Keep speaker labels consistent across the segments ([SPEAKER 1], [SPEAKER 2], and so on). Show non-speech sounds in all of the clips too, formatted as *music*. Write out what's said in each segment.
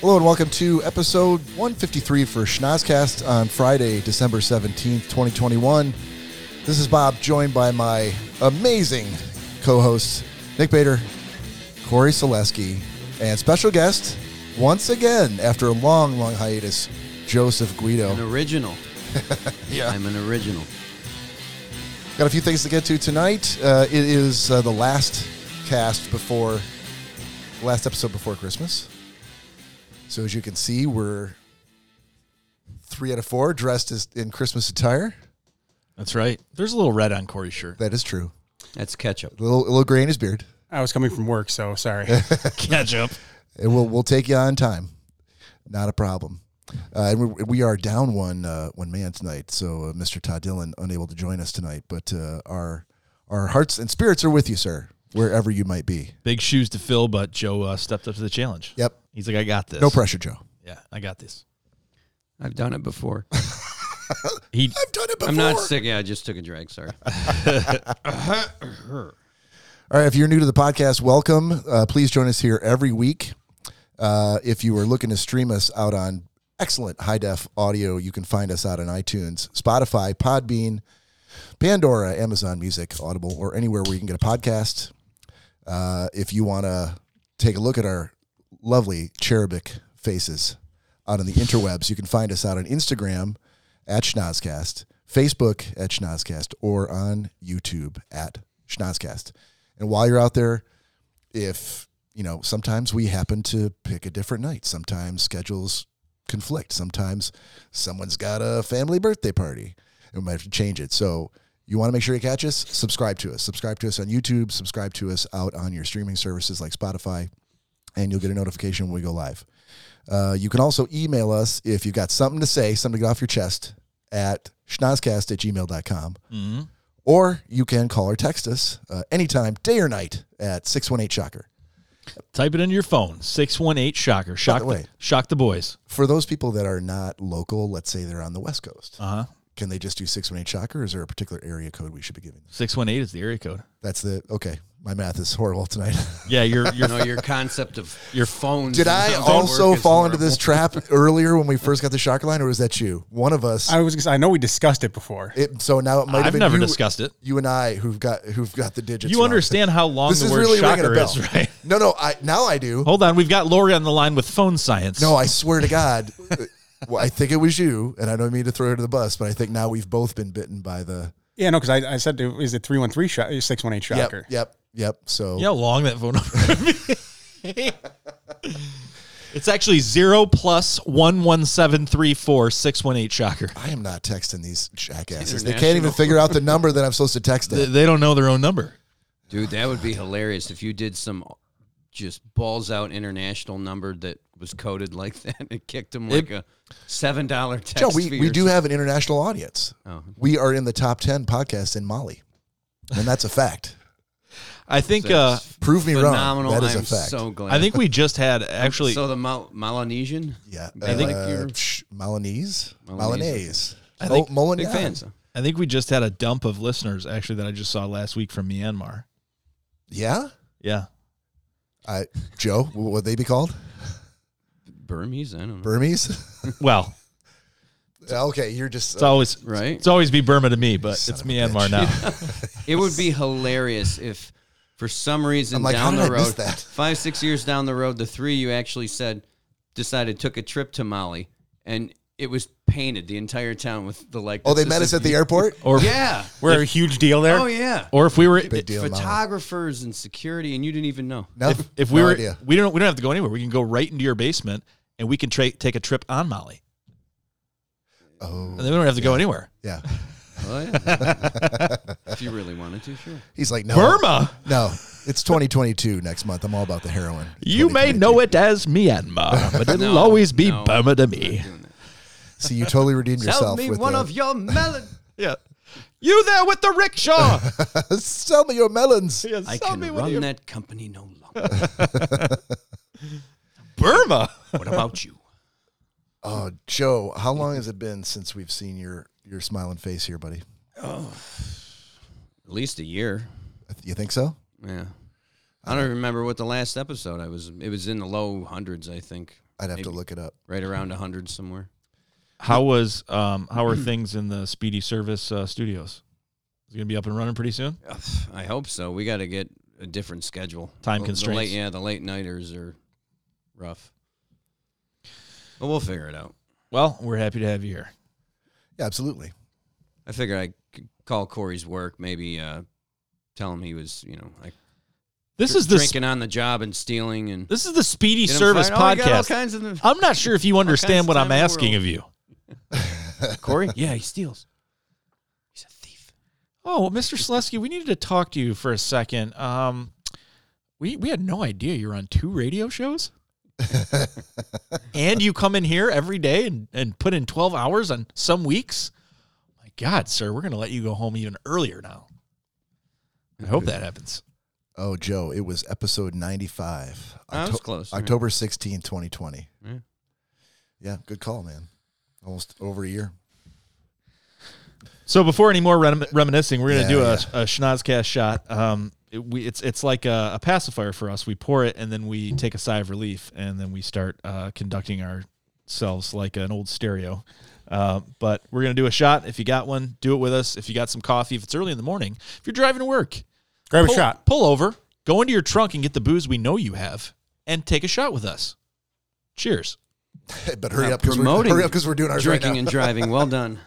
[SPEAKER 1] Hello and welcome to episode 153 for Schnozcast on Friday, December 17th, 2021. This is Bob, joined by my amazing co hosts, Nick Bader, Corey Selesky, and special guest, once again, after a long, long hiatus, Joseph
[SPEAKER 2] An
[SPEAKER 1] Guido.
[SPEAKER 2] original.
[SPEAKER 1] Yeah.
[SPEAKER 2] I'm an original.
[SPEAKER 1] Got a few things to get to tonight. Uh, it is uh, the last cast before, last episode before Christmas. So as you can see, we're three out of four dressed as in Christmas attire.
[SPEAKER 3] That's right. There's a little red on Corey's shirt.
[SPEAKER 1] That is true.
[SPEAKER 2] That's ketchup.
[SPEAKER 1] A little, a little gray in his beard,
[SPEAKER 4] I was coming from work,
[SPEAKER 1] *laughs*
[SPEAKER 4] so sorry.
[SPEAKER 3] Ketchup.
[SPEAKER 1] and we'll we'll take you on time. Not a problem. Uh, and we, we are down one uh, one man tonight, so uh, Mr. Todd Dillon unable to join us tonight. But uh, our our hearts and spirits are with you, sir, wherever you might be.
[SPEAKER 3] Big shoes to fill, but Joe uh, stepped up to the challenge.
[SPEAKER 1] Yep.
[SPEAKER 3] He's like, I got this.
[SPEAKER 1] No pressure, Joe.
[SPEAKER 3] Yeah, I got this.
[SPEAKER 2] I've done it before.
[SPEAKER 1] *laughs*
[SPEAKER 3] He
[SPEAKER 1] I've done it before.
[SPEAKER 2] I'm not sick. Yeah, I just took a drag. Sorry.
[SPEAKER 1] All right, if you're new to the podcast, welcome. Uh, please join us here every week. Uh, if you are looking to stream us out on excellent high def audio, you can find us out on iTunes, Spotify, Podbean, Pandora, Amazon Music, Audible, or anywhere where you can get a podcast. Uh, if you want to take a look at our lovely cherubic faces out on the interwebs, you can find us out on Instagram at Schnozcast, Facebook at Schnozcast, or on YouTube at Schnozcast. And while you're out there, if you know, sometimes we happen to pick a different night. Sometimes schedules conflict. Sometimes someone's got a family birthday party and we might have to change it. So you want to make sure you catch us? Subscribe to us. Subscribe to us on YouTube. Subscribe to us out on your streaming services like Spotify, and you'll get a notification when we go live. Uh, you can also email us if you've got something to say, something to get off your chest at schnozcast at gmail.com.
[SPEAKER 3] Mm-hmm.
[SPEAKER 1] Or you can call or text us uh, anytime, day or night, at 618 Shocker.
[SPEAKER 3] type it into your phone. Six one eight shocker. Shock the,
[SPEAKER 1] way-
[SPEAKER 3] shock the boys.
[SPEAKER 1] For those people that are not local, let's say they're on the West Coast,
[SPEAKER 3] Uh huh.
[SPEAKER 1] can they just do 618 Shocker? Or is there a particular area code we should be giving them?
[SPEAKER 3] Six one eight is the area code.
[SPEAKER 1] That's the, okay, my math is horrible tonight.
[SPEAKER 3] Yeah, you're
[SPEAKER 2] You
[SPEAKER 3] you're
[SPEAKER 2] know your concept of your phone.
[SPEAKER 1] *laughs* Did *laughs* I also fall into this trap *laughs* earlier when we first got the Shocker line, or was that you? One of us.
[SPEAKER 4] I was. gonna say, I know we discussed it before.
[SPEAKER 1] it, so now it might have
[SPEAKER 3] I've
[SPEAKER 1] been
[SPEAKER 3] never
[SPEAKER 1] you,
[SPEAKER 3] discussed it.
[SPEAKER 1] You and I who've got who've got the digits.
[SPEAKER 3] You
[SPEAKER 1] wrong.
[SPEAKER 3] understand how long
[SPEAKER 1] This
[SPEAKER 3] the
[SPEAKER 1] is
[SPEAKER 3] word
[SPEAKER 1] really ringing a
[SPEAKER 3] shocker
[SPEAKER 1] bell.
[SPEAKER 3] is, right? Oh.
[SPEAKER 1] No, no. I now I do.
[SPEAKER 3] Hold on, we've got Lori on the line with phone science.
[SPEAKER 1] No, I swear to
[SPEAKER 3] *laughs*
[SPEAKER 1] God. uh, well, I think it was you, and I don't mean to throw her to the bus, but I think now we've both been bitten by the.
[SPEAKER 4] Yeah, no, because I, I said, to- is it three one three shot six one eight
[SPEAKER 1] Yep,
[SPEAKER 4] shocker?
[SPEAKER 1] yep, yep. So
[SPEAKER 3] You know how long that phone number *laughs* It's actually zero plus one one seven three four six one eight shocker.
[SPEAKER 1] I am not texting these jackasses. They can't
[SPEAKER 2] International.
[SPEAKER 1] even figure
[SPEAKER 2] *laughs*
[SPEAKER 1] out the number that I'm supposed to text
[SPEAKER 3] They,
[SPEAKER 1] them.
[SPEAKER 3] they don't know their own number.
[SPEAKER 2] Dude, that would be hilarious if you did some just balls out international number that was coded like *laughs* that and kicked him like a seven dollar text.
[SPEAKER 1] Joe, we,
[SPEAKER 2] fee
[SPEAKER 1] we
[SPEAKER 2] or
[SPEAKER 1] do have an international audience.
[SPEAKER 2] something.
[SPEAKER 1] We are in the top 10 podcasts in Mali, and that's a fact.
[SPEAKER 3] I
[SPEAKER 2] Oh,
[SPEAKER 3] think uh,
[SPEAKER 2] that's
[SPEAKER 1] Prove me
[SPEAKER 2] phenomenal.
[SPEAKER 1] wrong. That is
[SPEAKER 2] I'm
[SPEAKER 1] a fact.
[SPEAKER 2] so glad.
[SPEAKER 3] I think we just had actually
[SPEAKER 2] so. The Mal- Melanesian.
[SPEAKER 1] yeah.
[SPEAKER 2] I think
[SPEAKER 1] uh,
[SPEAKER 2] you're-
[SPEAKER 1] psh, Malinese? Malinese.
[SPEAKER 2] Malinese.
[SPEAKER 3] I think-
[SPEAKER 1] Mo- Molin-
[SPEAKER 2] Big
[SPEAKER 1] yeah.
[SPEAKER 2] fans.
[SPEAKER 3] I think we just had a dump of listeners actually that I just saw last week from Myanmar.
[SPEAKER 1] Yeah?
[SPEAKER 3] Yeah.
[SPEAKER 1] Uh, Joe, what would they be called?
[SPEAKER 2] Burmese. I don't know.
[SPEAKER 1] Burmese? *laughs*
[SPEAKER 3] Well,
[SPEAKER 1] okay, you're just.
[SPEAKER 3] it's always
[SPEAKER 2] Right.
[SPEAKER 3] It's always be Burma to me, but
[SPEAKER 1] Son
[SPEAKER 3] it's
[SPEAKER 1] of a
[SPEAKER 3] Myanmar
[SPEAKER 1] bitch.
[SPEAKER 3] now.
[SPEAKER 2] It would be hilarious if, for some reason,
[SPEAKER 1] I'm like,
[SPEAKER 2] down
[SPEAKER 1] how did
[SPEAKER 2] the
[SPEAKER 1] I miss
[SPEAKER 2] road,
[SPEAKER 1] that?
[SPEAKER 2] five six years down the road, the three you actually said decided took a trip to Mali, and it was painted the entire town with the like.
[SPEAKER 1] oh, they
[SPEAKER 2] this
[SPEAKER 1] met
[SPEAKER 2] is
[SPEAKER 1] us
[SPEAKER 2] a
[SPEAKER 1] at the
[SPEAKER 2] view-
[SPEAKER 1] airport?
[SPEAKER 3] Or
[SPEAKER 2] Yeah.
[SPEAKER 1] *laughs*
[SPEAKER 4] We're a huge deal there.
[SPEAKER 2] Oh yeah.
[SPEAKER 3] *laughs* or if we were
[SPEAKER 1] Big deal. Mali.
[SPEAKER 2] Photographers and security, and you didn't
[SPEAKER 1] *laughs*
[SPEAKER 2] even know.
[SPEAKER 1] No,
[SPEAKER 3] if, if we
[SPEAKER 1] no
[SPEAKER 3] were
[SPEAKER 1] idea.
[SPEAKER 3] we don't we don't have to go anywhere. We can go right into your basement and we can tra- take a trip on Mali.
[SPEAKER 1] Oh,
[SPEAKER 3] And then we don't have to go anywhere.
[SPEAKER 1] yeah.
[SPEAKER 2] Oh, yeah. if you really wanted to, sure.
[SPEAKER 1] He's like, no,
[SPEAKER 3] Burma.
[SPEAKER 1] no. It's 2022 next month. I'm all about the heroin.
[SPEAKER 3] You may
[SPEAKER 1] 2022.
[SPEAKER 3] know it as Myanmar, but it'll
[SPEAKER 2] No,
[SPEAKER 3] always be
[SPEAKER 2] no,
[SPEAKER 3] Burma to
[SPEAKER 2] I'm not
[SPEAKER 3] me.
[SPEAKER 2] doing that.
[SPEAKER 1] See, you totally redeemed
[SPEAKER 2] Tell
[SPEAKER 1] yourself.
[SPEAKER 2] me
[SPEAKER 1] with
[SPEAKER 2] one
[SPEAKER 1] the- *laughs*
[SPEAKER 2] of your melon.
[SPEAKER 3] Yeah. You there with the rickshaw.
[SPEAKER 1] Sell me your melons.
[SPEAKER 3] Yeah,
[SPEAKER 2] I
[SPEAKER 3] sell
[SPEAKER 2] can
[SPEAKER 3] me one of
[SPEAKER 2] run
[SPEAKER 3] your-
[SPEAKER 2] that company no longer.
[SPEAKER 3] Burma.
[SPEAKER 2] What about you?
[SPEAKER 1] Oh, Joe, how long has it been since we've seen your your smiling face here, buddy?
[SPEAKER 2] *laughs* At least a year.
[SPEAKER 1] You think so?
[SPEAKER 2] Yeah. I don't remember what the last episode I was. It was in the low hundreds, I think.
[SPEAKER 1] I'd have to look it up.
[SPEAKER 2] right around 100 somewhere.
[SPEAKER 3] How was um, how *clears throat* are things in the Speedy Service uh, studios? Is it gonna be up and running pretty soon?
[SPEAKER 2] Ugh, I hope so. We got to get a different schedule.
[SPEAKER 3] Time
[SPEAKER 2] The- the
[SPEAKER 3] constraints.
[SPEAKER 2] late- yeah, the late nighters are rough, but we'll figure it out.
[SPEAKER 3] Well, we're happy to have you here.
[SPEAKER 1] Yeah, absolutely.
[SPEAKER 2] I figured I could call Corey's work, maybe uh, tell him he was, you know, like
[SPEAKER 3] This is the
[SPEAKER 2] drinking on the job and stealing and
[SPEAKER 3] this is the Speedy
[SPEAKER 2] Get him
[SPEAKER 3] Service
[SPEAKER 2] fired. Oh, we got all
[SPEAKER 3] podcast.
[SPEAKER 2] kinds of-
[SPEAKER 3] *laughs* I'm not sure if you understand
[SPEAKER 2] kinds
[SPEAKER 3] what
[SPEAKER 2] of
[SPEAKER 3] I'm
[SPEAKER 2] time in the
[SPEAKER 3] asking
[SPEAKER 2] world.
[SPEAKER 3] of you.
[SPEAKER 2] Corey. yeah, he steals. He's a thief.
[SPEAKER 3] Oh, well, Mr. Selesky, we needed to talk to you for a second. Um, we we had no idea you were on two radio shows, and you come in here every day and, and put in twelve hours on some weeks. My God, sir, we're gonna let you go home even earlier now. I hope that happens.
[SPEAKER 1] Oh, Joe, it was episode 95.
[SPEAKER 2] I was
[SPEAKER 1] Octo-
[SPEAKER 2] close.
[SPEAKER 1] October 16, 2020.
[SPEAKER 2] Yeah.
[SPEAKER 1] Yeah, good call, man. Almost over a year. *laughs*
[SPEAKER 3] So before any more rem- reminiscing, we're gonna
[SPEAKER 1] Yeah,
[SPEAKER 3] do a,
[SPEAKER 1] yeah.
[SPEAKER 3] a schnozcast shot. Um, it, we, it's it's like a, a pacifier for us. We pour it and then we take a sigh of relief and then we start uh, conducting ourselves like an old stereo. Uh, but we're gonna do a shot. If you got one, do it with us. If you got some coffee, if it's early in the morning, if you're driving to work,
[SPEAKER 4] Grab a
[SPEAKER 3] pull,
[SPEAKER 4] shot.
[SPEAKER 3] pull over, go into your trunk and get the booze we know you have, and take a shot with us. Cheers.
[SPEAKER 1] but hurry
[SPEAKER 2] Uh,
[SPEAKER 1] up because we're,
[SPEAKER 2] promoting
[SPEAKER 1] hurry up 'cause we're doing ours right
[SPEAKER 2] Drinking
[SPEAKER 1] now.
[SPEAKER 2] and
[SPEAKER 1] *laughs*
[SPEAKER 2] driving. Well done.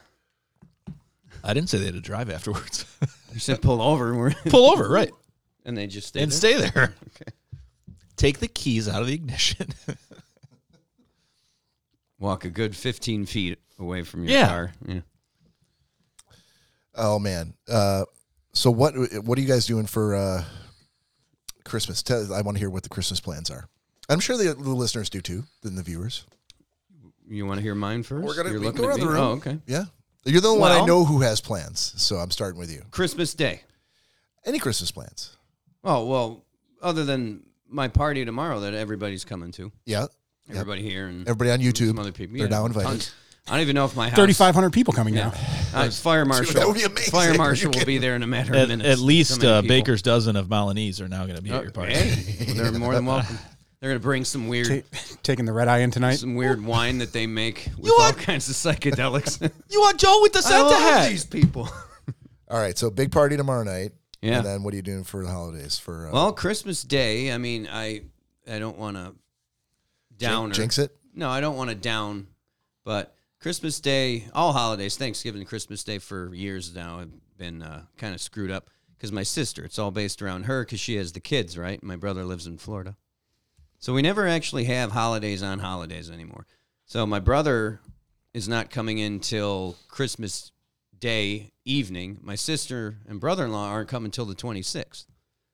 [SPEAKER 3] I didn't say they had to drive afterwards. *laughs*
[SPEAKER 2] You said pull over, and, we're- *laughs*
[SPEAKER 3] pull over, right?
[SPEAKER 2] and they just stayed
[SPEAKER 3] and
[SPEAKER 2] there.
[SPEAKER 3] stay there. Take the keys out of the *laughs* ignition.
[SPEAKER 2] walk a good 15 feet away from your
[SPEAKER 3] Yeah.
[SPEAKER 2] car. Yeah.
[SPEAKER 1] Oh man. Uh, so what what are you guys doing for uh, Christmas? Tell, I want to hear what the Christmas plans are. I'm sure the, the listeners do too, than the viewers.
[SPEAKER 2] You want to hear mine first?
[SPEAKER 1] We're gonna-
[SPEAKER 2] You're
[SPEAKER 1] we
[SPEAKER 2] looking
[SPEAKER 1] go
[SPEAKER 2] at
[SPEAKER 1] around the
[SPEAKER 2] me?
[SPEAKER 1] room.
[SPEAKER 2] Oh, okay.
[SPEAKER 1] Yeah, you're the only one I
[SPEAKER 2] Well-
[SPEAKER 1] know who has plans, so I'm starting with you.
[SPEAKER 2] Christmas Day.
[SPEAKER 1] Any Christmas plans?
[SPEAKER 2] Oh well, other than my party tomorrow that everybody's coming to,
[SPEAKER 1] Yeah,
[SPEAKER 2] everybody here and
[SPEAKER 1] everybody on YouTube.
[SPEAKER 2] some other people.
[SPEAKER 1] They're
[SPEAKER 2] Yeah,
[SPEAKER 1] now invited.
[SPEAKER 2] tons. I don't even know if my house.
[SPEAKER 4] 3,500 people coming
[SPEAKER 2] Yeah.
[SPEAKER 4] now.
[SPEAKER 2] Uh, fire marshal.
[SPEAKER 1] that would be amazing. Are *laughs*
[SPEAKER 2] Fire
[SPEAKER 1] you
[SPEAKER 2] marshal will be there in a matter of
[SPEAKER 3] at,
[SPEAKER 2] minutes.
[SPEAKER 3] at
[SPEAKER 2] So
[SPEAKER 3] least
[SPEAKER 2] many
[SPEAKER 3] uh,
[SPEAKER 2] people. Oh,
[SPEAKER 3] Baker's dozen of Milanese are now going to be at your party.
[SPEAKER 2] Hey, they're more than welcome. They're gonna bring some weird,
[SPEAKER 4] Ta- taking the red eye in
[SPEAKER 1] *laughs*
[SPEAKER 4] tonight.
[SPEAKER 2] some weird wine that they make with
[SPEAKER 3] You
[SPEAKER 2] all
[SPEAKER 3] want-
[SPEAKER 2] kinds of psychedelics.
[SPEAKER 3] You want Joe with the
[SPEAKER 2] I love these people.
[SPEAKER 1] All right, so big party tomorrow night.
[SPEAKER 2] Yeah.
[SPEAKER 1] And then what are you doing for the holidays? For uh,
[SPEAKER 2] Well, Christmas Day. I mean, I I don't want to
[SPEAKER 1] jin-
[SPEAKER 2] downer.
[SPEAKER 1] jinx it.
[SPEAKER 2] No, I don't want to down, but Christmas Day, all holidays, Thanksgiving, Christmas Day for years now, I've been uh, kind of screwed up because my sister. It's all based around her because she has the kids, right? My brother lives in Florida, so we never actually have holidays on holidays anymore. So my brother is not coming in till Christmas Day evening. My sister and brother-in-law aren't coming till the 26th.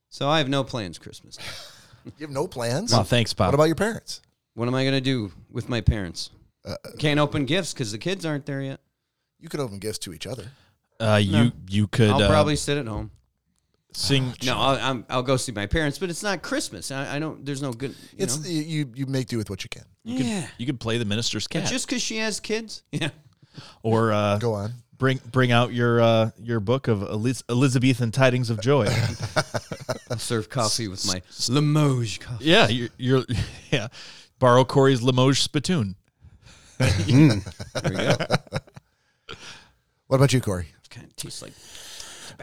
[SPEAKER 2] So I have no plans Christmas.
[SPEAKER 1] You have no plans.
[SPEAKER 3] Well, thanks, Pop.
[SPEAKER 1] What about your parents?
[SPEAKER 2] What am I going to do with my parents?
[SPEAKER 1] Uh,
[SPEAKER 2] Can't open gifts because the kids aren't there yet.
[SPEAKER 1] You could open gifts to each other.
[SPEAKER 3] uh, you you could
[SPEAKER 2] I'll
[SPEAKER 3] uh,
[SPEAKER 2] probably sit at home.
[SPEAKER 3] sing.
[SPEAKER 2] No, I'll, I'm, I'll go see my parents, but it's not Christmas. I, I don't. There's no good. You
[SPEAKER 1] It's
[SPEAKER 2] know?
[SPEAKER 1] you, you. You make do with what you can.
[SPEAKER 3] You could,
[SPEAKER 2] yeah.
[SPEAKER 3] you could play the minister's cat,
[SPEAKER 2] Just because she has kids. Yeah.
[SPEAKER 3] or uh,
[SPEAKER 1] Go on.
[SPEAKER 3] bring bring out your uh, your book of Eliz- Elizabethan tidings
[SPEAKER 2] *laughs*
[SPEAKER 3] of joy.
[SPEAKER 2] I'll serve coffee with *laughs* my Limoges coffee.
[SPEAKER 3] yeah, you're, you're *laughs* yeah. Borrow Corey's Limoges spittoon.
[SPEAKER 1] Mm.
[SPEAKER 2] There we go.
[SPEAKER 1] What about you, Corey?
[SPEAKER 2] kind of tastes like.
[SPEAKER 4] *laughs*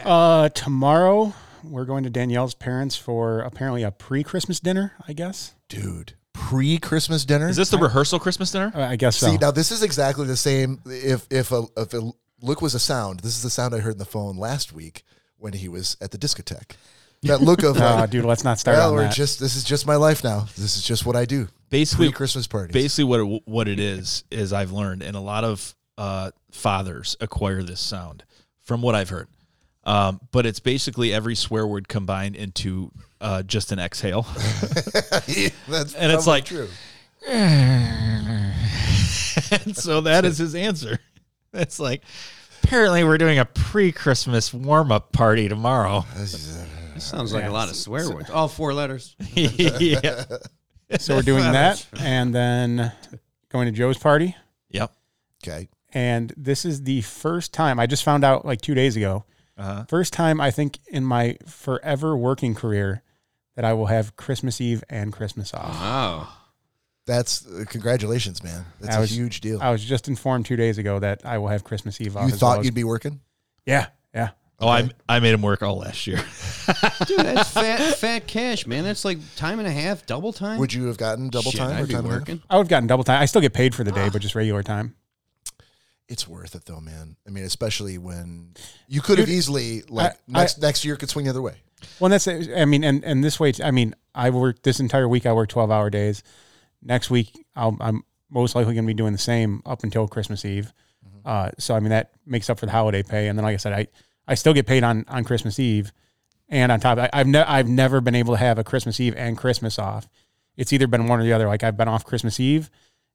[SPEAKER 4] Uh, tomorrow, we're going to Danielle's parents for apparently a pre Christmas dinner, I guess.
[SPEAKER 1] Dude, pre-Christmas dinner.
[SPEAKER 3] Is this the rehearsal Christmas dinner?
[SPEAKER 4] Uh, I guess so.
[SPEAKER 1] See, now this is exactly the same. If if a if a look was a sound, this is the sound I heard in the phone last week when he was at the discotheque. That look
[SPEAKER 3] *laughs*
[SPEAKER 1] of
[SPEAKER 4] Ah,
[SPEAKER 1] like,
[SPEAKER 4] dude, let's not start
[SPEAKER 1] well,
[SPEAKER 4] on
[SPEAKER 1] we're
[SPEAKER 4] that.
[SPEAKER 1] just this is just my life now. This is just what I do.
[SPEAKER 3] Basically,
[SPEAKER 1] Pre Christmas parties.
[SPEAKER 3] basically what it, what it is is I've learned, and a lot of uh, fathers acquire this sound from what I've heard. Um, but it's basically every swear word combined into uh, just an exhale. *laughs*
[SPEAKER 1] *laughs* That's
[SPEAKER 3] and
[SPEAKER 1] probably
[SPEAKER 3] it's like-
[SPEAKER 1] true.
[SPEAKER 3] and so that is his answer. It's like apparently we're doing a pre-Christmas warm-up party tomorrow. *laughs*
[SPEAKER 2] That sounds like a lot of swear words. All four letters.
[SPEAKER 3] yeah.
[SPEAKER 4] so
[SPEAKER 1] *laughs*
[SPEAKER 4] we're doing that and then going to Joe's party.
[SPEAKER 3] Yep.
[SPEAKER 1] Okay.
[SPEAKER 4] And this is the first time I just found out like two days ago.
[SPEAKER 3] Uh-huh.
[SPEAKER 4] First time I think in my
[SPEAKER 1] *gasps*
[SPEAKER 4] forever working career that I will have Christmas Eve and Christmas off.
[SPEAKER 2] Wow.
[SPEAKER 1] That's uh, congratulations, man. That's
[SPEAKER 4] I
[SPEAKER 1] a
[SPEAKER 4] was-
[SPEAKER 1] huge deal.
[SPEAKER 4] I was just informed two days ago that I will have Christmas Eve off.
[SPEAKER 1] you
[SPEAKER 4] as
[SPEAKER 1] thought
[SPEAKER 4] well as-
[SPEAKER 1] you'd be working?
[SPEAKER 4] Yeah, yeah.
[SPEAKER 3] Oh, I I made him work all last year.
[SPEAKER 2] Dude, *laughs* that's fat fat cash, man. That's like time and a half, double time.
[SPEAKER 1] Would you have gotten double
[SPEAKER 2] Shit,
[SPEAKER 1] time
[SPEAKER 2] I'd
[SPEAKER 1] or
[SPEAKER 2] be
[SPEAKER 1] time and a half?
[SPEAKER 2] working.
[SPEAKER 4] I would have gotten double time. I still get
[SPEAKER 1] *gasps*
[SPEAKER 4] paid for the day, but just regular time.
[SPEAKER 1] It's worth it though, man. I mean, especially when you could have easily like
[SPEAKER 4] I-
[SPEAKER 1] next next year could swing the other way.
[SPEAKER 4] Well, that's I mean, and and this way, I mean, I work this entire week. I work twelve hour days. Next week, I'll, I'm most likely going to be doing the same up until Christmas Eve. Uh, so I mean, that makes up for the holiday pay. And then, like I said, I I still get paid on on Christmas Eve, and on top, of, I, I've ne- I've never been able to have a Christmas Eve and Christmas off. It's either been one or the other. Like I've been off Christmas Eve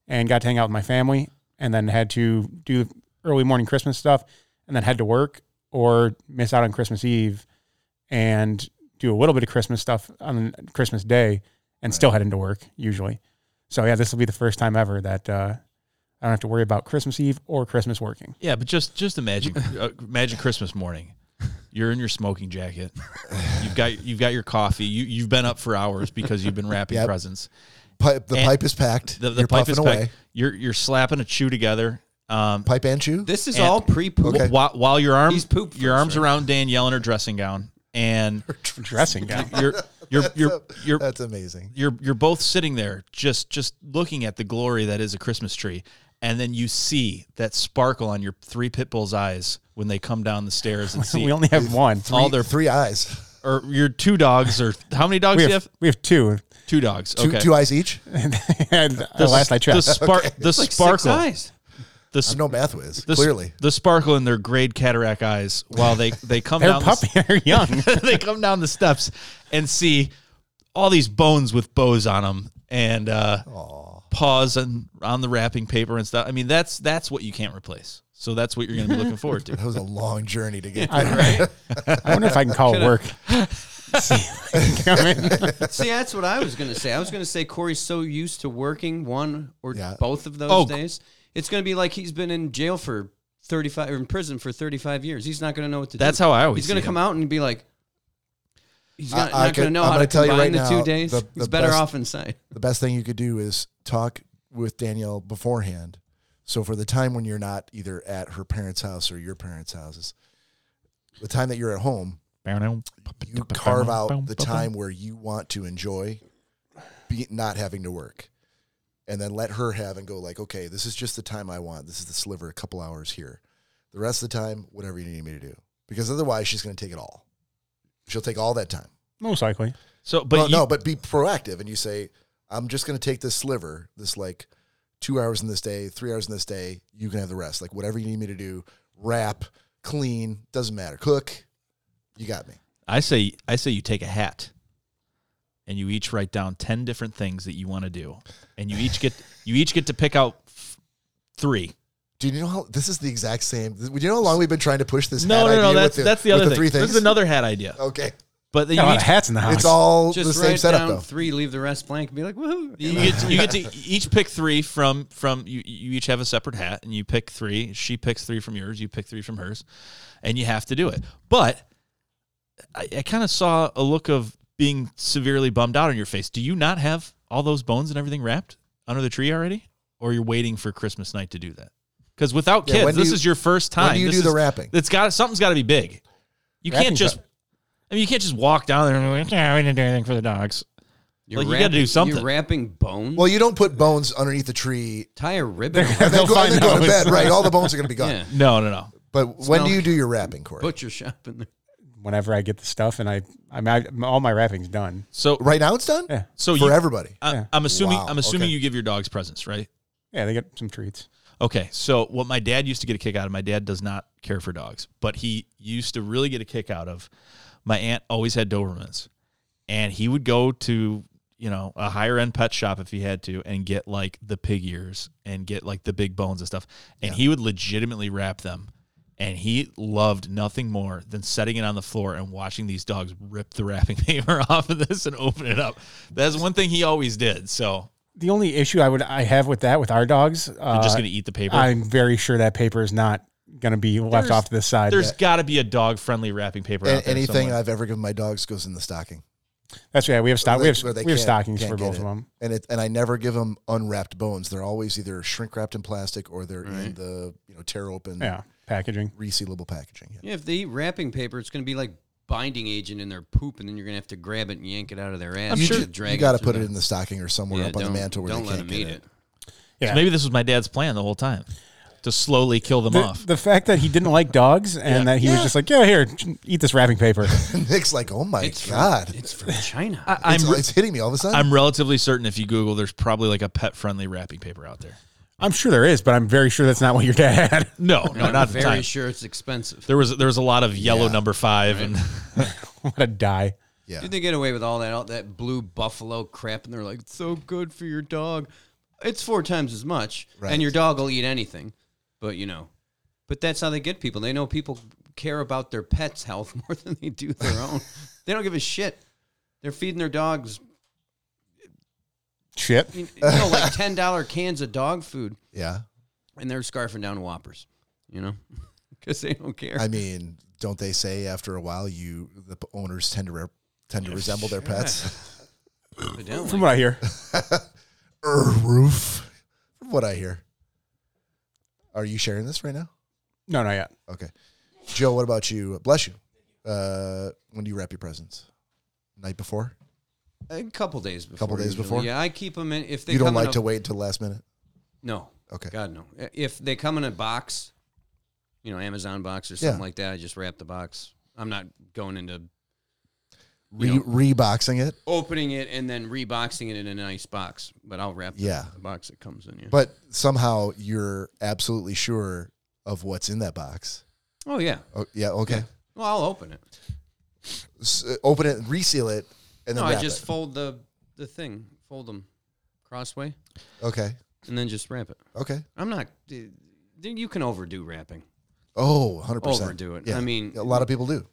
[SPEAKER 4] and got to hang out with my family, and then had to do early morning Christmas stuff, and then had to work or miss out on Christmas Eve and do a little bit of Christmas stuff on Christmas Day and still head into work usually. So yeah, this will be the first time ever that uh, I don't have to worry about Christmas Eve or Christmas working.
[SPEAKER 3] Yeah, but just
[SPEAKER 1] *laughs*
[SPEAKER 3] just imagine uh, imagine Christmas morning. You're in your smoking jacket. You've got you've got your coffee. You you've been up for hours because you've been wrapping
[SPEAKER 1] Yep.
[SPEAKER 3] presents.
[SPEAKER 1] Pipe, the
[SPEAKER 3] And
[SPEAKER 1] pipe is packed.
[SPEAKER 3] The, the
[SPEAKER 1] You're
[SPEAKER 3] pipe
[SPEAKER 1] puffing
[SPEAKER 3] is
[SPEAKER 1] away.
[SPEAKER 3] packed. You're you're slapping a chew together. Um,
[SPEAKER 1] Pipe and chew.
[SPEAKER 2] This is
[SPEAKER 3] And-
[SPEAKER 2] all pre poop.
[SPEAKER 1] Okay.
[SPEAKER 3] while, while your arm
[SPEAKER 2] He's poop
[SPEAKER 3] your
[SPEAKER 2] first,
[SPEAKER 3] arms
[SPEAKER 2] right?
[SPEAKER 3] around Danielle in her dressing gown, and
[SPEAKER 4] Dressing gown.
[SPEAKER 3] you're you're you're you're
[SPEAKER 1] That's amazing.
[SPEAKER 3] you're you're both sitting there just just looking at the glory that is a Christmas tree, and then you see that sparkle on your three pit bulls' eyes when they come down the
[SPEAKER 1] *laughs*
[SPEAKER 3] stairs and see
[SPEAKER 4] *laughs* We only have one.
[SPEAKER 3] all their
[SPEAKER 1] Three eyes,
[SPEAKER 3] or your two dogs or how many dogs
[SPEAKER 4] We
[SPEAKER 3] do you
[SPEAKER 4] have,
[SPEAKER 3] have?
[SPEAKER 4] we have two. *laughs*
[SPEAKER 3] Two dogs.
[SPEAKER 1] two,
[SPEAKER 3] okay.
[SPEAKER 1] two eyes
[SPEAKER 3] *laughs*
[SPEAKER 1] each.
[SPEAKER 4] and the last I
[SPEAKER 3] The
[SPEAKER 4] checked,
[SPEAKER 3] spark. The
[SPEAKER 2] Like six
[SPEAKER 3] sparkle.
[SPEAKER 2] eyes.
[SPEAKER 3] The s-
[SPEAKER 1] I'm no math whiz.
[SPEAKER 3] the s-
[SPEAKER 1] clearly,
[SPEAKER 3] the sparkle in their grade cataract eyes while they they come
[SPEAKER 4] *laughs* they're
[SPEAKER 3] down. the s-
[SPEAKER 4] puppy, they're
[SPEAKER 1] *laughs*
[SPEAKER 4] young.
[SPEAKER 3] *laughs* they come down the steps and see all these bones with bows on them and uh, paws and on the wrapping paper and stuff. I mean, that's that's what you can't replace. So that's what you're going to be looking forward to.
[SPEAKER 4] *laughs*
[SPEAKER 1] that was a long journey to get. there.
[SPEAKER 4] I, I wonder if I can call it work.
[SPEAKER 1] *laughs*
[SPEAKER 4] See if I can come in.
[SPEAKER 2] See, that's what I was gonna say. I was gonna say Corey's so used to working one or
[SPEAKER 1] Yeah.
[SPEAKER 2] both of those
[SPEAKER 3] Oh, c-
[SPEAKER 2] days, it's gonna be like he's been in jail for thirty five or in prison for thirty five years. He's not gonna know what to
[SPEAKER 3] That's
[SPEAKER 2] do.
[SPEAKER 3] how I always.
[SPEAKER 2] he's gonna
[SPEAKER 3] see
[SPEAKER 2] come
[SPEAKER 3] it.
[SPEAKER 2] out and be like, he's
[SPEAKER 1] I
[SPEAKER 2] not, not gonna
[SPEAKER 1] could-
[SPEAKER 2] know
[SPEAKER 1] I'm
[SPEAKER 2] how
[SPEAKER 1] gonna
[SPEAKER 2] to
[SPEAKER 1] tell you
[SPEAKER 2] combine
[SPEAKER 1] right
[SPEAKER 2] the
[SPEAKER 1] now,
[SPEAKER 2] two days.
[SPEAKER 1] the- the
[SPEAKER 2] he's better
[SPEAKER 1] best-
[SPEAKER 2] off inside.
[SPEAKER 1] the best thing you could do is talk with Danielle beforehand. So for the time when you're not either at her parents' house or your parents' houses, the time that you're at home, *laughs* you carve out the time where you want to enjoy be not having to work and then let her have and go like okay this is just the time i want this is the sliver a couple hours here the rest of the time whatever you need me to do because otherwise she's going to take it all she'll take all that time
[SPEAKER 4] Most likely.
[SPEAKER 3] So, but
[SPEAKER 1] but
[SPEAKER 3] you,
[SPEAKER 1] no but be proactive and you say i'm just going to take this sliver this like two hours in this day three hours in this day you can have the rest like whatever you need me to do wrap clean doesn't matter cook you got me
[SPEAKER 3] I say I say you take a hat and you each write down 10 different things that you want to do and you each get you each get to pick out f- 3.
[SPEAKER 1] Do you know how this is the exact same? Do you know how long we've been trying to push this? hat
[SPEAKER 3] No, no, no,
[SPEAKER 1] idea with
[SPEAKER 3] that's
[SPEAKER 1] the,
[SPEAKER 3] that's the
[SPEAKER 1] with
[SPEAKER 3] other
[SPEAKER 1] the
[SPEAKER 3] thing.
[SPEAKER 1] three
[SPEAKER 3] This
[SPEAKER 1] things.
[SPEAKER 3] is another hat idea.
[SPEAKER 1] okay.
[SPEAKER 3] But then
[SPEAKER 4] Got a
[SPEAKER 3] you
[SPEAKER 4] lot
[SPEAKER 3] each
[SPEAKER 4] of hats in the house.
[SPEAKER 1] It's all *laughs*
[SPEAKER 2] Just
[SPEAKER 1] the same
[SPEAKER 2] write
[SPEAKER 1] setup
[SPEAKER 2] down
[SPEAKER 1] though.
[SPEAKER 2] three, leave the rest blank, and be like, woohoo!
[SPEAKER 3] You get, to, you get to each pick three from from you. You each have a separate hat, and you pick three. She picks three from yours. You pick three from hers, and you have to do it. But I, I kind of saw a look of being severely bummed out on your face. Do you not have all those bones and everything wrapped under the tree already, or you're waiting for Christmas night to do that? Because without
[SPEAKER 1] Yeah,
[SPEAKER 3] kids,
[SPEAKER 1] when do
[SPEAKER 3] this
[SPEAKER 1] you-
[SPEAKER 3] is your first time.
[SPEAKER 1] when do you
[SPEAKER 3] This
[SPEAKER 1] do the
[SPEAKER 3] is-
[SPEAKER 1] wrapping?
[SPEAKER 3] It's got something's got to be big. You can't
[SPEAKER 4] Wrapping's
[SPEAKER 3] just. I mean, you can't just walk down there and like, yeah, we didn't do anything for the dogs.
[SPEAKER 2] You're
[SPEAKER 3] Like, you gotta do something.
[SPEAKER 2] You're wrapping bones.
[SPEAKER 1] Well, you don't put bones underneath the tree
[SPEAKER 2] tie
[SPEAKER 1] *laughs*
[SPEAKER 2] a ribbon. around
[SPEAKER 1] and then,
[SPEAKER 2] it.
[SPEAKER 1] go, and
[SPEAKER 4] find
[SPEAKER 1] then go to
[SPEAKER 4] those.
[SPEAKER 1] bed. Right, all the bones are going to be gone.
[SPEAKER 2] Yeah,
[SPEAKER 3] No, no, no.
[SPEAKER 1] But when do
[SPEAKER 2] Smell.
[SPEAKER 1] you do your wrapping, Corey?
[SPEAKER 2] butcher shop in there.
[SPEAKER 4] Whenever I get the stuff and I, I mean, I, all my wrapping's done.
[SPEAKER 3] So
[SPEAKER 1] right now, it's done
[SPEAKER 4] Yeah.
[SPEAKER 3] So
[SPEAKER 1] for
[SPEAKER 3] you,
[SPEAKER 1] everybody.
[SPEAKER 3] I,
[SPEAKER 4] Yeah.
[SPEAKER 3] I'm assuming
[SPEAKER 1] Wow,
[SPEAKER 3] I'm assuming
[SPEAKER 1] okay.
[SPEAKER 3] you give your dogs presents, right?
[SPEAKER 4] Yeah, they get some treats.
[SPEAKER 3] Okay. So what my dad used to get a kick out of, my dad does not care for dogs, but he used to really get a kick out of. My aunt always had Dobermans, and he would go to you know a higher end pet shop if he had to, and get like the pig ears and get like the big bones and stuff, and he would legitimately wrap them. And he loved nothing more than setting it on the floor and watching these dogs rip the wrapping *laughs* paper off of this and open it up. That's one thing he always did. So
[SPEAKER 4] The only issue I would I have with that with our dogs, uh,
[SPEAKER 3] They're just gonna eat the paper.
[SPEAKER 4] I'm very sure that paper is not going to be left
[SPEAKER 3] There's-
[SPEAKER 4] off to the side.
[SPEAKER 3] There's got to be a dog friendly wrapping paper.
[SPEAKER 1] A-
[SPEAKER 3] out there
[SPEAKER 1] anything
[SPEAKER 3] somewhere.
[SPEAKER 1] I've ever given my dogs goes in the stocking.
[SPEAKER 4] That's yeah. We have stock.
[SPEAKER 1] They-
[SPEAKER 4] We have
[SPEAKER 1] where they
[SPEAKER 4] we have
[SPEAKER 1] can't-
[SPEAKER 4] stockings
[SPEAKER 1] can't
[SPEAKER 4] for
[SPEAKER 1] get
[SPEAKER 4] both
[SPEAKER 1] it.
[SPEAKER 4] of them.
[SPEAKER 1] and it and I never give them unwrapped bones. They're always either shrink wrapped in plastic or they're in
[SPEAKER 2] Right.
[SPEAKER 1] the you know tear open
[SPEAKER 4] Yeah, packaging.
[SPEAKER 1] resealable packaging. Yeah.
[SPEAKER 2] Yeah, if they eat wrapping paper, it's going to be like binding agent in their poop, and then you're going to have to grab it and yank it out of their ass.
[SPEAKER 1] you
[SPEAKER 2] and
[SPEAKER 1] ju-
[SPEAKER 2] drag
[SPEAKER 1] you got to
[SPEAKER 2] through
[SPEAKER 1] put it
[SPEAKER 2] the-
[SPEAKER 1] in the stocking or somewhere
[SPEAKER 2] Yeah,
[SPEAKER 1] up on the
[SPEAKER 2] don't-
[SPEAKER 1] mantle where
[SPEAKER 2] don't
[SPEAKER 1] they
[SPEAKER 2] let
[SPEAKER 1] can't
[SPEAKER 2] them
[SPEAKER 1] get
[SPEAKER 2] eat
[SPEAKER 1] it.
[SPEAKER 2] it.
[SPEAKER 4] Yeah.
[SPEAKER 3] So maybe this was my dad's plan the whole time to slowly kill them
[SPEAKER 4] the,
[SPEAKER 3] off.
[SPEAKER 4] the fact that he didn't like dogs and that he was
[SPEAKER 1] Yeah.
[SPEAKER 4] just like, yeah, here, eat this wrapping paper.
[SPEAKER 3] *laughs*
[SPEAKER 1] *laughs* Nick's like, oh my
[SPEAKER 2] It's
[SPEAKER 1] god,
[SPEAKER 2] From, it's from China.
[SPEAKER 3] I,
[SPEAKER 1] it's,
[SPEAKER 3] am
[SPEAKER 1] it's hitting me all of a sudden.
[SPEAKER 3] I'm relatively certain if you Google, there's probably like a pet friendly wrapping paper out there.
[SPEAKER 4] I'm sure there is, but I'm very sure that's not what your dad had. *laughs*
[SPEAKER 3] *laughs* No,
[SPEAKER 2] No,
[SPEAKER 3] no,
[SPEAKER 2] I'm
[SPEAKER 3] not at the
[SPEAKER 2] very
[SPEAKER 3] time.
[SPEAKER 2] sure it's expensive.
[SPEAKER 3] There was there was a lot of yellow
[SPEAKER 1] Yeah.
[SPEAKER 3] number five and
[SPEAKER 4] what a die.
[SPEAKER 1] yeah,
[SPEAKER 2] Did they get away with all that all that blue buffalo crap? And they're like, it's so good for your dog. It's four times as much,
[SPEAKER 1] Right.
[SPEAKER 2] and your dog will eat anything. But you know, but that's how they get people. They know people care about their pets' health *laughs* more than they do their own. they don't give a shit. They're feeding their dogs,
[SPEAKER 4] Shit.
[SPEAKER 2] you know, like ten dollar cans of dog food,
[SPEAKER 1] yeah.
[SPEAKER 2] and they're scarfing down whoppers. You know, *laughs* because they don't care.
[SPEAKER 1] I mean, don't they say after a while you the p- owners tend to re- tend to resemble their pets?
[SPEAKER 2] Evidently.
[SPEAKER 4] From what I hear,
[SPEAKER 1] *laughs* Er, roof, from what I hear. Are you sharing this right now?
[SPEAKER 4] no, not yet.
[SPEAKER 1] Okay, Joe. What about you? Bless you. Uh, when do you wrap your presents? Night before.
[SPEAKER 2] A couple days before.
[SPEAKER 1] Couple days
[SPEAKER 2] usually.
[SPEAKER 1] before?
[SPEAKER 2] Yeah, I keep them in. If they
[SPEAKER 1] you don't
[SPEAKER 2] come in
[SPEAKER 1] like
[SPEAKER 2] a-
[SPEAKER 1] to wait until the last minute.
[SPEAKER 2] No.
[SPEAKER 1] Okay.
[SPEAKER 2] God no. If they come in a box, you know, Amazon box or something
[SPEAKER 1] Yeah.
[SPEAKER 2] like that, I just wrap the box. I'm not going into
[SPEAKER 1] Re-
[SPEAKER 2] You know.
[SPEAKER 1] reboxing it,
[SPEAKER 2] opening it and then reboxing it in a nice box, but I'll wrap the,
[SPEAKER 1] Yeah.
[SPEAKER 2] the box that comes in. Yeah.
[SPEAKER 1] but somehow you're absolutely sure of what's in that box.
[SPEAKER 2] oh yeah.
[SPEAKER 1] Oh, yeah. Okay.
[SPEAKER 2] Well, I'll open it.
[SPEAKER 1] S- uh, open it, reseal it, and then
[SPEAKER 2] No, I
[SPEAKER 1] wrap
[SPEAKER 2] just
[SPEAKER 1] it.
[SPEAKER 2] fold the the thing, fold them crossway,
[SPEAKER 1] okay.
[SPEAKER 2] and then just wrap it.
[SPEAKER 1] Okay.
[SPEAKER 2] I'm not. dude, You can overdo wrapping.
[SPEAKER 1] Oh, 100 percent.
[SPEAKER 2] Overdo it. I mean,
[SPEAKER 1] a lot of people do.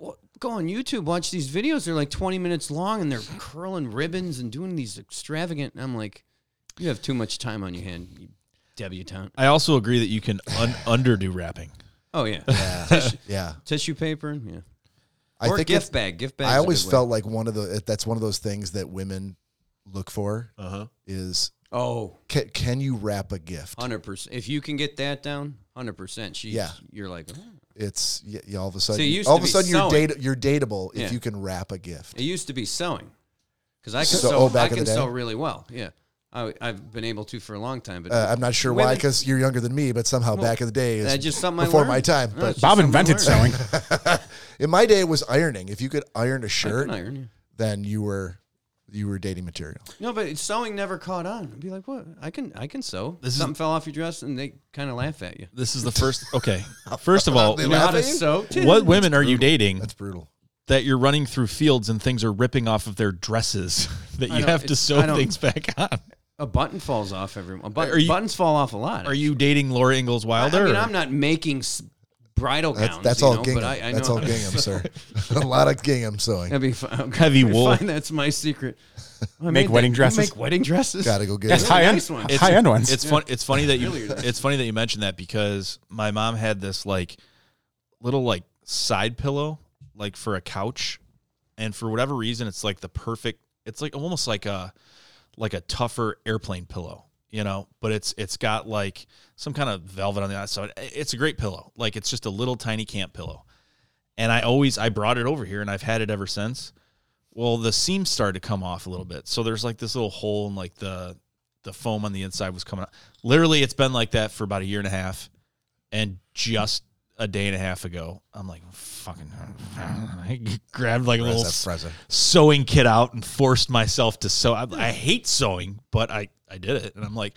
[SPEAKER 2] Well, go on YouTube, watch these videos. They're like 20 minutes long and they're curling ribbons and doing these extravagant. And I'm like, you have too much time on your hand, you debutante.
[SPEAKER 3] *laughs* I also agree that you can un- underdo wrapping.
[SPEAKER 2] Oh, yeah.
[SPEAKER 1] Yeah,
[SPEAKER 2] *laughs* Tissue paper. Yeah.
[SPEAKER 1] I
[SPEAKER 2] or
[SPEAKER 1] think it's-
[SPEAKER 2] gift bag. Gift bag.
[SPEAKER 1] I always felt like one of the that's one of those things that women look for
[SPEAKER 3] Uh-huh.
[SPEAKER 1] is
[SPEAKER 2] Oh,
[SPEAKER 1] can, can you wrap a gift?
[SPEAKER 2] 100%. If you can get that down, 100%. She's,
[SPEAKER 1] Yeah.
[SPEAKER 2] You're like, oh.
[SPEAKER 1] It's y y- all of a sudden
[SPEAKER 2] it used
[SPEAKER 1] all
[SPEAKER 2] to
[SPEAKER 1] of a
[SPEAKER 2] be
[SPEAKER 1] sudden you're
[SPEAKER 2] sewing.
[SPEAKER 1] date you're dateable
[SPEAKER 2] Yeah.
[SPEAKER 1] if you can wrap a gift.
[SPEAKER 2] it used to be sewing because I can
[SPEAKER 1] So-
[SPEAKER 2] sew,
[SPEAKER 1] oh, back
[SPEAKER 2] I
[SPEAKER 1] in the
[SPEAKER 2] can
[SPEAKER 1] day?
[SPEAKER 2] sew really well. Yeah. I, I've been able to for a long time, but
[SPEAKER 1] Uh, I'm not sure why why
[SPEAKER 2] Women-
[SPEAKER 1] because you're younger than me, but somehow back in the day is
[SPEAKER 2] that's just something I
[SPEAKER 1] before
[SPEAKER 2] learned.
[SPEAKER 1] my time.
[SPEAKER 2] No,
[SPEAKER 1] but
[SPEAKER 2] it's just
[SPEAKER 4] Bob
[SPEAKER 2] something I
[SPEAKER 4] invented
[SPEAKER 2] learned.
[SPEAKER 3] *laughs*
[SPEAKER 2] *laughs*
[SPEAKER 4] sewing.
[SPEAKER 1] in my day it was ironing. If you could iron a
[SPEAKER 2] I
[SPEAKER 1] shirt,
[SPEAKER 2] can iron, yeah.
[SPEAKER 1] then you were you were dating material.
[SPEAKER 2] No, but it's- sewing never caught on. I'd be like, what? I can, I can sew.
[SPEAKER 3] This is-
[SPEAKER 2] Something fell off your dress, and they kind of laugh at you.
[SPEAKER 3] This is
[SPEAKER 1] *laughs*
[SPEAKER 3] the first. Okay, first of all,
[SPEAKER 1] They
[SPEAKER 2] You know how
[SPEAKER 1] laugh
[SPEAKER 2] to
[SPEAKER 1] at you?
[SPEAKER 2] sew? too?
[SPEAKER 3] what women are you dating
[SPEAKER 1] That's brutal.
[SPEAKER 3] that you're running through fields and things are ripping off of their dresses *laughs* that
[SPEAKER 2] I
[SPEAKER 3] you
[SPEAKER 2] don't-
[SPEAKER 3] have to
[SPEAKER 2] it's-
[SPEAKER 3] sew
[SPEAKER 2] I don't-
[SPEAKER 3] things back on?
[SPEAKER 2] A button falls off every. A button,
[SPEAKER 3] Are you-
[SPEAKER 2] buttons fall off a lot.
[SPEAKER 3] Are you dating Laura Ingalls
[SPEAKER 2] I,
[SPEAKER 3] Wilder?
[SPEAKER 2] I mean,
[SPEAKER 3] or-
[SPEAKER 2] I'm not making s- bridal
[SPEAKER 1] That's
[SPEAKER 2] gowns.
[SPEAKER 1] that's
[SPEAKER 2] you
[SPEAKER 1] all
[SPEAKER 2] know,
[SPEAKER 1] gingham.
[SPEAKER 2] But I, I
[SPEAKER 1] that's
[SPEAKER 2] know
[SPEAKER 1] all
[SPEAKER 2] how to-
[SPEAKER 1] gingham, sir. a lot of gingham sewing.
[SPEAKER 2] *laughs* That'd be
[SPEAKER 3] *laughs*
[SPEAKER 2] fun.
[SPEAKER 3] Heavy
[SPEAKER 2] I
[SPEAKER 3] wool.
[SPEAKER 2] Find that's my
[SPEAKER 3] *laughs*
[SPEAKER 2] secret. I
[SPEAKER 4] Make
[SPEAKER 2] made that-
[SPEAKER 4] wedding
[SPEAKER 2] you
[SPEAKER 4] dresses?
[SPEAKER 2] Make wedding dresses.
[SPEAKER 1] Gotta go get
[SPEAKER 4] That's
[SPEAKER 1] it.
[SPEAKER 4] high end,
[SPEAKER 2] nice one. It's-
[SPEAKER 4] high end ones.
[SPEAKER 3] It's fun. It's funny that you. it's funny that you mentioned that because my mom had this like little like side pillow like for a couch, and for whatever reason, it's like the perfect. It's like almost like a like a tougher airplane pillow, you know. But it's it's got like some kind of velvet on the outside. It's a great pillow. Like it's just a little tiny camp pillow, and I always I brought it over here, and I've had it ever since. Well, the seam started to come off a little bit, so there's like this little hole in like the the foam on the inside was coming out. Literally, it's been like that for about a year and a half, and just a day and a half ago, I'm like fucking. *laughs* I grabbed like a little
[SPEAKER 1] Frezza, Frezza.
[SPEAKER 3] sewing kit out and forced myself to sew. I, I hate sewing, but I I did it, and I'm like,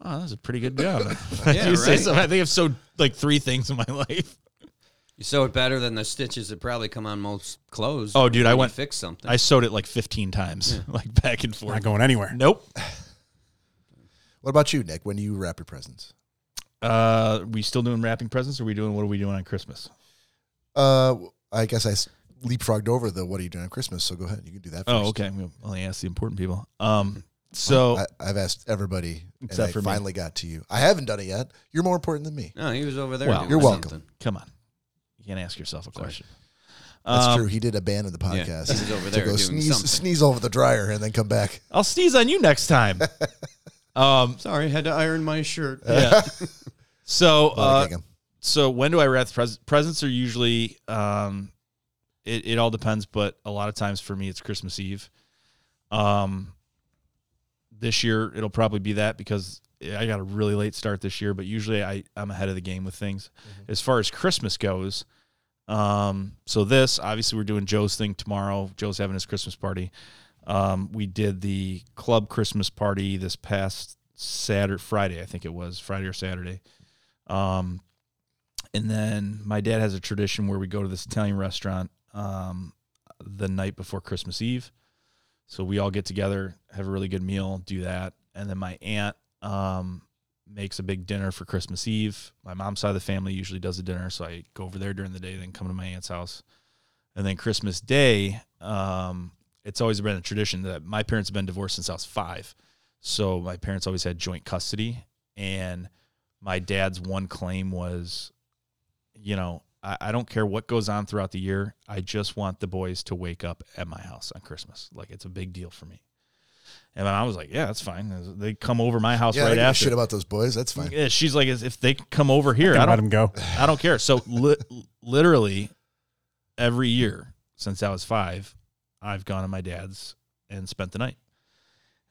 [SPEAKER 3] oh, that's a pretty good job. *laughs*
[SPEAKER 2] Yeah,
[SPEAKER 3] You say
[SPEAKER 2] right.
[SPEAKER 3] so. I think I've sewed like three things in my *laughs* life.
[SPEAKER 2] You sew it better than the stitches that probably come on most clothes.
[SPEAKER 3] Oh, dude, I
[SPEAKER 2] when you
[SPEAKER 3] went-
[SPEAKER 2] fix something.
[SPEAKER 3] I sewed it like 15 times, *laughs* like back and forth.
[SPEAKER 1] *laughs*
[SPEAKER 4] not going anywhere.
[SPEAKER 3] Nope.
[SPEAKER 1] What about you, Nick? When do you wrap your presents?
[SPEAKER 3] Uh, we still doing wrapping presents? Or are we doing what are we doing on Christmas?
[SPEAKER 1] Uh, I guess I s- leapfrogged over the what are you doing on Christmas? So go ahead, you can do that. First.
[SPEAKER 3] Oh, okay. We only ask the important people. Um, so
[SPEAKER 1] I, I've asked everybody, and
[SPEAKER 3] Except
[SPEAKER 1] I
[SPEAKER 3] for me.
[SPEAKER 1] finally got to you. I haven't done it yet. You're more important than me.
[SPEAKER 2] no, he was over there.
[SPEAKER 3] Well,
[SPEAKER 2] doing
[SPEAKER 1] you're welcome.
[SPEAKER 2] something.
[SPEAKER 3] come on, you can ask yourself a question.
[SPEAKER 1] That's
[SPEAKER 3] Um,
[SPEAKER 1] true. He did abandon the
[SPEAKER 2] Yeah,
[SPEAKER 1] podcast.
[SPEAKER 2] he was over
[SPEAKER 1] to
[SPEAKER 2] there
[SPEAKER 1] go
[SPEAKER 2] doing
[SPEAKER 1] sneeze
[SPEAKER 2] something.
[SPEAKER 1] sneeze over the dryer and then come back.
[SPEAKER 3] I'll sneeze on you next *laughs* time. um,
[SPEAKER 2] Sorry, had to iron my shirt.
[SPEAKER 1] Uh,
[SPEAKER 3] yeah. *laughs* So,
[SPEAKER 1] Wanna
[SPEAKER 3] uh,
[SPEAKER 1] kick him.
[SPEAKER 3] so when do I wrap the pres- presents? Are usually, um, it it all depends, but a lot of times for me, it's Christmas Eve. Um, this year it'll probably be that because I got a really late start this year, but usually I I'm ahead of the game with things as far as Christmas goes. Um, so this obviously we're doing Joe's thing tomorrow. Joe's having his Christmas party. Um, we did the club Christmas party this past Saturday, Friday, I think it was Friday or Saturday. Um, and then my dad has a tradition where we go to this Italian restaurant um, the night before Christmas Eve. So we all get together, have a really good meal, do that. And then my aunt um, makes a big dinner for Christmas Eve. My mom's side of the family usually does the dinner. So I go over there during the day, then come to my aunt's house. And then Christmas Day, um, it's always been a tradition that my parents have been divorced since I was five. So my parents always had joint custody. And my dad's one claim was, you know, I, I don't care what goes on throughout the year. I just want the boys to wake up at my house on Christmas. Like it's a big deal for me. And I was like, yeah, that's fine. They come over my house
[SPEAKER 1] Yeah, I
[SPEAKER 3] right
[SPEAKER 1] don't give a
[SPEAKER 3] after.
[SPEAKER 1] shit about those boys. That's fine.
[SPEAKER 3] Yeah, she's like, if they come over here, I
[SPEAKER 4] Let
[SPEAKER 3] don't,
[SPEAKER 4] him go.
[SPEAKER 3] I don't care. So li- literally every year since I was five, I've gone to my dad's and spent the night.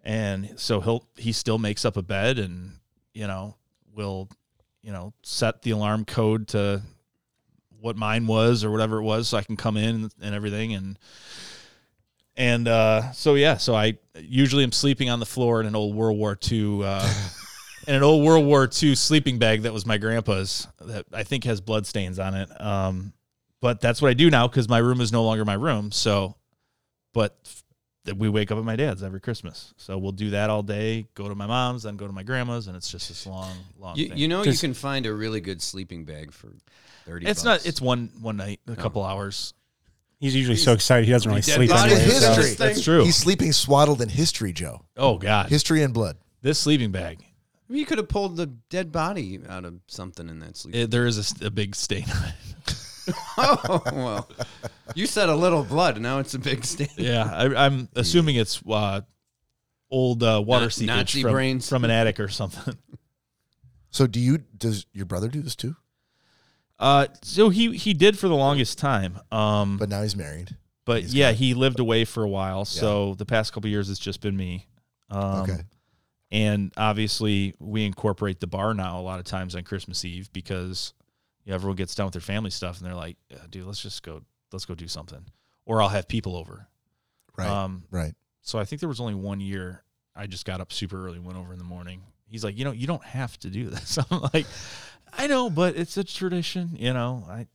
[SPEAKER 3] And so he'll he still makes up a bed and you know will you know set the alarm code to what mine was or whatever it was so I can come in and everything and and uh, so yeah so I usually am sleeping on the floor in an old World War
[SPEAKER 2] *laughs*
[SPEAKER 3] II uh, in an old World War II sleeping bag that was my grandpa's that I think has blood stains on it. Um, but that's what I do now because my room is no longer my room. So, but f- that we wake up at my dad's every Christmas. So we'll do that all day. Go to my mom's, then go to my grandma's, and it's just this long, long.
[SPEAKER 2] You,
[SPEAKER 3] thing.
[SPEAKER 2] you know, you
[SPEAKER 4] Just-
[SPEAKER 2] can find a really good sleeping bag for thirty.
[SPEAKER 3] it's
[SPEAKER 2] bucks.
[SPEAKER 3] not. It's one one night,
[SPEAKER 2] Oh.
[SPEAKER 3] a couple hours.
[SPEAKER 4] He's usually so excited he doesn't really sleep
[SPEAKER 1] body
[SPEAKER 4] anyway.
[SPEAKER 1] is
[SPEAKER 4] so-
[SPEAKER 1] history.
[SPEAKER 3] That's true.
[SPEAKER 1] He's sleeping swaddled in history, Joe.
[SPEAKER 3] oh God,
[SPEAKER 1] History and blood.
[SPEAKER 3] this sleeping bag.
[SPEAKER 2] I mean, you could have pulled the dead body out of something in that sleep.
[SPEAKER 3] It, there is a s- a, big stain on it.
[SPEAKER 2] *laughs*
[SPEAKER 3] *laughs*
[SPEAKER 2] oh well, you said a little blood. Now it's a big
[SPEAKER 1] *laughs*
[SPEAKER 2] stain.
[SPEAKER 3] Yeah, I, I'm assuming it's uh, old uh, water
[SPEAKER 2] Na-
[SPEAKER 3] seepage
[SPEAKER 2] Nazi
[SPEAKER 3] from,
[SPEAKER 2] brains.
[SPEAKER 3] from an attic or something. *laughs*
[SPEAKER 1] So do you? Does your brother do this too?
[SPEAKER 3] Uh, so he he did for the longest time. Um, but,
[SPEAKER 1] But now he's married. he's
[SPEAKER 3] yeah, he lived away for a while. So the past couple years, it's just been me. Um,
[SPEAKER 1] Okay.
[SPEAKER 3] And obviously, we incorporate the bar now a lot of times on Christmas Eve because you know, everyone gets done with their family stuff and they're like, "Uh, "Dude, let's just go, let's go do something," or I'll have people over.
[SPEAKER 1] Right.
[SPEAKER 3] Um,
[SPEAKER 1] right.
[SPEAKER 3] so I think there was only one year I just got up super early, went over in the morning. He's like, you know, you don't have to do this. *laughs* I'm like, I know, but it's a tradition. You know, I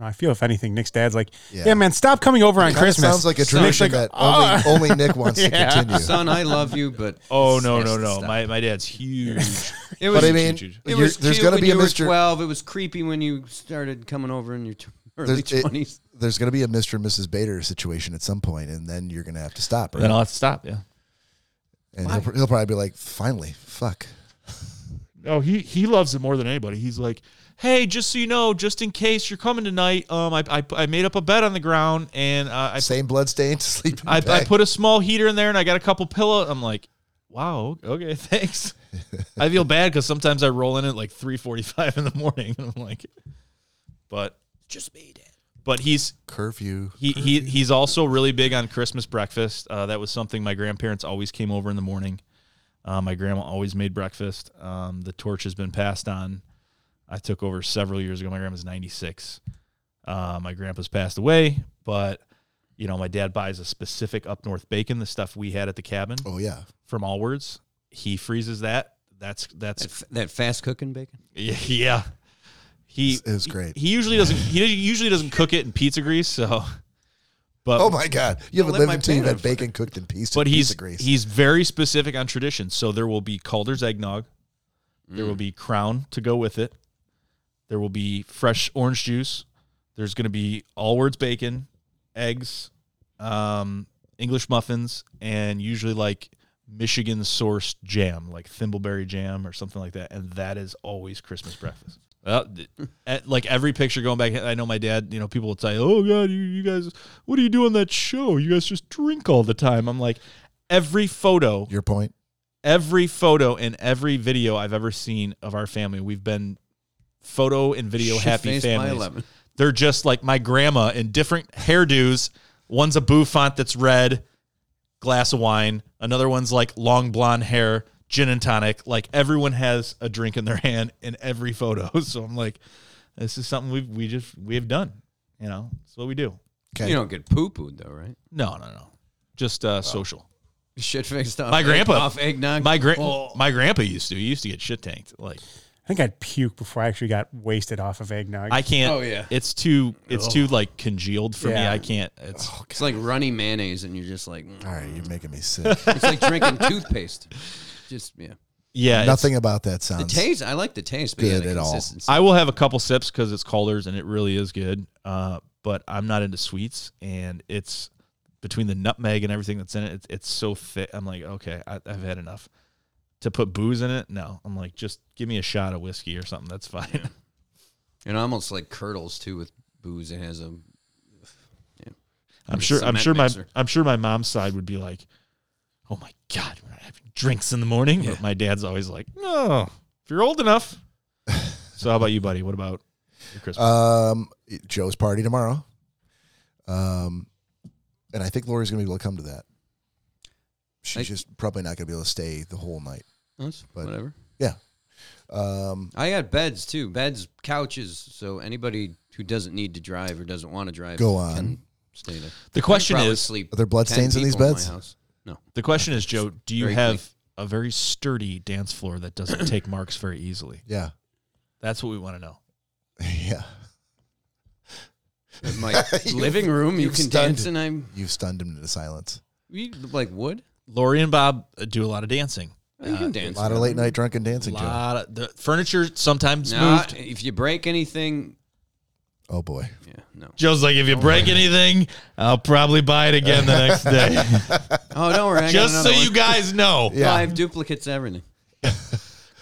[SPEAKER 4] I feel if anything, Nick's dad's like,
[SPEAKER 1] Yeah.
[SPEAKER 4] yeah, man, stop coming over on
[SPEAKER 1] Kinda
[SPEAKER 4] Christmas.
[SPEAKER 1] sounds like a
[SPEAKER 2] Sounds
[SPEAKER 1] tradition that only,
[SPEAKER 4] ah.
[SPEAKER 1] only Nick wants
[SPEAKER 4] Yeah.
[SPEAKER 1] to continue.
[SPEAKER 2] Son, I love
[SPEAKER 1] *laughs*
[SPEAKER 2] you, but
[SPEAKER 3] Oh no
[SPEAKER 2] Yes,
[SPEAKER 3] no
[SPEAKER 2] the
[SPEAKER 3] no!
[SPEAKER 2] stuff.
[SPEAKER 3] My my dad's huge.
[SPEAKER 2] it was
[SPEAKER 1] But I mean,
[SPEAKER 3] It
[SPEAKER 2] It
[SPEAKER 1] you're-
[SPEAKER 2] was
[SPEAKER 1] there's
[SPEAKER 2] cute
[SPEAKER 1] going to
[SPEAKER 2] when
[SPEAKER 1] be a
[SPEAKER 2] you were
[SPEAKER 1] Mr.
[SPEAKER 2] Twelve. It was creepy when you started coming over in your t- early
[SPEAKER 1] There's, it-
[SPEAKER 2] twenties.
[SPEAKER 1] there's going to be a Mr. and Mrs. Bader situation at some point, and then you're going to have to stop. Right?
[SPEAKER 3] *laughs* then I'll have to stop. Yeah.
[SPEAKER 1] and he'll, pr- he'll probably be like, "Finally, fuck."
[SPEAKER 3] No, Oh, he he loves it more than anybody. He's like, hey, just so you know, just in case you're coming tonight, um, I I, I made up a bed on the ground and uh,
[SPEAKER 1] Same blood stain, sleeping
[SPEAKER 3] I, I I
[SPEAKER 1] bag.
[SPEAKER 3] put a small heater in there and I got a couple pillow. I'm like, wow, okay, *laughs* thanks. I feel bad because sometimes I roll in at like 3:45 in the morning. *laughs* And I'm like, but
[SPEAKER 2] Just made it.
[SPEAKER 3] but he's
[SPEAKER 1] curfew.
[SPEAKER 3] he, he he's also really big on Christmas breakfast. Uh, that was something my grandparents always came over in the morning. Uh, my grandma always made breakfast. Um, the torch has been passed on. I took over several years ago. My grandma's 96. Uh, my grandpa's passed away, but you know, my dad buys a specific up north bacon, the stuff we had at the cabin
[SPEAKER 1] Oh yeah,
[SPEAKER 3] from Allwards. He freezes that. That's that's
[SPEAKER 2] That, f- that fast cooking bacon.
[SPEAKER 3] *laughs* yeah. He
[SPEAKER 1] It was great.
[SPEAKER 3] He usually doesn't. He usually doesn't cook it in pizza grease. So, but
[SPEAKER 1] Oh my God! You haven't
[SPEAKER 2] let
[SPEAKER 1] lived
[SPEAKER 2] my
[SPEAKER 1] until you've
[SPEAKER 2] pan
[SPEAKER 1] had
[SPEAKER 2] on
[SPEAKER 1] bacon cooked in piece.
[SPEAKER 3] but
[SPEAKER 1] piece
[SPEAKER 3] he's
[SPEAKER 1] of grease.
[SPEAKER 3] he's very specific on traditions. So there will be Calder's eggnog. There will be crown to go with it. There will be fresh orange juice. There's going to be Allwards bacon, eggs, um, English muffins, and usually like Michigan sourced jam, like thimbleberry jam or something like that, and that is always Christmas breakfast. Uh, th- at- like every picture going back, I know my dad. You know, people will say, "Oh God, you, you guys, what do you do on that show? You guys just drink all the time." I'm like, every photo
[SPEAKER 1] Your point.
[SPEAKER 3] every photo and every video I've ever seen of our family, we've been photo and video happy
[SPEAKER 2] Shit-faced by
[SPEAKER 3] families.
[SPEAKER 2] 11.
[SPEAKER 3] They're just like my grandma in different hairdos. One's a bouffant that's red, glass of wine. Another one's like long blonde hair, gin and tonic. Like everyone has a drink in their hand in every photo. *laughs* So I'm like, this is something we've we just we have done. You know, it's what we do.
[SPEAKER 1] Okay.
[SPEAKER 2] You don't get poo pooed though, right?
[SPEAKER 3] No, no, no. Just uh, social.
[SPEAKER 2] Shit faced off.
[SPEAKER 3] My
[SPEAKER 2] egg-
[SPEAKER 3] grandpa-
[SPEAKER 2] off eggnog.
[SPEAKER 3] My gra-
[SPEAKER 2] Oh.
[SPEAKER 3] my grandpa used to. He used to get shit tanked. Like
[SPEAKER 4] I think I'd puke before I actually got wasted off of eggnog.
[SPEAKER 3] I can't.
[SPEAKER 2] Oh, yeah.
[SPEAKER 3] it's too it's too like congealed for me.
[SPEAKER 4] Yeah.
[SPEAKER 3] I can't. It's
[SPEAKER 2] It's like runny mayonnaise, and you're just like, mm.
[SPEAKER 1] All right, you're making me
[SPEAKER 3] *laughs*
[SPEAKER 1] sick.
[SPEAKER 2] it's
[SPEAKER 1] *laughs*
[SPEAKER 2] like drinking toothpaste. Just yeah,
[SPEAKER 3] yeah. it's-
[SPEAKER 1] Nothing about that
[SPEAKER 2] the
[SPEAKER 1] sounds.
[SPEAKER 2] taste. I like the taste, but yeah,
[SPEAKER 1] Good
[SPEAKER 2] the
[SPEAKER 1] at all.
[SPEAKER 2] consistency.
[SPEAKER 3] I will have a couple sips because it's Calder's and it really is good. Uh, but I'm not into sweets, and it's between the nutmeg and everything that's in it. It's, it's so thick. I'm like, okay, I, I've had enough. To put booze in it, no. I'm like, just give me a shot of whiskey or something. That's fine.
[SPEAKER 2] It almost like curdles too with booze. It has a
[SPEAKER 3] I'm
[SPEAKER 2] a
[SPEAKER 3] sure. I'm
[SPEAKER 2] cement
[SPEAKER 3] sure my.
[SPEAKER 2] mixer.
[SPEAKER 3] I'm sure my mom's side would be like, "Oh my god, we're not having drinks in the morning." But my dad's always like, "No, if you're old *laughs* enough." so how about you, buddy? What about your Christmas?
[SPEAKER 2] Uh,
[SPEAKER 1] Um, Joe's party tomorrow. Um, and I think Lori's gonna be able to come to that. She's
[SPEAKER 2] I-
[SPEAKER 1] just probably not gonna be able to stay the whole night.
[SPEAKER 2] that's
[SPEAKER 1] But-
[SPEAKER 2] whatever.
[SPEAKER 1] Yeah. Um,
[SPEAKER 2] I got beds too, beds, couches. So anybody who doesn't need to drive or doesn't want to drive,
[SPEAKER 1] Go
[SPEAKER 2] Can
[SPEAKER 1] on.
[SPEAKER 2] stay there.
[SPEAKER 3] the question
[SPEAKER 2] Probably
[SPEAKER 3] is.
[SPEAKER 2] sleep
[SPEAKER 1] are there blood
[SPEAKER 2] 10
[SPEAKER 1] stains in these
[SPEAKER 2] people my
[SPEAKER 1] beds? *laughs*
[SPEAKER 2] house. No,
[SPEAKER 3] The question is, Joe. Do you
[SPEAKER 2] Very
[SPEAKER 3] have a very sturdy dance floor that *clears throat* doesn't take marks very easily?
[SPEAKER 1] Yeah, *laughs*
[SPEAKER 3] That's what we want to know.
[SPEAKER 1] yeah.
[SPEAKER 2] In my living room. You
[SPEAKER 1] you've
[SPEAKER 2] can
[SPEAKER 1] stunned
[SPEAKER 2] dance,
[SPEAKER 1] it.
[SPEAKER 2] and I'm
[SPEAKER 1] You've stunned him into silence.
[SPEAKER 2] you, like wood.
[SPEAKER 3] Lori and Bob uh, do a lot of dancing.
[SPEAKER 2] You can dance.
[SPEAKER 1] A lot of late night drunken dancing, Joe.
[SPEAKER 3] lot of the furniture sometimes
[SPEAKER 2] Nah,
[SPEAKER 3] moved.
[SPEAKER 2] if you break anything,
[SPEAKER 1] Oh boy.
[SPEAKER 2] yeah, no.
[SPEAKER 3] Joe's like, if you break anything, I'll probably buy it again the next *laughs* day.
[SPEAKER 2] Oh, don't worry. I got
[SPEAKER 3] Just so
[SPEAKER 2] another
[SPEAKER 3] you
[SPEAKER 2] one.
[SPEAKER 3] guys know.
[SPEAKER 1] Yeah.
[SPEAKER 3] *laughs*
[SPEAKER 2] five duplicates, everything.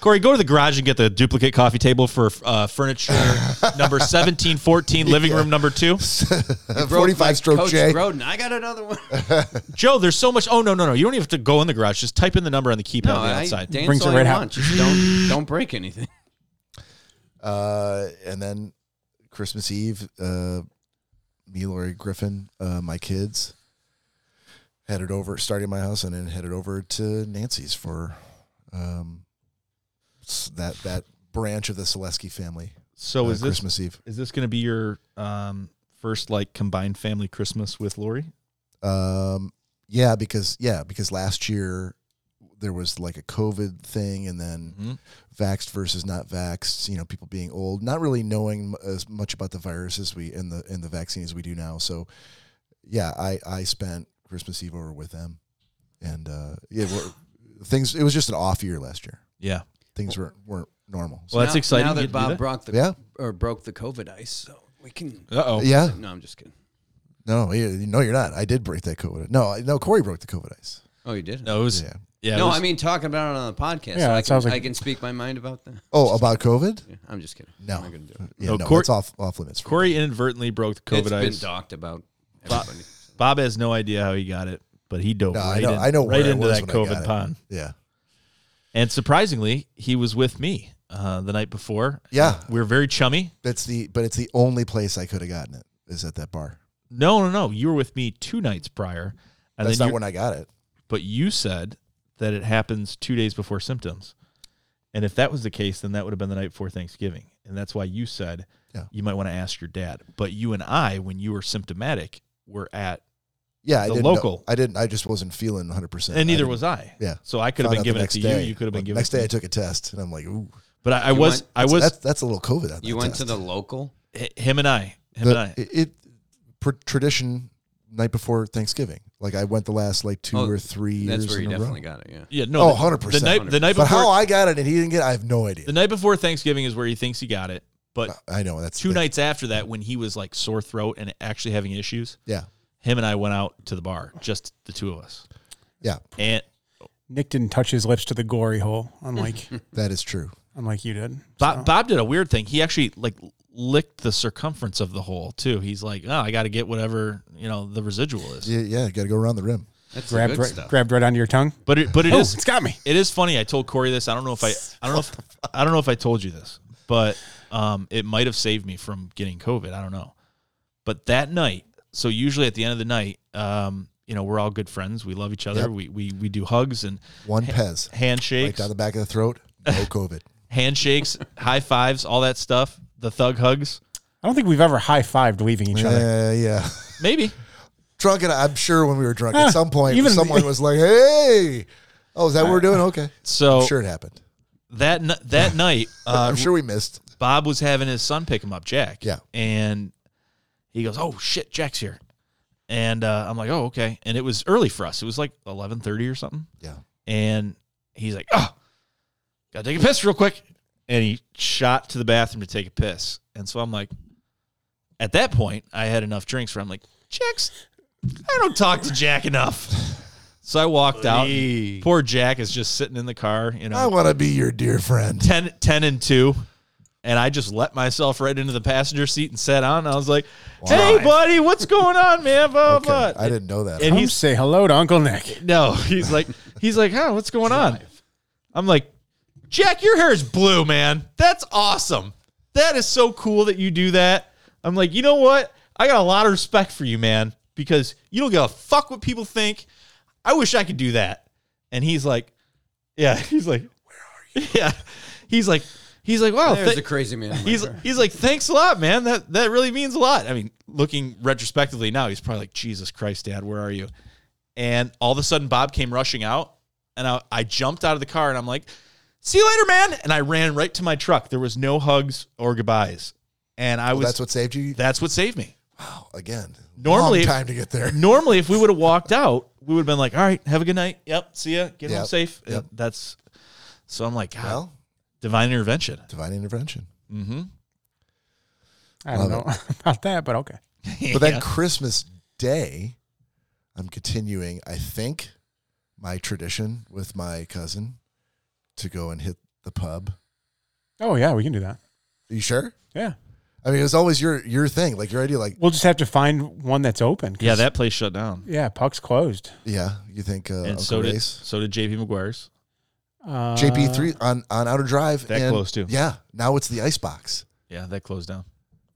[SPEAKER 3] Corey, go to the garage and get the duplicate coffee table for
[SPEAKER 1] *laughs*
[SPEAKER 3] uh, furniture number 1714, living room number two.
[SPEAKER 1] Forty-five stroke
[SPEAKER 2] Coach
[SPEAKER 1] J.
[SPEAKER 2] Groden, I got another one.
[SPEAKER 3] Joe, there's so much. Oh, no, no, no. You don't even have to go in the garage. Just type in the number on the keypad
[SPEAKER 2] No,
[SPEAKER 3] on the
[SPEAKER 2] I
[SPEAKER 3] outside.
[SPEAKER 2] dance
[SPEAKER 4] Brings
[SPEAKER 2] all
[SPEAKER 4] it right
[SPEAKER 2] you
[SPEAKER 4] out.
[SPEAKER 2] want. Just don't don't break anything.
[SPEAKER 1] Uh, and then Christmas Eve, uh, me, Lori Griffin, uh, my kids headed over, started my house, and then headed over to Nancy's for um, s- that that branch of the Selesky family.
[SPEAKER 3] so
[SPEAKER 1] uh,
[SPEAKER 3] is this
[SPEAKER 1] Christmas Eve?
[SPEAKER 3] is this going to be your um, first like combined family Christmas with Lori?
[SPEAKER 1] Um, yeah, because yeah, because last year there was like a COVID thing, and then
[SPEAKER 3] Mhm.
[SPEAKER 1] vaxxed versus not vaxxed. You know, people being old, not really knowing m- as much about the virus as we and the and the vaccine as we do now. So, yeah, I I spent Christmas Eve over with them, and uh, yeah, we're- *sighs* things. It was just an off year last year.
[SPEAKER 3] Yeah.
[SPEAKER 1] Things weren't weren't normal. So,
[SPEAKER 3] Well, that's
[SPEAKER 2] now,
[SPEAKER 3] exciting.
[SPEAKER 2] Now
[SPEAKER 3] You
[SPEAKER 2] that
[SPEAKER 3] do
[SPEAKER 2] Bob
[SPEAKER 3] that?
[SPEAKER 2] broke the
[SPEAKER 1] Yeah.
[SPEAKER 2] or broke the COVID ice, so we can.
[SPEAKER 3] Uh oh.
[SPEAKER 1] yeah,
[SPEAKER 2] No, I'm just kidding.
[SPEAKER 1] no, you, no, you're not. I did break that COVID. No, I- no, Corey broke the COVID ice.
[SPEAKER 2] Oh, you did.
[SPEAKER 3] No, it was, yeah.
[SPEAKER 1] Yeah.
[SPEAKER 3] it
[SPEAKER 2] no,
[SPEAKER 3] was-
[SPEAKER 2] I mean talking about it on the podcast.
[SPEAKER 4] Yeah,
[SPEAKER 2] so I
[SPEAKER 4] that
[SPEAKER 2] can,
[SPEAKER 4] sounds like-
[SPEAKER 2] I can speak my mind about that.
[SPEAKER 1] Oh, about COVID?
[SPEAKER 2] Yeah, I'm just kidding.
[SPEAKER 1] No.
[SPEAKER 2] I'm not gonna do it.
[SPEAKER 1] Yeah,
[SPEAKER 3] No,
[SPEAKER 1] no,
[SPEAKER 3] Cor-
[SPEAKER 1] it's off off limits. For
[SPEAKER 3] Corey inadvertently broke the
[SPEAKER 2] It's
[SPEAKER 3] COVID
[SPEAKER 2] been
[SPEAKER 3] ice.
[SPEAKER 2] talked about.
[SPEAKER 3] Bob-
[SPEAKER 2] Everybody.
[SPEAKER 3] Bob has no idea how he got it, but he dove
[SPEAKER 1] No,
[SPEAKER 3] right,
[SPEAKER 1] I know.
[SPEAKER 3] in-
[SPEAKER 1] I know
[SPEAKER 3] right
[SPEAKER 1] where I
[SPEAKER 3] into
[SPEAKER 1] was
[SPEAKER 3] that
[SPEAKER 1] when I got
[SPEAKER 3] COVID
[SPEAKER 1] it.
[SPEAKER 3] pond.
[SPEAKER 1] Yeah.
[SPEAKER 3] And surprisingly, he was with me uh, the night before.
[SPEAKER 1] Yeah.
[SPEAKER 3] We were very chummy.
[SPEAKER 1] That's the but it's the only place I could have gotten it is at that bar.
[SPEAKER 3] No, no, no. You were with me two nights prior. And
[SPEAKER 1] That's
[SPEAKER 3] then
[SPEAKER 1] not
[SPEAKER 3] you-
[SPEAKER 1] when I got it.
[SPEAKER 3] But you said that it happens two days before symptoms. And if that was the case, then that would have been the night before Thanksgiving. And that's why you said
[SPEAKER 1] Yeah.
[SPEAKER 3] you might want to ask your dad. But you and I, when you were symptomatic, were at,
[SPEAKER 1] Yeah, I
[SPEAKER 3] The
[SPEAKER 1] didn't know-
[SPEAKER 3] local.
[SPEAKER 1] I didn't. I just wasn't feeling 100. percent
[SPEAKER 3] and neither was I.
[SPEAKER 1] Yeah.
[SPEAKER 3] So I could have been giving it to you. You could have been giving
[SPEAKER 1] Next
[SPEAKER 3] it to
[SPEAKER 1] day, I took a test, and I'm like, ooh,
[SPEAKER 3] But I, I
[SPEAKER 2] You
[SPEAKER 3] was,
[SPEAKER 2] went-
[SPEAKER 3] I
[SPEAKER 1] that's-
[SPEAKER 3] was,
[SPEAKER 1] that's that's a little COVID. On
[SPEAKER 2] You
[SPEAKER 1] that
[SPEAKER 2] went to
[SPEAKER 1] test.
[SPEAKER 2] the local.
[SPEAKER 3] h- him and I, him
[SPEAKER 1] The-
[SPEAKER 3] and I.
[SPEAKER 1] it, it pr- tradition night before Thanksgiving. Like I went the last like two
[SPEAKER 2] Oh,
[SPEAKER 1] or three
[SPEAKER 2] That's
[SPEAKER 1] years
[SPEAKER 2] where you
[SPEAKER 1] in a row.
[SPEAKER 2] definitely got it. Yeah.
[SPEAKER 3] Yeah, no.
[SPEAKER 1] Oh,
[SPEAKER 3] the-
[SPEAKER 1] 100%,
[SPEAKER 3] The night, the night
[SPEAKER 1] But how
[SPEAKER 3] before,
[SPEAKER 1] I got it and he didn't get, it, I have no idea.
[SPEAKER 3] the night before Thanksgiving is where he thinks he got it. But
[SPEAKER 1] I know that's
[SPEAKER 3] two
[SPEAKER 1] the-
[SPEAKER 3] nights after that, when he was like sore throat and actually having issues,
[SPEAKER 1] Yeah,
[SPEAKER 3] him and I went out to the bar, just the two of us.
[SPEAKER 1] yeah.
[SPEAKER 3] And
[SPEAKER 4] Nick didn't touch his lips to the glory hole,
[SPEAKER 3] *laughs*
[SPEAKER 4] unlike *laughs*
[SPEAKER 1] That is true.
[SPEAKER 4] unlike you did.
[SPEAKER 3] Bob,
[SPEAKER 4] So-
[SPEAKER 3] Bob did a weird thing. He actually like licked the circumference of the hole too. He's like, oh, I got to get whatever you know the residual is.
[SPEAKER 1] Yeah, yeah. Got to go around the rim.
[SPEAKER 2] That's the
[SPEAKER 4] grabbed
[SPEAKER 2] good
[SPEAKER 4] right,
[SPEAKER 2] stuff.
[SPEAKER 4] grabbed right onto your tongue.
[SPEAKER 3] But it but it
[SPEAKER 4] Oh,
[SPEAKER 3] is-
[SPEAKER 4] it's got me.
[SPEAKER 3] it is funny. I told Corey this. I don't know if I I don't know if I don't know if I told you this, but um, it might have saved me from getting COVID. I don't know. But that night, so usually at the end of the night, um, you know, we're all good friends. We love each other.
[SPEAKER 1] Yep.
[SPEAKER 3] We we we do hugs and
[SPEAKER 1] One Pez right
[SPEAKER 3] handshakes,
[SPEAKER 1] down the back of the throat. *laughs* No COVID.
[SPEAKER 3] handshakes, high fives, all that stuff. The thug hugs,
[SPEAKER 4] I don't think we've ever high fived leaving each other.
[SPEAKER 1] Yeah, yeah.
[SPEAKER 3] maybe.
[SPEAKER 1] Drunk, and I'm sure when we were drunk, at some point,
[SPEAKER 4] even-
[SPEAKER 1] someone was like, "Hey, oh, is that what we're doing?" Okay,
[SPEAKER 3] So
[SPEAKER 1] I'm sure it happened.
[SPEAKER 3] that n-
[SPEAKER 1] *laughs*
[SPEAKER 3] that night, uh,
[SPEAKER 1] I'm sure we missed.
[SPEAKER 3] Bob was having his son pick him up, Jack.
[SPEAKER 1] Yeah.
[SPEAKER 3] And he goes, "Oh shit, Jack's here." And uh, I'm like, "Oh okay." And it was early for us. It was like 11:30 or something.
[SPEAKER 1] Yeah.
[SPEAKER 3] And he's like, "Oh, gotta take a piss real quick." And he shot to the bathroom to take a piss. And so I'm like, at that point, I had enough drinks where I'm like, "Jack's, I don't talk to Jack enough." So I walked out. and Poor Jack is just sitting in the car, you know.
[SPEAKER 1] I want to be your dear friend.
[SPEAKER 3] 10, 10 and 2 and i just let myself right into the passenger seat and sat on i was like hey buddy what's going on man
[SPEAKER 1] *laughs*
[SPEAKER 3] blah
[SPEAKER 1] Okay,
[SPEAKER 3] blah
[SPEAKER 1] I didn't know that.
[SPEAKER 3] and
[SPEAKER 4] Come
[SPEAKER 3] he's
[SPEAKER 4] say hello to Uncle Nick.
[SPEAKER 3] no he's like he's like huh what's going on i'm like jack your hair is blue man that's awesome that is so cool that you do that i'm like you know what i got a lot of respect for you man because you don't give a fuck what people think i wish i could do that and he's like yeah *laughs* he's like where are you *laughs* yeah he's like he's like wow
[SPEAKER 2] There's
[SPEAKER 3] thi-
[SPEAKER 2] a crazy man.
[SPEAKER 3] *laughs*
[SPEAKER 2] in my
[SPEAKER 3] he's
[SPEAKER 2] car.
[SPEAKER 3] he's like, thanks a lot, man. That that really means a lot. I mean, looking retrospectively now, he's probably like, Jesus Christ, Dad, where are you? And all of a sudden, Bob came rushing out, and I, I jumped out of the car, and I'm like, see you later, man. And I ran right to my truck. There was no hugs or goodbyes, and I
[SPEAKER 1] Well,
[SPEAKER 3] was
[SPEAKER 1] that's what saved you
[SPEAKER 3] that's what saved me.
[SPEAKER 1] again.
[SPEAKER 3] Normally-
[SPEAKER 1] Long time to get there.
[SPEAKER 3] Normally, if we would have walked out, we would have been like, all right, have a good night. Yep, see ya. Get home
[SPEAKER 1] Yep,
[SPEAKER 3] safe.
[SPEAKER 1] yep.
[SPEAKER 3] That's so I'm like, God,
[SPEAKER 1] *laughs* Well,
[SPEAKER 3] divine intervention.
[SPEAKER 1] divine intervention.
[SPEAKER 3] Mm-hmm.
[SPEAKER 4] I don't
[SPEAKER 1] Love
[SPEAKER 4] know *laughs* about that, but okay.
[SPEAKER 1] But then Christmas Day, I'm continuing, I think, my tradition with my cousin to go and hit the pub.
[SPEAKER 4] Oh yeah, we can do that.
[SPEAKER 1] Are you sure?
[SPEAKER 4] Yeah,
[SPEAKER 1] I mean, it was always your your thing, like your idea, like
[SPEAKER 4] we'll just have to find one that's open. 'cause-
[SPEAKER 3] yeah, that place shut down.
[SPEAKER 4] Yeah, Puck's closed.
[SPEAKER 1] yeah, you think uh,
[SPEAKER 3] and
[SPEAKER 1] Uncle
[SPEAKER 3] so did
[SPEAKER 1] Race,
[SPEAKER 3] so did JP McGuire's.
[SPEAKER 4] Uh,
[SPEAKER 1] JP three on on Outer Drive,
[SPEAKER 3] That
[SPEAKER 1] and-
[SPEAKER 3] close, too.
[SPEAKER 1] Yeah, now it's the Icebox.
[SPEAKER 3] Yeah, that closed down.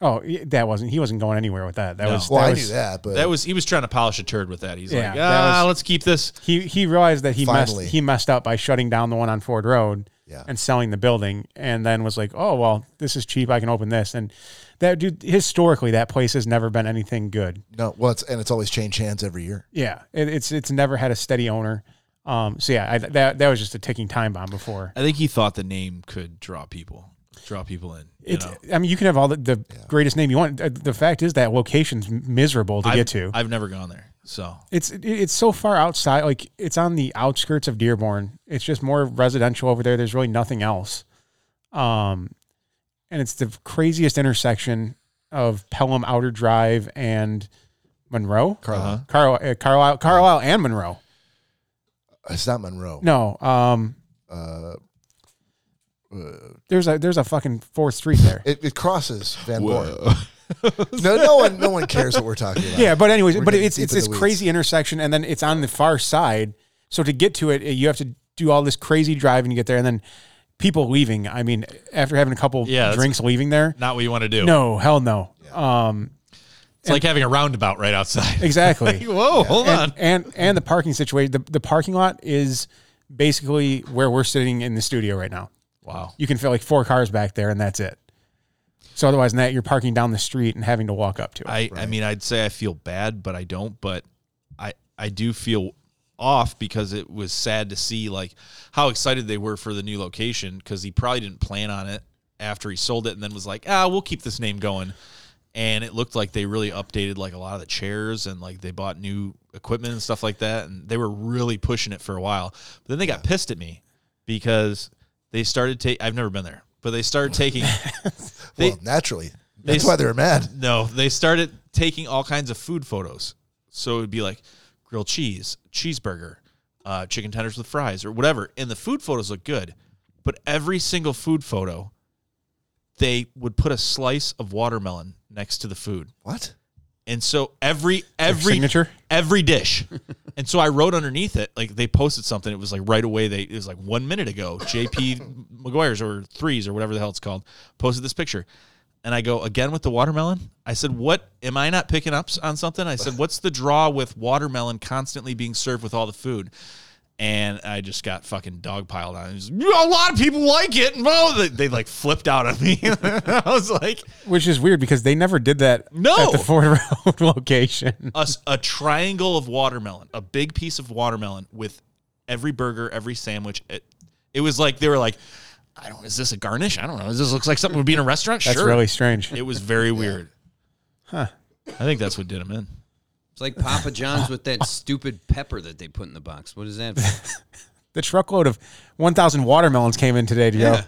[SPEAKER 4] Oh, y- that wasn't. He wasn't going anywhere with that. That
[SPEAKER 3] No.
[SPEAKER 4] was.
[SPEAKER 1] Well,
[SPEAKER 4] that
[SPEAKER 1] I
[SPEAKER 4] was,
[SPEAKER 1] knew that, but
[SPEAKER 3] That was he was trying to polish a turd with that. He's
[SPEAKER 4] Yeah,
[SPEAKER 3] like,
[SPEAKER 4] that
[SPEAKER 3] ah,
[SPEAKER 4] was-
[SPEAKER 3] let's keep this.
[SPEAKER 4] He he realized that he
[SPEAKER 1] Finally.
[SPEAKER 4] messed he messed up by shutting down the one on Ford Road
[SPEAKER 1] Yeah.
[SPEAKER 4] and selling the building, and then was like, oh well, this is cheap. I can open this, and that dude historically that place has never been anything good.
[SPEAKER 1] no, well, it's and it's always changed hands every year.
[SPEAKER 4] Yeah, it, it's it's never had a steady owner. Um, so yeah, I, that that was just a ticking time bomb before.
[SPEAKER 3] I think he thought the name could draw people, draw people in. You
[SPEAKER 4] It's,
[SPEAKER 3] know,
[SPEAKER 4] I mean, you can have all the, the greatest name you want. Uh, The fact is that location's miserable to
[SPEAKER 3] I've,
[SPEAKER 4] get to.
[SPEAKER 3] I've never gone there, so
[SPEAKER 4] it's it- it's so far outside. Like it's on the outskirts of Dearborn. It's just more residential over there. There's really nothing else. Um, and it's the craziest intersection of Pelham Outer Drive and Monroe,
[SPEAKER 1] Carlisle.
[SPEAKER 4] Carl, uh, Carlisle, Carlisle, and Monroe.
[SPEAKER 1] It's not Monroe.
[SPEAKER 4] No, um,
[SPEAKER 1] Uh,
[SPEAKER 4] there's a there's a fucking fourth street there.
[SPEAKER 1] it, it crosses Van Buren. No, no one, no one cares what we're talking about.
[SPEAKER 4] Yeah, but anyways,
[SPEAKER 1] We're
[SPEAKER 4] but
[SPEAKER 1] getting
[SPEAKER 4] it's
[SPEAKER 1] deep
[SPEAKER 4] it's
[SPEAKER 1] in
[SPEAKER 4] this
[SPEAKER 1] the weeds.
[SPEAKER 4] crazy intersection, and then it's on the far side. So to get to it, you have to do all this crazy driving to get there, and then people leaving. I mean, after having a couple
[SPEAKER 3] Yeah, that's-
[SPEAKER 4] drinks, leaving there.
[SPEAKER 3] not what you want to do.
[SPEAKER 4] No, hell no. Um,
[SPEAKER 3] it's like having a roundabout right outside.
[SPEAKER 4] exactly.
[SPEAKER 3] *laughs* Whoa, hold
[SPEAKER 4] and,
[SPEAKER 3] on.
[SPEAKER 4] and and the parking situation. The the parking lot is basically where we're sitting in the studio right now.
[SPEAKER 3] Wow,
[SPEAKER 4] You can fit like four cars back there, and that's it. So otherwise, than that you're parking down the street and having to walk up to it.
[SPEAKER 3] I I mean, I'd say I feel bad, but I don't. But I I do feel off because it was sad to see like how excited they were for the new location because he probably didn't plan on it after he sold it and then was like ah we'll keep this name going and it looked like they really updated like a lot of the chairs and like they bought new equipment and stuff like that and they were really pushing it for a while but then they got pissed at me because they started taking I've never been there but they started taking
[SPEAKER 1] well,
[SPEAKER 3] they-
[SPEAKER 1] naturally,
[SPEAKER 3] they
[SPEAKER 1] that's why
[SPEAKER 3] s-
[SPEAKER 1] they were mad.
[SPEAKER 3] no, they started taking all kinds of food photos. So it'd be like grilled cheese, cheeseburger, uh, chicken tenders with fries or whatever. And the food photos look good, but every single food photo, they would put a slice of watermelon next to the food.
[SPEAKER 1] What?
[SPEAKER 3] And so every every
[SPEAKER 4] signature?
[SPEAKER 3] every dish. *laughs* and so I wrote underneath it, like they posted something. It was like right away. They it was like one minute ago. *laughs* JP McGuire's or threes or whatever the hell it's called posted this picture. And I go again with the watermelon. I said, "What am I not picking up s- on something?" I said, "What's the draw with watermelon constantly being served with all the food?" And I just got fucking dogpiled on. It was, a lot of people like it. Well, they, they like flipped out on me. *laughs* I was like,
[SPEAKER 4] Which is weird because they never did that
[SPEAKER 3] No.
[SPEAKER 4] at the *laughs* Ford Road location.
[SPEAKER 3] a, s- a triangle of watermelon, a big piece of watermelon with every burger, every sandwich. It, it was like they were like, I don't. Is this a garnish? I don't know. Does this looks like something would be in a restaurant?
[SPEAKER 4] That's
[SPEAKER 3] sure.
[SPEAKER 4] really strange.
[SPEAKER 3] It was very weird. Huh. I think that's what did him in.
[SPEAKER 2] It's like Papa John's with
[SPEAKER 3] *laughs*
[SPEAKER 2] that stupid pepper that they put in the box. What is that? for?
[SPEAKER 4] The truckload of 1,000 watermelons came in today, Joe.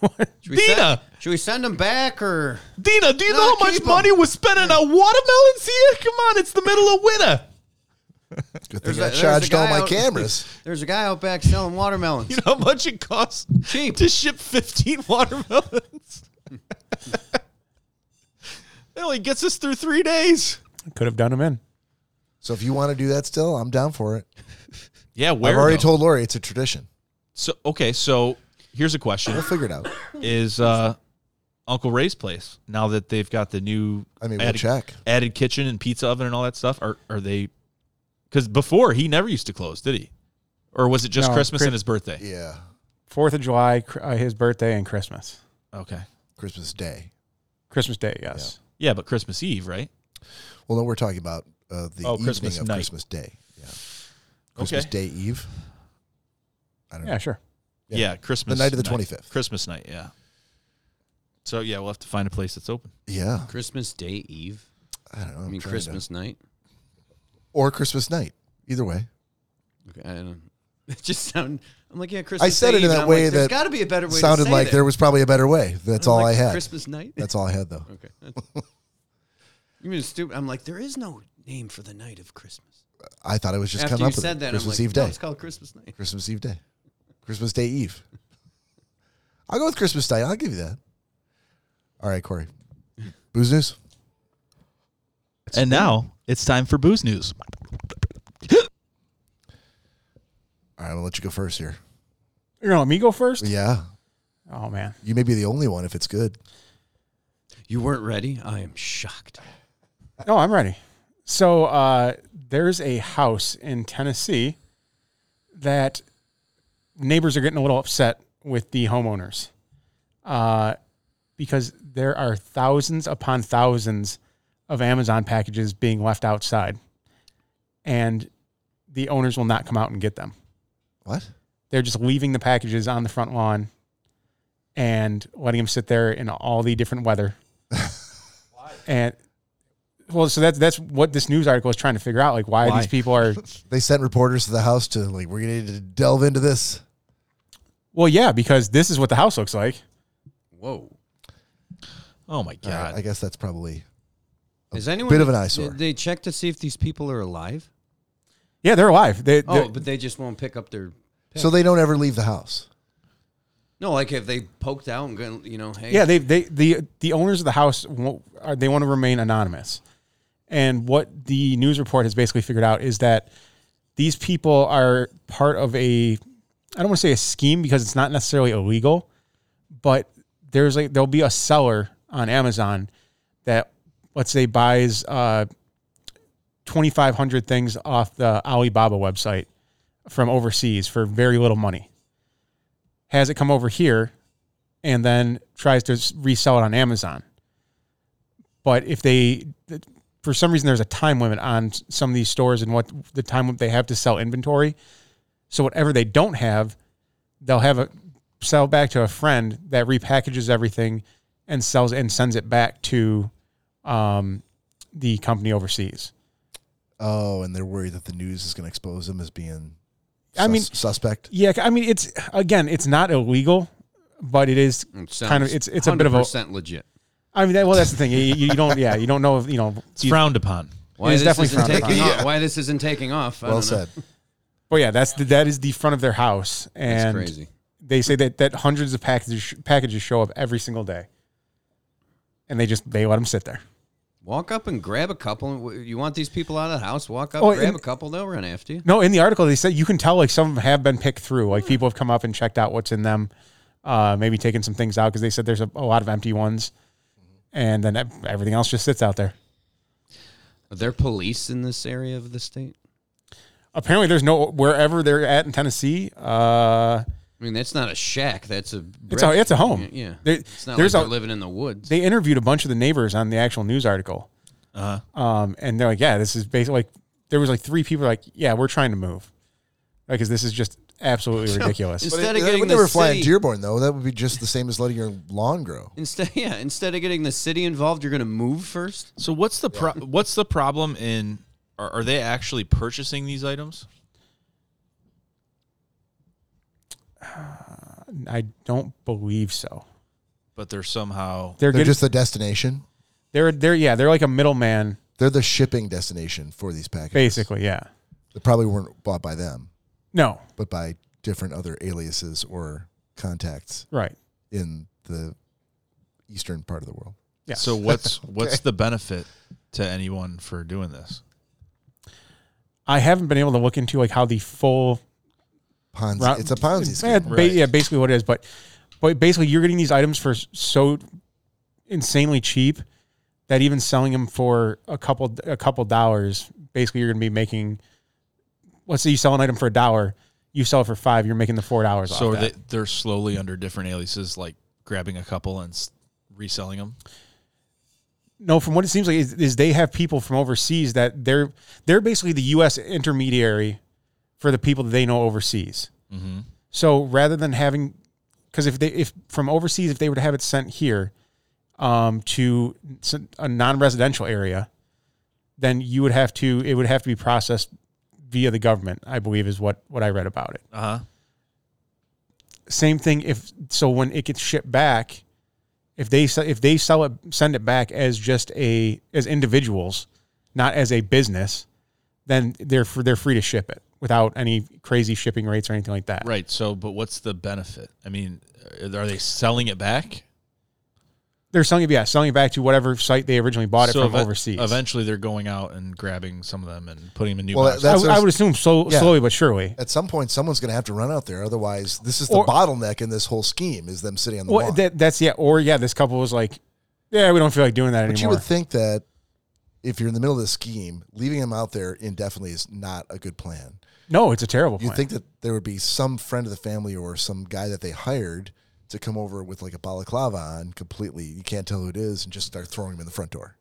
[SPEAKER 2] Should we, send,
[SPEAKER 3] Dina!
[SPEAKER 2] should we send them back or?
[SPEAKER 3] Dina, do you
[SPEAKER 2] No,
[SPEAKER 3] know how much
[SPEAKER 2] keep 'em.
[SPEAKER 3] money we're spending on watermelons here? Come on, it's the middle of winter.
[SPEAKER 1] Good thing
[SPEAKER 2] There's
[SPEAKER 1] I
[SPEAKER 2] a- there's a
[SPEAKER 1] charged all
[SPEAKER 2] guy
[SPEAKER 1] my
[SPEAKER 2] out- *laughs*
[SPEAKER 1] cameras.
[SPEAKER 2] There's a guy out back selling watermelons.
[SPEAKER 3] You know how much it costs
[SPEAKER 2] *laughs* Cheap.
[SPEAKER 3] to ship 15 watermelons? *laughs* it only gets us through three days.
[SPEAKER 4] Could have done them in.
[SPEAKER 1] So if you want to do that still, I'm down for it.
[SPEAKER 3] Yeah, where
[SPEAKER 1] I've already
[SPEAKER 3] though?
[SPEAKER 1] told Lori it's a tradition.
[SPEAKER 3] So okay, so here's a question:
[SPEAKER 1] We'll figure it out.
[SPEAKER 3] Is uh, Uncle Ray's place now that they've got the new
[SPEAKER 1] I mean, we'll
[SPEAKER 3] added,
[SPEAKER 1] check.
[SPEAKER 3] added kitchen and pizza oven and all that stuff? Are are they? Because before he never used to close, did he? Or was it just
[SPEAKER 4] No,
[SPEAKER 3] Christmas
[SPEAKER 4] Chris-
[SPEAKER 3] and his birthday?
[SPEAKER 1] Yeah.
[SPEAKER 4] Fourth of July, cr- uh, his birthday, and Christmas.
[SPEAKER 3] Okay,
[SPEAKER 1] Christmas Day.
[SPEAKER 4] Christmas Day, yes.
[SPEAKER 3] yeah, but Christmas Eve, right?
[SPEAKER 1] Well, no, we're talking about uh, the
[SPEAKER 3] Oh,
[SPEAKER 1] evening
[SPEAKER 3] Christmas
[SPEAKER 1] of
[SPEAKER 3] night.
[SPEAKER 1] Christmas Day. Yeah. Christmas Day Eve. I don't
[SPEAKER 4] Yeah, sure.
[SPEAKER 1] Yeah.
[SPEAKER 3] Yeah,
[SPEAKER 1] know.
[SPEAKER 3] Christmas
[SPEAKER 1] The night of the 25th.
[SPEAKER 3] Christmas night, yeah. So yeah, we'll have to find a place that's open.
[SPEAKER 1] Yeah.
[SPEAKER 2] Christmas Day Eve.
[SPEAKER 1] I don't know.
[SPEAKER 2] I
[SPEAKER 1] I'm trying
[SPEAKER 2] mean
[SPEAKER 1] to-
[SPEAKER 2] Christmas night.
[SPEAKER 1] or Christmas night. Either way.
[SPEAKER 2] Okay, I don't. *laughs* It just sound. I'm like, yeah, Christmas.
[SPEAKER 1] I said
[SPEAKER 2] Day
[SPEAKER 1] it
[SPEAKER 2] Eve,
[SPEAKER 1] in
[SPEAKER 2] and
[SPEAKER 1] that
[SPEAKER 2] I'm
[SPEAKER 1] way
[SPEAKER 2] like,
[SPEAKER 1] that
[SPEAKER 2] there's got to be a better way.
[SPEAKER 1] sounded
[SPEAKER 2] to say
[SPEAKER 1] like
[SPEAKER 2] that.
[SPEAKER 1] there was probably a better way. That's
[SPEAKER 2] I'm
[SPEAKER 1] all
[SPEAKER 2] like,
[SPEAKER 1] I had.
[SPEAKER 2] Christmas night.
[SPEAKER 1] That's all I had though.
[SPEAKER 2] *laughs* okay. you mean stupid? I'm like, there is no name for the night of Christmas.
[SPEAKER 1] I thought I was just
[SPEAKER 2] After
[SPEAKER 1] coming
[SPEAKER 2] you
[SPEAKER 1] up with
[SPEAKER 2] said
[SPEAKER 1] it.
[SPEAKER 2] that,
[SPEAKER 1] Christmas
[SPEAKER 2] I'm like,
[SPEAKER 1] Eve
[SPEAKER 2] no,
[SPEAKER 1] Day.
[SPEAKER 2] it's called Christmas night.
[SPEAKER 1] Christmas Eve Day. Christmas Day Eve. I'll go with Christmas Day. I'll give you that. All right, Corey. Booze news.
[SPEAKER 3] and now it's time for booze news.
[SPEAKER 1] All right, I'm gonna let you go first here.
[SPEAKER 4] You're going to let me go first?
[SPEAKER 1] Yeah,
[SPEAKER 4] Oh, man.
[SPEAKER 1] you may be the only one if it's good.
[SPEAKER 2] You weren't ready. I am shocked.
[SPEAKER 4] No, Oh, I'm ready. So uh, there's a house in Tennessee that neighbors are getting a little upset with the homeowners uh, because there are thousands upon thousands of Amazon packages being left outside, and the owners will not come out and get them.
[SPEAKER 1] What?
[SPEAKER 4] They're just leaving the packages on the front lawn and letting them sit there in all the
[SPEAKER 2] *laughs*
[SPEAKER 4] different weather. and well, so that's that's what this news article is trying to figure out, like why,
[SPEAKER 3] Why?
[SPEAKER 4] these people
[SPEAKER 2] *laughs*
[SPEAKER 4] are.
[SPEAKER 1] They sent reporters to the house to like, we're gonna need to delve into this.
[SPEAKER 4] Well, yeah, because this is what the house looks like.
[SPEAKER 2] Whoa.
[SPEAKER 3] Oh my
[SPEAKER 1] All right,
[SPEAKER 3] god!
[SPEAKER 1] Uh, I guess that's probably
[SPEAKER 2] Is anyone
[SPEAKER 1] bit of an eyesore.
[SPEAKER 2] Did they check to see if these people are alive?
[SPEAKER 4] Yeah, they're alive. They,
[SPEAKER 2] Oh,
[SPEAKER 4] they're-
[SPEAKER 2] but they just won't pick up their.
[SPEAKER 1] so they don't ever leave the house.
[SPEAKER 2] No, like if they poked out and going, you know, hey,
[SPEAKER 4] yeah, they they the the owners of the house won't, are, they want to remain anonymous. And what the news report has basically figured out is that these people are part of a I don't want to say a scheme because it's not necessarily illegal, but there's like there'll be a seller on Amazon that let's say buys uh 2500 things off the Alibaba website from overseas for very little money. Has it come over here and then tries to s- resell it on Amazon. But if they, th- for some reason, there's a time limit on s- some of these stores and what the time they have to sell inventory. So whatever they don't have, they'll have a sell back to a friend that repackages everything and sells and sends it back to um, the company overseas.
[SPEAKER 1] Oh, and they're worried that the news is gonna expose them as being.
[SPEAKER 4] I mean-
[SPEAKER 1] suspect.
[SPEAKER 4] Yeah, I mean it's again, it's not illegal, but it is
[SPEAKER 2] It
[SPEAKER 4] kind of
[SPEAKER 2] sounds
[SPEAKER 4] it's it's a bit of a.
[SPEAKER 2] 100% legit.
[SPEAKER 4] I mean, that, well, that's the thing. You, you don't, yeah, you don't know if you know
[SPEAKER 3] it's frowned upon.
[SPEAKER 2] Why
[SPEAKER 4] is
[SPEAKER 2] this
[SPEAKER 4] definitely
[SPEAKER 2] isn't
[SPEAKER 4] frowned
[SPEAKER 2] taking
[SPEAKER 1] upon.
[SPEAKER 2] off? Why this isn't taking off? I
[SPEAKER 1] Well
[SPEAKER 2] don't know.
[SPEAKER 1] said.
[SPEAKER 4] But yeah, that's the, that is the front of their house,
[SPEAKER 2] That's
[SPEAKER 4] and
[SPEAKER 2] crazy.
[SPEAKER 4] they say that that hundreds of packages packages show up every single day, and they just they let them sit there.
[SPEAKER 2] Walk up and grab a couple. You want these people out of the house? Walk up,
[SPEAKER 4] Oh,
[SPEAKER 2] grab
[SPEAKER 4] and-
[SPEAKER 2] a couple. They'll run after you.
[SPEAKER 4] No, in the article they said you can tell like some of them have been picked through. Like people have come up and checked out what's in them, uh, maybe taken some things out because they said there's a, a lot of empty ones, and then ev- everything else just sits out there.
[SPEAKER 2] Are there police in this area of the state?
[SPEAKER 4] Apparently, there's no wherever they're at in Tennessee. Uh,
[SPEAKER 2] I mean, that's not a shack. That's a.
[SPEAKER 4] it's a
[SPEAKER 2] brick.
[SPEAKER 4] it's a home.
[SPEAKER 2] Yeah.
[SPEAKER 4] There-
[SPEAKER 2] It's not
[SPEAKER 4] there's
[SPEAKER 2] like
[SPEAKER 4] a,
[SPEAKER 2] they're living in the woods.
[SPEAKER 4] they interviewed a bunch of the neighbors on the actual news article.
[SPEAKER 3] Uh,
[SPEAKER 4] Um, and they're like, yeah, this is basically like, there was like three people like, yeah, we're trying to move. Like, cause this is just absolutely ridiculous.
[SPEAKER 2] But Instead of
[SPEAKER 1] They
[SPEAKER 2] getting
[SPEAKER 1] would
[SPEAKER 2] the
[SPEAKER 1] never fly in
[SPEAKER 2] city-
[SPEAKER 1] Dearborn though. That would be just the same as letting your lawn grow.
[SPEAKER 2] Instead, *laughs* yeah. Instead of getting the city involved, you're going to move first.
[SPEAKER 3] so what's the pro- what's the problem in? Are, are they actually purchasing these items?
[SPEAKER 4] I don't believe so.
[SPEAKER 3] But they're somehow
[SPEAKER 4] They're,
[SPEAKER 1] They're
[SPEAKER 4] good.
[SPEAKER 1] just the destination.
[SPEAKER 4] they're, they're, yeah, they're like a middleman
[SPEAKER 1] They're the shipping destination for these packages.
[SPEAKER 4] basically. Yeah.
[SPEAKER 1] They probably weren't bought by them,
[SPEAKER 4] No.
[SPEAKER 1] but by different other aliases or contacts
[SPEAKER 4] Right.
[SPEAKER 1] in the eastern part of the world.
[SPEAKER 4] Yeah.
[SPEAKER 3] So
[SPEAKER 4] *laughs*
[SPEAKER 3] what's what's the benefit to anyone for doing this?
[SPEAKER 4] I haven't been able to look into like how the full,
[SPEAKER 1] Ponzi.
[SPEAKER 4] Ro-
[SPEAKER 1] it's a Ponzi scheme.
[SPEAKER 4] yeah, Eh, ba-
[SPEAKER 3] Right.
[SPEAKER 4] yeah, basically what it is. But, but basically you're getting these items for so insanely cheap that even selling them for a couple, a couple dollars, basically you're going to be making, let's say you sell an item for a dollar, you sell it for five, you're making the four dollars off
[SPEAKER 3] So are
[SPEAKER 4] that.
[SPEAKER 3] they they're slowly under different aliases, like grabbing a couple and s- reselling them.
[SPEAKER 4] No, from what it seems like is, is they have people from overseas that they're they're basically the U.S. intermediary for the people that they know overseas. So rather than having, because if they if from overseas if they were to have it sent here, um, to s- a non-residential area, then you would have to it would have to be processed via the government. I believe is what what I read about it
[SPEAKER 3] Uh huh.
[SPEAKER 4] same thing if so when it gets shipped back if they se- if they sell it send it back as just a as individuals not as a business then they're fr- they're free to ship it without any crazy shipping rates or anything like that
[SPEAKER 3] Right. So, but what's the benefit? I mean, are they selling it back?
[SPEAKER 4] they're selling it yeah selling it back to whatever site they originally bought it
[SPEAKER 3] so
[SPEAKER 4] from
[SPEAKER 3] eve-
[SPEAKER 4] overseas
[SPEAKER 3] Eventually, they're going out and grabbing some of them and putting them in new
[SPEAKER 1] Well,
[SPEAKER 3] boxes.
[SPEAKER 4] I,
[SPEAKER 1] that's
[SPEAKER 4] w- I would assume so,
[SPEAKER 1] Yeah.
[SPEAKER 4] slowly but surely
[SPEAKER 1] At some point, someone's going to have to run out there. Otherwise, this is the
[SPEAKER 4] Or-
[SPEAKER 1] bottleneck in this whole scheme: is them sitting on the
[SPEAKER 4] well,
[SPEAKER 1] lawn.
[SPEAKER 4] that, that's yeah or yeah this couple was like yeah we don't feel like doing that
[SPEAKER 1] But you
[SPEAKER 4] anymore
[SPEAKER 1] would think that if you're in the middle of this scheme, leaving them out there indefinitely is not a good plan.
[SPEAKER 4] no it's a terrible
[SPEAKER 1] You
[SPEAKER 4] plan.
[SPEAKER 1] think that there would be some friend of the family or some guy that they hired to come over with like a balaclava on completely. You can't tell who it is and just start throwing them in the front door.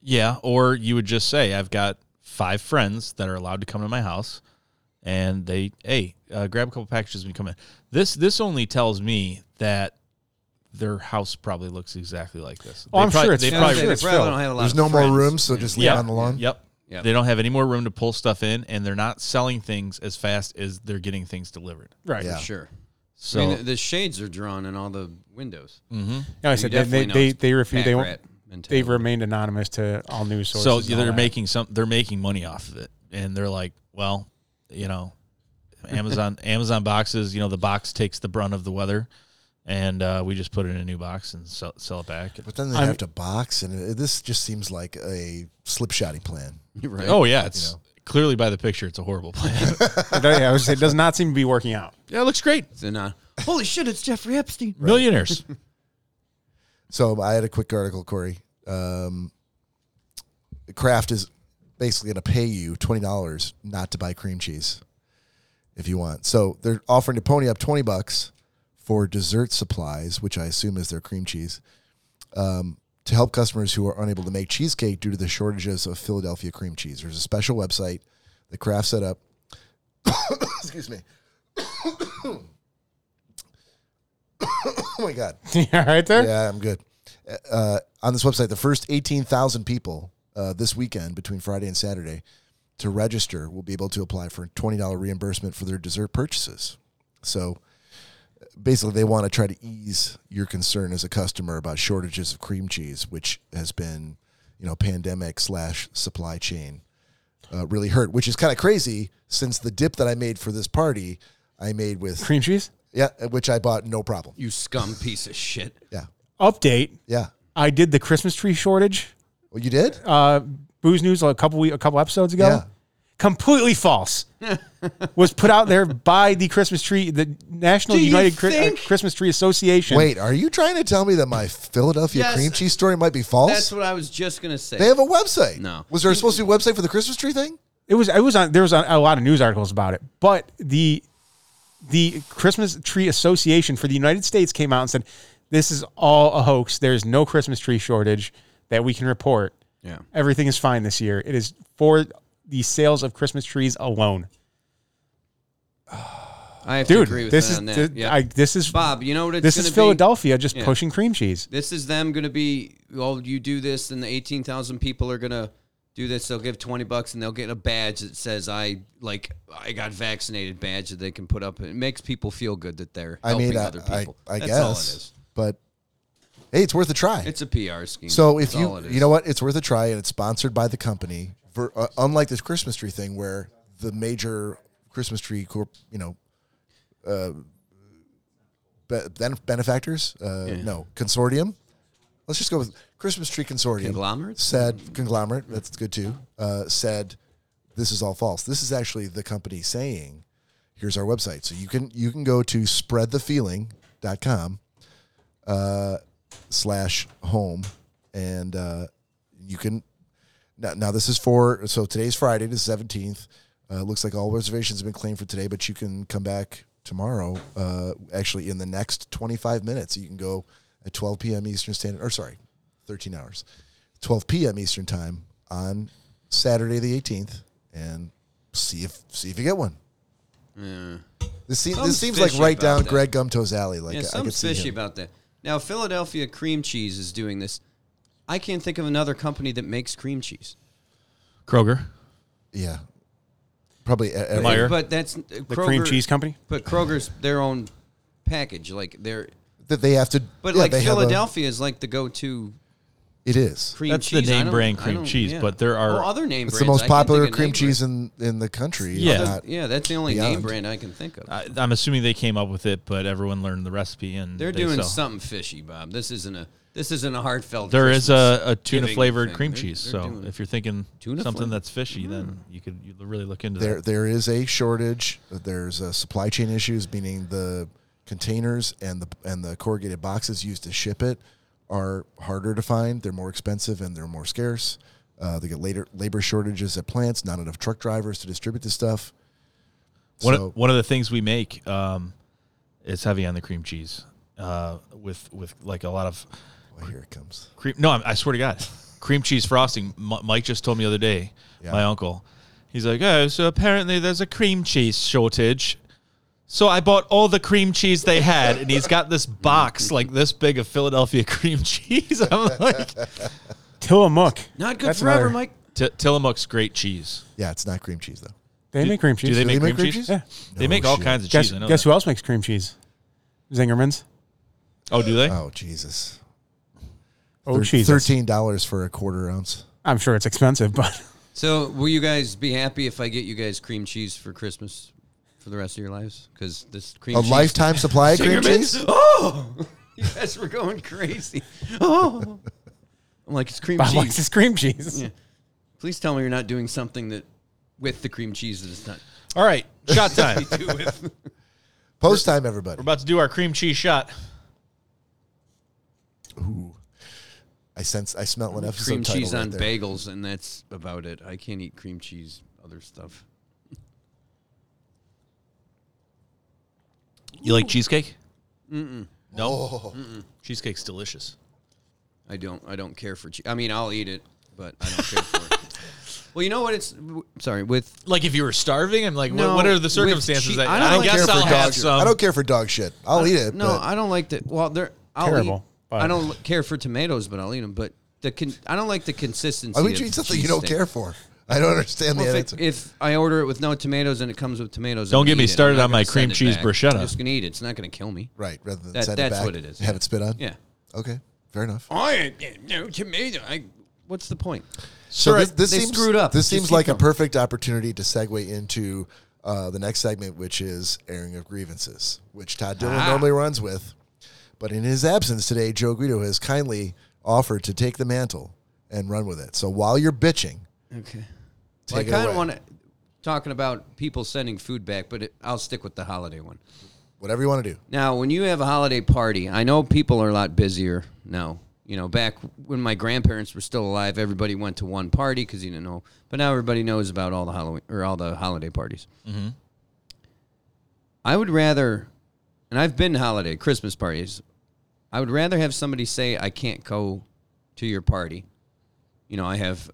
[SPEAKER 3] yeah. Or you would just say, I've got five friends that are allowed to come to my house, and they, hey, uh, grab a couple packages when you come in. This this only tells me that their house probably looks exactly like this.
[SPEAKER 4] Oh,
[SPEAKER 3] They
[SPEAKER 4] I'm
[SPEAKER 3] probably-
[SPEAKER 4] sure it's-
[SPEAKER 3] they
[SPEAKER 4] I'm
[SPEAKER 3] probably
[SPEAKER 4] sure
[SPEAKER 2] they
[SPEAKER 4] it's
[SPEAKER 2] probably
[SPEAKER 4] filled.
[SPEAKER 2] don't have a lot.
[SPEAKER 1] There's
[SPEAKER 2] of
[SPEAKER 1] no more
[SPEAKER 2] friends.
[SPEAKER 1] room, so just leave
[SPEAKER 3] Yeah.
[SPEAKER 1] it on the lawn.
[SPEAKER 3] Yep.
[SPEAKER 2] Yep.
[SPEAKER 3] They don't have any more room to pull stuff in, and they're not selling things as fast as they're getting things delivered.
[SPEAKER 4] right
[SPEAKER 1] Yeah.
[SPEAKER 2] Sure.
[SPEAKER 3] So
[SPEAKER 2] I mean, the, the shades are drawn in all the windows.
[SPEAKER 4] no, i
[SPEAKER 2] You
[SPEAKER 4] said they
[SPEAKER 2] definitely
[SPEAKER 4] they,
[SPEAKER 2] know
[SPEAKER 4] they,
[SPEAKER 2] it's
[SPEAKER 4] they refuse
[SPEAKER 2] pack
[SPEAKER 4] they won't
[SPEAKER 2] rat mentality.
[SPEAKER 4] they've remained anonymous to all news sources
[SPEAKER 3] so
[SPEAKER 4] and all
[SPEAKER 3] they're
[SPEAKER 4] that.
[SPEAKER 3] making some they're making money off of it, and they're like, well, you know, Amazon Amazon boxes, you know, the box takes the brunt of the weather, and uh, we just put it in a new box and sell, sell it back.
[SPEAKER 1] But then they
[SPEAKER 4] I'm-
[SPEAKER 1] have to box, and it- this just seems like a slipshotty plan.
[SPEAKER 2] You're right.
[SPEAKER 3] Oh yeah, it's clearly by the picture, it's a horrible plan.
[SPEAKER 4] It does- yeah, I was gonna say, it does not seem to be working out. *laughs*
[SPEAKER 3] yeah, it looks great.
[SPEAKER 2] It's an, uh, holy shit! It's Jeffrey Epstein.
[SPEAKER 3] Millionaires.
[SPEAKER 1] So I had a quick article, Corey. Um, Kraft is basically going to pay you twenty dollars not to buy cream cheese if you want. So they're offering to pony up twenty bucks for dessert supplies, which I assume is their cream cheese, um, to help customers who are unable to make cheesecake due to the shortages of Philadelphia cream cheese. There's a special website that Kraft set up. *coughs* Excuse me. *coughs* oh my god.
[SPEAKER 4] You all right there?
[SPEAKER 1] Yeah, I'm good. Uh, on this website, the first 18,000 people uh, this weekend between Friday and Saturday to register will be able to apply for a $20 reimbursement for their dessert purchases. So basically, they want to try to ease your concern as a customer about shortages of cream cheese, which has been, you know, pandemic slash supply chain uh, really hurt, which is kind of crazy since the dip that I made for this party, I made with
[SPEAKER 4] Cream cheese?
[SPEAKER 1] yeah, which I bought no problem.
[SPEAKER 2] You scum piece of shit.
[SPEAKER 1] Yeah,
[SPEAKER 4] Update.
[SPEAKER 1] yeah.
[SPEAKER 4] I did the Christmas tree shortage.
[SPEAKER 1] Well, you did.
[SPEAKER 4] uh, Booze News a couple week, a couple episodes ago.
[SPEAKER 1] Yeah.
[SPEAKER 4] Completely false. was put out there by the Christmas tree, the National
[SPEAKER 2] Do you
[SPEAKER 4] United Chri- uh,
[SPEAKER 2] think?
[SPEAKER 4] Christmas Tree Association.
[SPEAKER 1] Wait, are you trying to tell me that my Philadelphia
[SPEAKER 2] Yes.
[SPEAKER 1] cream cheese story might be false?
[SPEAKER 2] That's what I was just gonna say.
[SPEAKER 1] they have a website.
[SPEAKER 2] No.
[SPEAKER 1] Was there supposed to be a website for the Christmas tree thing?
[SPEAKER 4] it was it was on there was a, a lot of news articles about it, but the the Christmas Tree Association for the United States came out and said this is all a hoax. There's no Christmas tree shortage that we can report.
[SPEAKER 2] yeah.
[SPEAKER 4] Everything is fine this year. It is for the sales of Christmas trees alone.
[SPEAKER 2] I have to
[SPEAKER 4] Dude,
[SPEAKER 2] agree with
[SPEAKER 4] this
[SPEAKER 2] that
[SPEAKER 4] is
[SPEAKER 2] on
[SPEAKER 4] th-
[SPEAKER 2] that. Yeah.
[SPEAKER 4] I, this is
[SPEAKER 2] Bob, you know what it's
[SPEAKER 4] this
[SPEAKER 2] gonna
[SPEAKER 4] is
[SPEAKER 2] be?
[SPEAKER 4] Philadelphia just
[SPEAKER 2] Yeah.
[SPEAKER 4] pushing cream cheese.
[SPEAKER 2] This is them gonna be oh, you do this and the eighteen thousand people are gonna do this, they'll give twenty bucks and they'll get a badge that says I like I got vaccinated badge that they can put up. It makes people feel good that they're
[SPEAKER 1] I
[SPEAKER 2] helping
[SPEAKER 1] mean, I,
[SPEAKER 2] other
[SPEAKER 1] I,
[SPEAKER 2] people.
[SPEAKER 1] I
[SPEAKER 2] That's
[SPEAKER 1] guess.
[SPEAKER 2] all it is.
[SPEAKER 1] But hey, it's worth a try.
[SPEAKER 2] It's a PR scheme.
[SPEAKER 1] So if
[SPEAKER 2] That's all
[SPEAKER 1] you
[SPEAKER 2] it is.
[SPEAKER 1] you know what, it's worth a try, and it's sponsored by the company. For, uh, unlike this Christmas tree thing, where the major Christmas tree corp, you know, uh, be- benef- benefactors, uh, no consortium. Let's just go with Christmas tree consortium.
[SPEAKER 2] Conglomerates?
[SPEAKER 1] said conglomerate. That's good too. Uh, said this is all false. This is actually the company saying, "Here's our website." So you can you can go to spreadthefeeling.com uh, slash home and uh, you can now, now this is for so today's friday the 17th uh, looks like all reservations have been claimed for today but you can come back tomorrow uh, actually in the next 25 minutes you can go at 12 p.m eastern standard or sorry 13 hours 12 p.m eastern time on saturday the 18th and see if see if you get one
[SPEAKER 2] Yeah.
[SPEAKER 1] this, seems this
[SPEAKER 2] Something's
[SPEAKER 1] seems like
[SPEAKER 2] fishy
[SPEAKER 1] right
[SPEAKER 2] about
[SPEAKER 1] down
[SPEAKER 2] that.
[SPEAKER 1] greg gumto's alley like
[SPEAKER 2] Yeah,
[SPEAKER 1] I- I could
[SPEAKER 2] something's
[SPEAKER 1] see
[SPEAKER 2] fishy
[SPEAKER 1] him.
[SPEAKER 2] about that. Now, Philadelphia Cream Cheese is doing this. I can't think of another company that makes cream cheese.
[SPEAKER 3] Kroger.
[SPEAKER 1] yeah probably uh, a- a-
[SPEAKER 3] Meyer. Sure.
[SPEAKER 2] But that's uh,
[SPEAKER 4] The cream cheese company.
[SPEAKER 2] But Kroger's their own package, like they're.
[SPEAKER 1] that they have to.
[SPEAKER 2] But
[SPEAKER 1] yeah,
[SPEAKER 2] like
[SPEAKER 1] they have a-
[SPEAKER 2] Philadelphia is like the go-to
[SPEAKER 1] it is.
[SPEAKER 2] cream
[SPEAKER 3] That's
[SPEAKER 2] cheese.
[SPEAKER 3] the
[SPEAKER 2] I
[SPEAKER 3] name
[SPEAKER 2] don't-
[SPEAKER 3] brand
[SPEAKER 2] I
[SPEAKER 3] cream
[SPEAKER 2] don't-
[SPEAKER 3] cheese,
[SPEAKER 2] yeah.
[SPEAKER 3] but there are-
[SPEAKER 2] well, other name.
[SPEAKER 1] It's
[SPEAKER 2] brands.
[SPEAKER 1] the
[SPEAKER 2] I
[SPEAKER 1] most
[SPEAKER 2] can't think
[SPEAKER 1] popular
[SPEAKER 2] of
[SPEAKER 1] cream
[SPEAKER 2] name
[SPEAKER 1] cheese in, in the country.
[SPEAKER 3] Yeah.
[SPEAKER 1] I'm
[SPEAKER 2] brands.
[SPEAKER 1] not-
[SPEAKER 2] yeah, that's the only
[SPEAKER 1] Beyond.
[SPEAKER 2] name brand I can think of.
[SPEAKER 3] I, I'm assuming they came up with it, but everyone learned the recipe and
[SPEAKER 2] They're
[SPEAKER 3] they
[SPEAKER 2] doing
[SPEAKER 3] sell.
[SPEAKER 2] something fishy, Bob. This isn't a. This isn't a heartfelt.
[SPEAKER 3] There is
[SPEAKER 2] Christmas
[SPEAKER 3] a, a tuna
[SPEAKER 2] giving
[SPEAKER 3] flavored
[SPEAKER 2] thing.
[SPEAKER 3] cream
[SPEAKER 2] They're-
[SPEAKER 3] cheese.
[SPEAKER 2] they're
[SPEAKER 3] so
[SPEAKER 2] doing it.
[SPEAKER 3] if you're thinking
[SPEAKER 2] Tuna
[SPEAKER 3] something
[SPEAKER 2] flavored.
[SPEAKER 3] that's fishy, then you could you really look into
[SPEAKER 1] There
[SPEAKER 3] that.
[SPEAKER 1] there is a shortage. There's uh, supply chain issues, meaning the containers and the and the corrugated boxes used to ship it are harder to find. They're more expensive and they're more scarce. Uh, they get later labor shortages at plants. Not enough truck drivers to distribute the stuff.
[SPEAKER 3] One,
[SPEAKER 1] so-
[SPEAKER 3] of, one of the things we make um, is heavy on the cream cheese uh, with with like a lot of
[SPEAKER 1] Well, oh, here it comes.
[SPEAKER 3] cream. No, I'm, I swear to God, cream cheese frosting. M- Mike just told me the other day.
[SPEAKER 1] Yeah.
[SPEAKER 3] My uncle, he's like, oh, so apparently there's a cream cheese shortage. So I bought all the cream cheese they had, and he's got this box like this big of Philadelphia *laughs* cream cheese. I'm like,
[SPEAKER 4] Tillamook.
[SPEAKER 2] Not good
[SPEAKER 4] That's
[SPEAKER 2] forever,
[SPEAKER 4] another-
[SPEAKER 2] Mike.
[SPEAKER 3] T- Tillamook's great cheese.
[SPEAKER 1] Yeah, it's not cream cheese though.
[SPEAKER 4] They make cream cheese.
[SPEAKER 3] Do they make
[SPEAKER 1] they
[SPEAKER 3] cream, cheese?
[SPEAKER 4] Yeah.
[SPEAKER 3] They
[SPEAKER 1] No
[SPEAKER 3] make all
[SPEAKER 1] shit.
[SPEAKER 3] kinds of
[SPEAKER 4] guess
[SPEAKER 3] cheese. I know
[SPEAKER 4] guess
[SPEAKER 3] that.
[SPEAKER 4] who else makes cream cheese? Zingerman's.
[SPEAKER 3] Oh, do they?
[SPEAKER 1] Oh Jesus!
[SPEAKER 4] Oh,
[SPEAKER 1] Thir-
[SPEAKER 4] cheese.
[SPEAKER 1] Thirteen dollars for a quarter ounce.
[SPEAKER 4] I'm sure it's expensive, but
[SPEAKER 2] So, will you guys be happy if I get you guys cream cheese for Christmas for the rest of your lives? Because this cream
[SPEAKER 1] A
[SPEAKER 2] cheese.
[SPEAKER 1] lifetime supply of cream
[SPEAKER 2] Fingermans?
[SPEAKER 1] cheese.
[SPEAKER 2] *laughs* Oh, you guys were going crazy. Oh, I'm like it's cream
[SPEAKER 4] *laughs* Bob likes
[SPEAKER 2] cheese.
[SPEAKER 4] his cream cheese.
[SPEAKER 2] Yeah. Please tell me you're not doing something that with the cream cheese that it's not.
[SPEAKER 3] All right, shot time.
[SPEAKER 2] to do with.
[SPEAKER 1] Post time, everybody.
[SPEAKER 3] We're about to do our cream cheese shot.
[SPEAKER 1] I sense I smell an episode
[SPEAKER 2] cream
[SPEAKER 1] title
[SPEAKER 2] cheese
[SPEAKER 1] right
[SPEAKER 2] on
[SPEAKER 1] there.
[SPEAKER 2] bagels, and that's about it. I can't eat cream cheese other stuff.
[SPEAKER 3] You like cheesecake? Mm-mm. No,
[SPEAKER 2] Oh.
[SPEAKER 3] cheesecake's delicious.
[SPEAKER 2] I don't. I don't care for cheese. I mean, I'll eat it, but I don't care
[SPEAKER 1] *laughs*
[SPEAKER 2] for it. Well, you know what? It's w- sorry with
[SPEAKER 3] Like if you were starving, I'm like,
[SPEAKER 2] No,
[SPEAKER 3] what, what are the
[SPEAKER 2] with
[SPEAKER 3] circumstances?
[SPEAKER 2] chee-
[SPEAKER 3] that
[SPEAKER 2] I
[SPEAKER 3] I,
[SPEAKER 1] I
[SPEAKER 2] don't like-
[SPEAKER 1] don't
[SPEAKER 3] guess
[SPEAKER 1] care
[SPEAKER 3] I'll
[SPEAKER 1] for
[SPEAKER 3] have
[SPEAKER 1] dog shit.
[SPEAKER 3] some.
[SPEAKER 1] I don't care for dog shit. I'll eat it.
[SPEAKER 2] No,
[SPEAKER 1] but
[SPEAKER 2] I don't like the. Well, they're I'll
[SPEAKER 4] Terrible,
[SPEAKER 2] Eat,
[SPEAKER 4] but-
[SPEAKER 2] I don't li- care for tomatoes, but I'll eat them. But the con, I don't like the consistency.
[SPEAKER 1] why would
[SPEAKER 2] of
[SPEAKER 1] you eat something
[SPEAKER 2] cheese
[SPEAKER 1] you don't
[SPEAKER 2] steak.
[SPEAKER 1] care for? I don't understand
[SPEAKER 2] Well,
[SPEAKER 1] the
[SPEAKER 2] if,
[SPEAKER 1] answer.
[SPEAKER 2] it, if I order it with no tomatoes and it comes with tomatoes,
[SPEAKER 3] Don't
[SPEAKER 2] I'm
[SPEAKER 3] get
[SPEAKER 2] gonna
[SPEAKER 3] me
[SPEAKER 2] eat it. I'm
[SPEAKER 3] started
[SPEAKER 2] not
[SPEAKER 3] on my
[SPEAKER 2] gonna
[SPEAKER 3] cream
[SPEAKER 2] send it
[SPEAKER 3] cheese
[SPEAKER 2] back.
[SPEAKER 3] bruschetta.
[SPEAKER 2] I'm just gonna eat it. It's not gonna kill me.
[SPEAKER 1] right, rather than
[SPEAKER 2] That-
[SPEAKER 1] send
[SPEAKER 2] that's
[SPEAKER 1] it back,
[SPEAKER 2] what it is,
[SPEAKER 1] Have
[SPEAKER 2] yeah.
[SPEAKER 1] it spit on.
[SPEAKER 2] Yeah.
[SPEAKER 1] Okay, fair enough.
[SPEAKER 2] I no tomato. I what's the point?
[SPEAKER 1] So
[SPEAKER 2] Sure,
[SPEAKER 1] this, this
[SPEAKER 2] they
[SPEAKER 1] seems
[SPEAKER 2] screwed up.
[SPEAKER 1] This
[SPEAKER 2] Just
[SPEAKER 1] seems
[SPEAKER 2] keep
[SPEAKER 1] like a
[SPEAKER 2] going.
[SPEAKER 1] perfect opportunity to segue into uh, the next segment, which is airing of grievances, which Todd Dillon
[SPEAKER 2] Ah.
[SPEAKER 1] normally runs with, but in his absence today, Joe Guido has kindly offered to take the mantle and run with it. So while you're bitching,
[SPEAKER 2] Okay.
[SPEAKER 1] take
[SPEAKER 2] Well, I
[SPEAKER 1] it
[SPEAKER 2] kind
[SPEAKER 1] away.
[SPEAKER 2] of want to talking about people sending food back, but it, I'll stick with the holiday one.
[SPEAKER 1] whatever you want to do.
[SPEAKER 2] Now, when you have a holiday party, I know people are a lot busier now. You know, back when my grandparents were still alive, everybody went to one party because you didn't know. But now everybody knows about all the Halloween or all the holiday parties. Mm-hmm. I would rather, and I've been to holiday Christmas parties. I would rather have somebody say I can't go to your party. You know, I have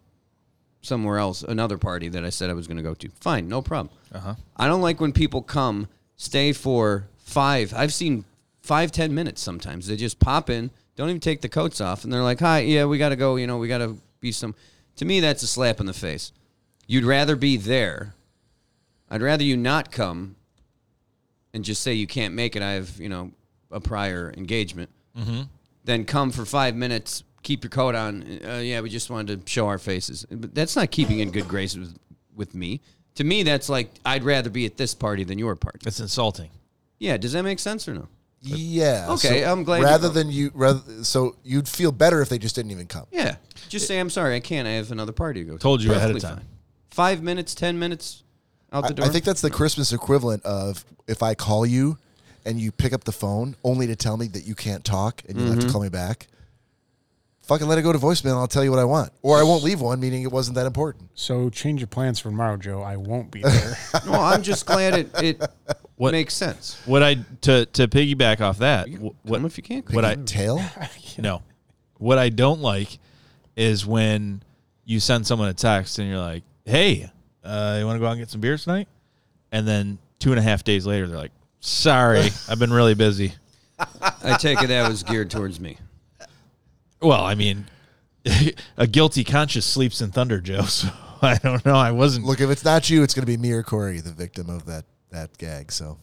[SPEAKER 2] somewhere else another party that I said I was going to go to. Fine, no problem. Uh-huh. I don't like when people come stay for five. I've seen five ten minutes sometimes. They just pop in, don't even take the coats off, and they're like, "Hi, yeah, we got to go. You know, we got to be some." To me, that's a slap in the face. You'd rather be there. I'd rather you not come and just say you can't make it. I have you know a prior engagement. Mm-hmm. Then come for five minutes. Keep your coat on. Uh, yeah, we just wanted to show our faces. But that's not keeping in good grace with, with me. To me, that's like I'd rather be at this party than your party.
[SPEAKER 3] That's insulting.
[SPEAKER 2] Yeah, does that make sense or no?
[SPEAKER 1] Yeah.
[SPEAKER 2] Okay,
[SPEAKER 1] so
[SPEAKER 2] I'm glad you-
[SPEAKER 1] Rather than you, rather so you'd feel better if they just didn't even come.
[SPEAKER 2] Yeah, just say I'm sorry, I can't. I have another party to go. to."
[SPEAKER 3] Told you ahead of
[SPEAKER 2] Perfectly
[SPEAKER 3] time.
[SPEAKER 2] fine. Five minutes, ten minutes, out
[SPEAKER 1] I,
[SPEAKER 2] the door.
[SPEAKER 1] I think that's the Christmas equivalent of if I call you and you pick up the phone only to tell me that you can't talk and you'll have
[SPEAKER 2] Mm-hmm.
[SPEAKER 1] to call me back. Fucking let it go to voicemail. and I'll tell you what I want, or I won't leave one, meaning it wasn't that important.
[SPEAKER 4] So change your plans for tomorrow, Joe. I won't
[SPEAKER 3] *laughs*
[SPEAKER 4] be there.
[SPEAKER 2] no, I'm just glad it it
[SPEAKER 3] What-
[SPEAKER 2] makes sense.
[SPEAKER 3] What I to to piggyback off that, wh- what
[SPEAKER 2] Come if you can.
[SPEAKER 1] What
[SPEAKER 3] what I
[SPEAKER 1] *laughs* tail?
[SPEAKER 3] no, what I don't like is when you send someone a text and you're like, "Hey, uh, you want to go out and get some beers tonight?" And then two and a half days later, they're like,
[SPEAKER 2] *laughs*
[SPEAKER 3] "Sorry, I've been really busy."
[SPEAKER 2] I take it that was geared towards *laughs* me.
[SPEAKER 3] Well, I mean, *laughs* a guilty conscience sleeps in thunder, Joe. *laughs* So I don't know. I wasn't
[SPEAKER 1] Look, if it's not you, it's going to be me or Corey, the victim of that that gag. So,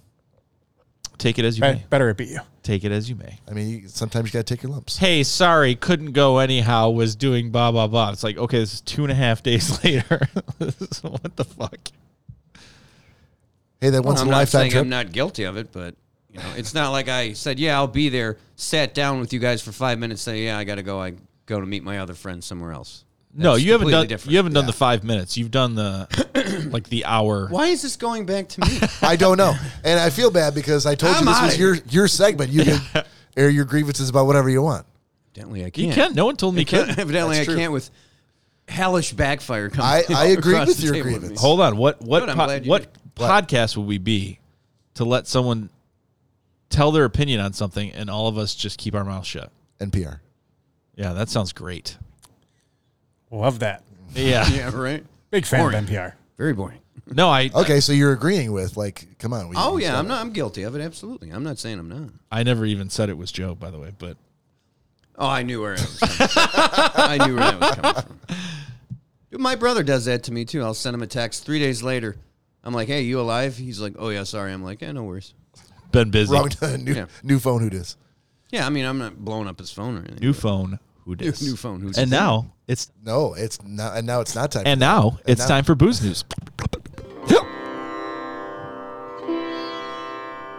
[SPEAKER 3] take it as you
[SPEAKER 4] Be-
[SPEAKER 3] may.
[SPEAKER 4] better it be you.
[SPEAKER 3] Take it as you may.
[SPEAKER 1] I mean, you, sometimes you got to take your lumps.
[SPEAKER 3] Hey, sorry, couldn't go anyhow. Was doing blah blah blah. It's like okay, this is two and a half *laughs* days later. So what the fuck?
[SPEAKER 1] Hey, that once
[SPEAKER 2] I'm
[SPEAKER 1] in a
[SPEAKER 2] not
[SPEAKER 1] lifetime
[SPEAKER 2] saying
[SPEAKER 1] trip.
[SPEAKER 2] I'm not guilty of it, but you know, it's not like I said, "Yeah, I'll be there." Sat down with you guys for five minutes, say, "Yeah, I got to go. I go to meet my other friends somewhere else."
[SPEAKER 3] No,
[SPEAKER 2] That's
[SPEAKER 3] you haven't
[SPEAKER 2] completely
[SPEAKER 3] done.
[SPEAKER 2] different.
[SPEAKER 3] You haven't done the five minutes. You've
[SPEAKER 2] *coughs*
[SPEAKER 3] done the like the hour.
[SPEAKER 2] Why is this going back to me?
[SPEAKER 1] I don't know, and I feel bad because I told
[SPEAKER 2] I'm
[SPEAKER 1] you this
[SPEAKER 2] outta
[SPEAKER 1] was your your segment. You can air your grievances about whatever you want.
[SPEAKER 2] *laughs* Evidently, I can't. *laughs*
[SPEAKER 3] You can't. No one told me you can't.
[SPEAKER 2] Evidently, I
[SPEAKER 1] true.
[SPEAKER 2] can't with hellish backfire coming.
[SPEAKER 1] I-
[SPEAKER 2] *laughs*
[SPEAKER 1] I agree
[SPEAKER 2] across
[SPEAKER 1] with
[SPEAKER 2] the
[SPEAKER 1] your
[SPEAKER 2] table at me.
[SPEAKER 1] grievance.
[SPEAKER 3] Hold on. What what
[SPEAKER 2] Good, I'm
[SPEAKER 3] po-
[SPEAKER 2] glad you
[SPEAKER 3] what
[SPEAKER 2] did.
[SPEAKER 3] podcast would we be to let someone tell their opinion on something and all of us just keep our mouth shut?
[SPEAKER 1] NPR.
[SPEAKER 3] Yeah, that sounds great.
[SPEAKER 4] Love that.
[SPEAKER 3] Yeah.
[SPEAKER 2] *laughs* *laughs* Yeah, right.
[SPEAKER 4] Big fan
[SPEAKER 2] Boring.
[SPEAKER 4] of NPR.
[SPEAKER 2] Very boring.
[SPEAKER 3] No, I
[SPEAKER 1] Okay, so you're agreeing with like, come on. We
[SPEAKER 2] Oh yeah,
[SPEAKER 1] so-
[SPEAKER 2] I'm not. I'm guilty of it. Absolutely. I'm not saying I'm not.
[SPEAKER 3] I never even said it was Joe, by the way. But
[SPEAKER 2] Oh, I knew where it was coming from. I knew where that was coming from. Dude, *laughs* my brother does that to me too. I'll send him a text three days later. I'm like, "Hey, you alive?" He's like, "Oh yeah, sorry." I'm like, "Yeah, no worries."
[SPEAKER 3] been busy.
[SPEAKER 1] wrong *laughs* new
[SPEAKER 2] Yeah.
[SPEAKER 1] new phone who dis.
[SPEAKER 2] Yeah, I mean, I'm not blowing up his phone or anything.
[SPEAKER 3] New phone. Who dis?
[SPEAKER 2] New- new phone, who dis?
[SPEAKER 3] And now it's
[SPEAKER 1] No, it's not and now it's not time.
[SPEAKER 3] and now it's
[SPEAKER 1] now-
[SPEAKER 3] time for booze news.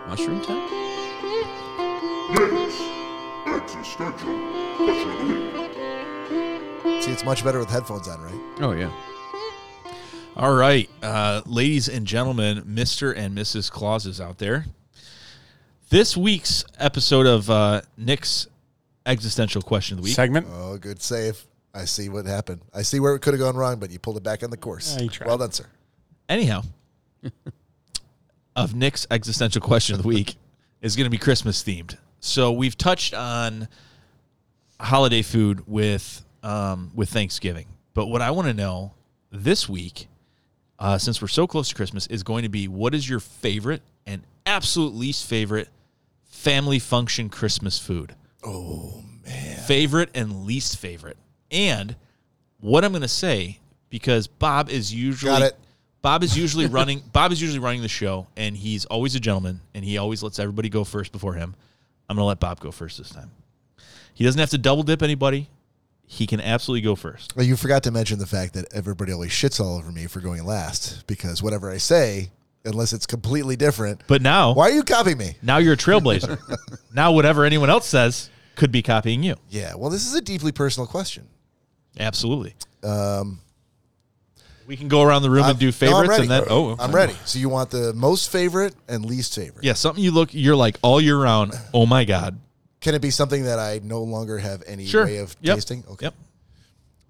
[SPEAKER 2] Mushroom time.
[SPEAKER 1] See, it's much better with headphones on, right?
[SPEAKER 2] Oh yeah.
[SPEAKER 3] All right, uh, ladies and gentlemen, Mr. and Mrs. Claus is out there. This week's episode of uh, Nick's Existential Question of the Week.
[SPEAKER 4] Segment.
[SPEAKER 1] Oh, good save. I see what happened. I see where it could have gone wrong, but you pulled it back on the course.
[SPEAKER 4] Yeah, you tried.
[SPEAKER 1] well done, sir.
[SPEAKER 3] Anyhow, of Nick's Existential Question of the Week is going to be Christmas themed. So we've touched on holiday food with um, with Thanksgiving, but what I want to know this week, uh, since we're so close to Christmas, is going to be what is your favorite and absolute least favorite family function Christmas food? Oh man, favorite and least favorite, and what I'm going to say because Bob is usually
[SPEAKER 1] Got it.
[SPEAKER 3] Bob is usually running. Bob is usually running the show, and he's always a gentleman, and he always lets everybody go first before him. I'm going to let Bob go first this time. He doesn't have to double dip anybody. He can absolutely go first.
[SPEAKER 1] Well, you forgot to mention the fact that everybody always shits all over me for going last because whatever I say, unless it's completely different,
[SPEAKER 3] But now,
[SPEAKER 1] why are you copying me?
[SPEAKER 3] now you're
[SPEAKER 1] *laughs*
[SPEAKER 3] a trailblazer. now whatever anyone else says could be copying you.
[SPEAKER 1] Yeah. Well, this is a deeply personal question.
[SPEAKER 3] Absolutely. Um, we can go around the room
[SPEAKER 1] I'm-
[SPEAKER 3] and do
[SPEAKER 1] no, I'm
[SPEAKER 3] favorites,
[SPEAKER 1] ready.
[SPEAKER 3] and then oh,
[SPEAKER 1] I'm ready. So you want the most favorite and least favorite?
[SPEAKER 3] Yeah, something you look, you're like all year round. Oh my god.
[SPEAKER 1] Can it be something that I no longer have any
[SPEAKER 3] Sure.
[SPEAKER 1] way of
[SPEAKER 3] Yep.
[SPEAKER 1] tasting? Okay.
[SPEAKER 3] Yep.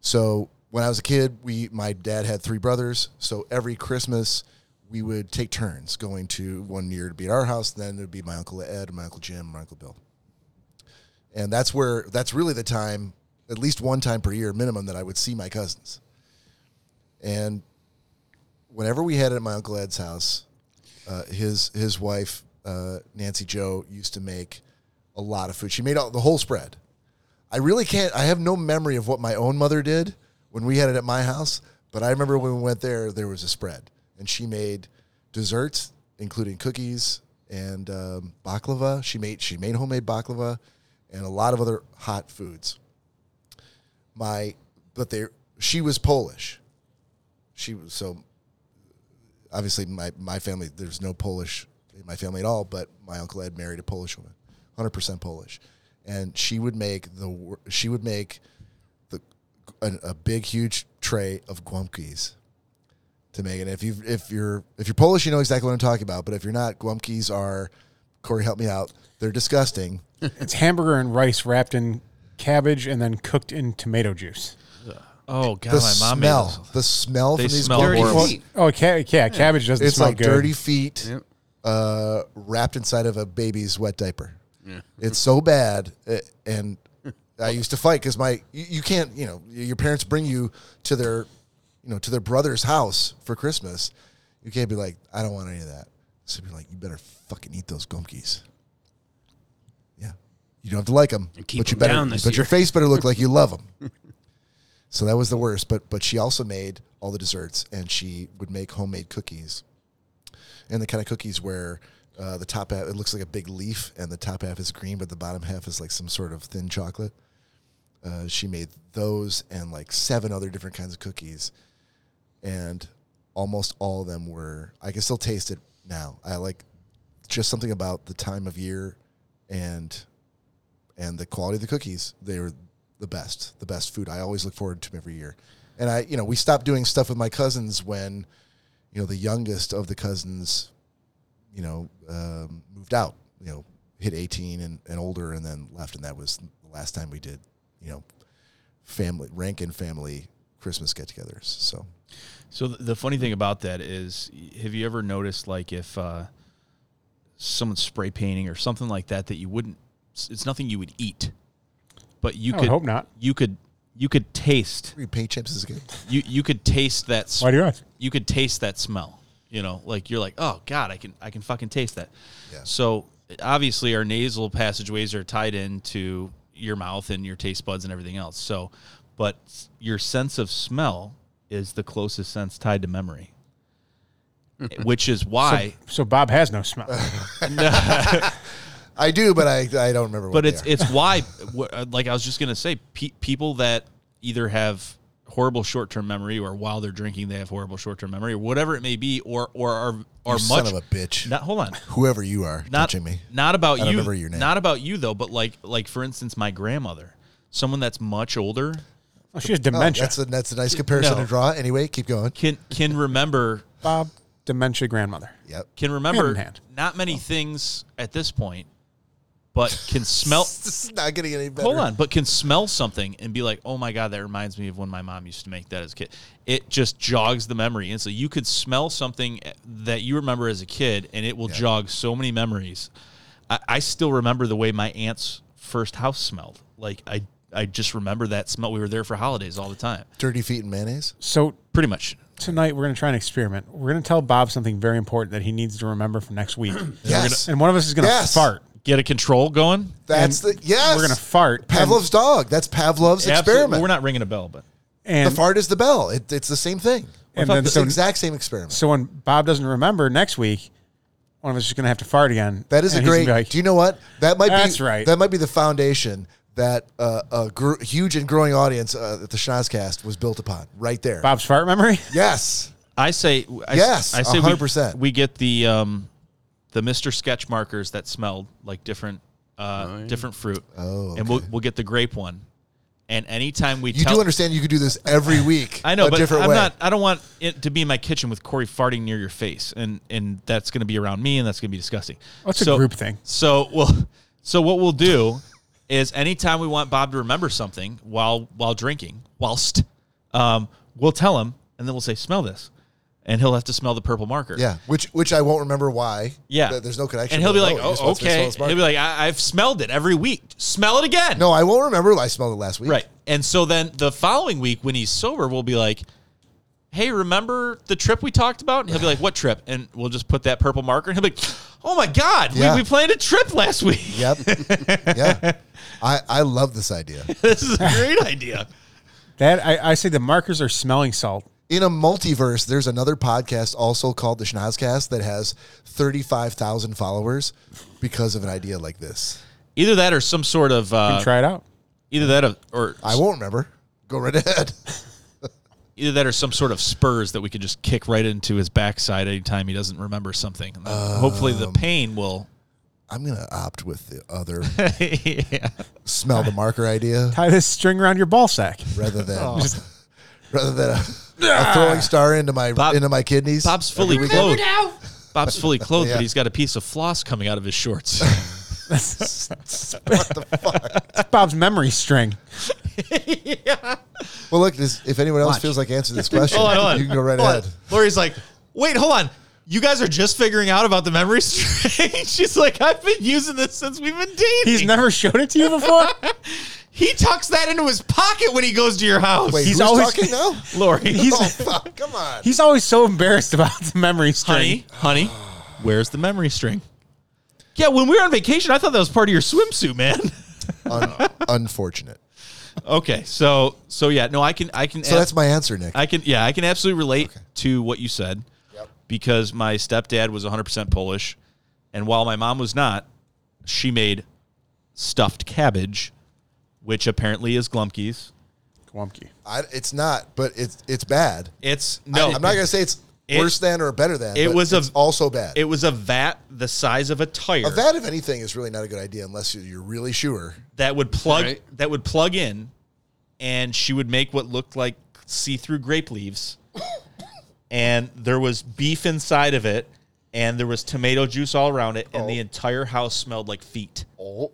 [SPEAKER 1] So when I was a kid, we my dad had three brothers. So every Christmas, we would take turns going to one year to be at our house, and then it would be my uncle Ed, my uncle Jim, my uncle Bill. And that's where that's really the time, at least one time per year minimum, that I would see my cousins. And whenever we had it at my uncle Ed's house, uh, his his wife uh, Nancy Joe used to make a lot of food. She made all, the whole spread. I really can't. I have no memory of what my own mother did when we had it at my house, but I remember when we went there, there was a spread, and she made desserts, including cookies and um, baklava. She made she made homemade baklava, and a lot of other hot foods. My, but they she was Polish. She was so. Obviously, my my family there's no Polish in my family at all, but my uncle Ed married a Polish woman, hundred percent Polish, and she would make the wor- she would make the a, a big huge tray of guamkis to make it. If you if you're if you're Polish, you know exactly what I'm talking about. But if you're not, guamkis are Corey, help me out. They're disgusting.
[SPEAKER 4] It's hamburger and rice wrapped in cabbage and then cooked in tomato juice.
[SPEAKER 3] Oh god,
[SPEAKER 1] The
[SPEAKER 3] my mom made
[SPEAKER 1] smell,
[SPEAKER 3] this.
[SPEAKER 1] the smell
[SPEAKER 3] They
[SPEAKER 1] from these
[SPEAKER 3] smell
[SPEAKER 1] guamkis-
[SPEAKER 2] Dirty
[SPEAKER 3] horrible.
[SPEAKER 2] feet.
[SPEAKER 4] Oh, ca- yeah, cabbage doesn't
[SPEAKER 1] It's
[SPEAKER 4] smell
[SPEAKER 1] like
[SPEAKER 4] good.
[SPEAKER 1] dirty feet
[SPEAKER 2] Yep.
[SPEAKER 1] uh, wrapped inside of a baby's wet diaper. It's so bad, uh, and I used to fight because my you, you can't you know your parents bring you to their you know to their brother's house for Christmas. You can't be like I don't want any of that. So you're like you better fucking eat those gumkies. Yeah, you don't have to like them,
[SPEAKER 2] And keep
[SPEAKER 1] but you
[SPEAKER 2] 'em
[SPEAKER 1] better
[SPEAKER 2] down this
[SPEAKER 1] but your
[SPEAKER 2] year.
[SPEAKER 1] face better look like you love them.
[SPEAKER 2] *laughs*
[SPEAKER 1] So that was the worst. But but she also made all the desserts, and she would make homemade cookies, and the kind of cookies where uh, the top half it looks like a big leaf, and the top half is green, but the bottom half is like some sort of thin chocolate. Uh, she made those and like seven other different kinds of cookies, and almost all of them were. I can still taste it now. I like just something about the time of year, and and the quality of the cookies they were the best the best food i always look forward to them every year and i you know we stopped doing stuff with my cousins when you know the youngest of the cousins you know um, moved out you know hit 18 and, and older and then left and that was the last time we did you know family rankin family christmas get-togethers so
[SPEAKER 3] So th- the funny thing about that is, y- have you ever noticed like if uh, someone's spray painting or something like that that you wouldn't? s- It's nothing you would eat, but you
[SPEAKER 4] I would
[SPEAKER 3] could
[SPEAKER 4] hope not.
[SPEAKER 3] You could you could taste
[SPEAKER 1] three paint chips is good
[SPEAKER 3] you you could taste that s-
[SPEAKER 4] Why do you ask?
[SPEAKER 3] you could taste that smell. You know, like you're like, oh god, I can I can fucking taste that.
[SPEAKER 1] Yeah.
[SPEAKER 3] So obviously, our nasal passageways are tied into your mouth and your taste buds and everything else. So, but your sense of smell is the closest sense tied to
[SPEAKER 1] *laughs*
[SPEAKER 3] memory, which is why.
[SPEAKER 4] So Bob has
[SPEAKER 1] *laughs*
[SPEAKER 4] no smell.
[SPEAKER 1] i do but i i don't remember what
[SPEAKER 3] but
[SPEAKER 1] they
[SPEAKER 3] it's
[SPEAKER 1] are. *laughs*
[SPEAKER 3] it's why, wh- uh, like I was just gonna say, pe- people that either have horrible short-term memory or while they're drinking they have horrible short-term memory or whatever it may be or or are are
[SPEAKER 1] You son
[SPEAKER 3] much
[SPEAKER 1] of a bitch
[SPEAKER 3] not hold on
[SPEAKER 1] whoever you are
[SPEAKER 3] not
[SPEAKER 1] touching me
[SPEAKER 3] Not about
[SPEAKER 1] don't
[SPEAKER 3] you.
[SPEAKER 1] remember your name.
[SPEAKER 3] Not about you though. But like, like for instance, my grandmother, someone that's much older,
[SPEAKER 4] Oh, she has
[SPEAKER 1] Oh,
[SPEAKER 4] dementia.
[SPEAKER 1] that's a that's a nice comparison
[SPEAKER 3] No.
[SPEAKER 1] to draw anyway keep going
[SPEAKER 3] can can remember
[SPEAKER 4] Bob, dementia grandmother.
[SPEAKER 1] yep
[SPEAKER 3] can remember
[SPEAKER 4] Hand in hand.
[SPEAKER 3] not many things at this point, but
[SPEAKER 1] *laughs*
[SPEAKER 3] can
[SPEAKER 4] *laughs*
[SPEAKER 3] smell.
[SPEAKER 1] This is not getting any better.
[SPEAKER 3] Oh. hold on, but can smell something and be like, oh my god, that reminds me of when my mom used to make that as a kid. It just jogs the memory, and so you could smell something eh, that you remember as a kid, and it will jog so many memories. I, I still remember the way my aunt's first house smelled. Like I, I just remember that smell. We were there for holidays all the time,
[SPEAKER 1] Dirty feet and mayonnaise.
[SPEAKER 4] So
[SPEAKER 3] pretty much.
[SPEAKER 4] tonight we're going to try an experiment. We're going to tell Bob something very important that he needs to remember for next
[SPEAKER 1] *clears throat*
[SPEAKER 4] week.
[SPEAKER 1] Yes.
[SPEAKER 4] And one of us is going to
[SPEAKER 1] Yes.
[SPEAKER 4] fart.
[SPEAKER 3] Get a control going.
[SPEAKER 1] That's
[SPEAKER 4] and
[SPEAKER 1] the yes.
[SPEAKER 4] We're going to fart.
[SPEAKER 1] Pavlov's dog. That's Pavlov's
[SPEAKER 3] Absolute-
[SPEAKER 1] experiment.
[SPEAKER 3] We're not ringing a bell, but
[SPEAKER 1] the
[SPEAKER 4] And, and,
[SPEAKER 1] fart is the bell. It, it's the same thing.
[SPEAKER 4] and
[SPEAKER 3] thought
[SPEAKER 4] then
[SPEAKER 3] the
[SPEAKER 1] It's the
[SPEAKER 4] so,
[SPEAKER 1] exact same experiment.
[SPEAKER 4] so when Bob doesn't remember next week, one of us is going to have to fart again.
[SPEAKER 1] That is
[SPEAKER 4] And
[SPEAKER 1] a
[SPEAKER 4] he's
[SPEAKER 1] great.
[SPEAKER 4] gonna be like,
[SPEAKER 1] do you know what? That might
[SPEAKER 4] That's
[SPEAKER 1] be.
[SPEAKER 4] right.
[SPEAKER 1] That might be the foundation. that uh, a gr- huge and growing audience uh, at the Schnozcast was built upon right there.
[SPEAKER 4] Bob's fart memory. *laughs*
[SPEAKER 1] Yes.
[SPEAKER 3] I say I,
[SPEAKER 1] Yes,
[SPEAKER 3] I say we-
[SPEAKER 1] 100%.
[SPEAKER 3] We, get the um, the Mister Sketch markers that smelled like different uh, different fruit.
[SPEAKER 1] Oh,
[SPEAKER 3] and we'll we'll get the grape one. And anytime we
[SPEAKER 1] You
[SPEAKER 3] tell,
[SPEAKER 1] do understand you could do this
[SPEAKER 3] *laughs*
[SPEAKER 1] every week.
[SPEAKER 3] I know,
[SPEAKER 1] a
[SPEAKER 3] but
[SPEAKER 1] different
[SPEAKER 3] I'm
[SPEAKER 1] way.
[SPEAKER 3] not. I don't want it to be in my kitchen with Corey farting near your face, and and that's going to be around me, and that's going to be disgusting.
[SPEAKER 4] That's a group thing.
[SPEAKER 3] So well, so what we'll do is anytime we want Bob to remember something while while drinking, whilst um, we'll tell him, and then we'll say, "Smell this," and he'll have to smell the purple marker.
[SPEAKER 1] Yeah, which which I won't remember why.
[SPEAKER 3] Yeah.
[SPEAKER 1] Th- there's no connection.
[SPEAKER 3] And he'll be
[SPEAKER 1] but
[SPEAKER 3] like,
[SPEAKER 1] no, you just
[SPEAKER 3] oh,
[SPEAKER 1] want to smell
[SPEAKER 3] okay.
[SPEAKER 1] the spark.
[SPEAKER 3] He'll be like, I- I've smelled it every week. Smell it again.
[SPEAKER 1] no, I won't remember. I smelled it last week.
[SPEAKER 3] Right. And so then the following week when he's sober, we'll be like, hey, remember the trip we talked about? And he'll be like, what trip? And we'll just put that purple marker. And he'll be like, oh my God,
[SPEAKER 1] Yeah.
[SPEAKER 3] we, we planned a trip last week. *laughs*
[SPEAKER 1] Yep. yeah. I I love this idea.
[SPEAKER 3] this
[SPEAKER 1] *laughs*
[SPEAKER 3] is a great idea.
[SPEAKER 4] That I, I say the markers are smelling salt.
[SPEAKER 1] In a multiverse, there's another podcast also called the Schnozcast that has 35,000 followers because of an idea like this.
[SPEAKER 3] Either that or some sort of, uh,
[SPEAKER 4] Try it out.
[SPEAKER 3] either that or, or
[SPEAKER 1] I won't remember. Go right ahead.
[SPEAKER 3] either that or some sort of spurs that we could just kick right into his backside anytime he doesn't remember something. And then hopefully
[SPEAKER 1] Um,
[SPEAKER 3] the pain will.
[SPEAKER 1] I'm gonna opt with the other
[SPEAKER 3] *laughs* yeah.
[SPEAKER 1] smell the marker idea
[SPEAKER 4] Tie this string around your ball sack.
[SPEAKER 1] rather than
[SPEAKER 3] Oh.
[SPEAKER 1] *laughs* rather than a, a throwing star into my
[SPEAKER 3] Bob-
[SPEAKER 1] into my kidneys.
[SPEAKER 3] Bob's fully
[SPEAKER 2] Remember
[SPEAKER 3] clothed.
[SPEAKER 2] now?
[SPEAKER 3] Bob's fully
[SPEAKER 1] *laughs*
[SPEAKER 3] clothed,
[SPEAKER 1] Yeah.
[SPEAKER 3] but he's got a piece of floss coming out of
[SPEAKER 1] *laughs*
[SPEAKER 3] his shorts. *laughs*
[SPEAKER 1] what the fuck?
[SPEAKER 4] That's Bob's memory string.
[SPEAKER 1] Well, look, this, if anyone else
[SPEAKER 2] Watch.
[SPEAKER 1] feels like answering this question,
[SPEAKER 3] *laughs* Hold on, hold on.
[SPEAKER 1] you can go right
[SPEAKER 3] Hold on. *laughs*
[SPEAKER 1] ahead.
[SPEAKER 3] Lori's like, wait, hold on. You guys are just figuring out about the memory *laughs* string. She's like, I've been using this since we've been dating.
[SPEAKER 4] He's never showed it to
[SPEAKER 1] *laughs*
[SPEAKER 4] you before.
[SPEAKER 3] he tucks that into his pocket when he goes to your house.
[SPEAKER 1] Wait,
[SPEAKER 4] He's
[SPEAKER 1] who's
[SPEAKER 4] always-
[SPEAKER 1] talking
[SPEAKER 4] *laughs*
[SPEAKER 1] now?
[SPEAKER 3] Lori,
[SPEAKER 4] He's
[SPEAKER 1] Oh, fuck, come on.
[SPEAKER 4] he's always so embarrassed about the memory string.
[SPEAKER 3] honey, honey, where's the memory string? Yeah, when we were on vacation, I thought that was part of your swimsuit, man. *laughs*
[SPEAKER 1] Un- unfortunate.
[SPEAKER 3] okay, so so yeah, no, I can I can
[SPEAKER 1] So that's my answer, Nick.
[SPEAKER 3] I can yeah, I can absolutely relate to what you said because my stepdad was 100% Polish, and while my mom was not, she made stuffed cabbage, which apparently is glumkies.
[SPEAKER 4] Gwumpke.
[SPEAKER 1] I, it's not, but it's it's bad.
[SPEAKER 3] It's no,
[SPEAKER 1] I, am not gonna say it's
[SPEAKER 3] It-
[SPEAKER 1] worse than or better than.
[SPEAKER 3] it
[SPEAKER 1] but
[SPEAKER 3] was a-
[SPEAKER 1] it's also bad.
[SPEAKER 3] It was a vat the size of a tire
[SPEAKER 1] a vat of anything is really not a good idea unless you- you're really sure.
[SPEAKER 3] that would plug
[SPEAKER 2] Right.
[SPEAKER 3] that would plug in, and she would make what looked like see-through
[SPEAKER 1] *coughs*
[SPEAKER 3] grape leaves, and there was beef inside of it, and there was tomato juice all around it, and the entire house smelled like feet.
[SPEAKER 1] Oh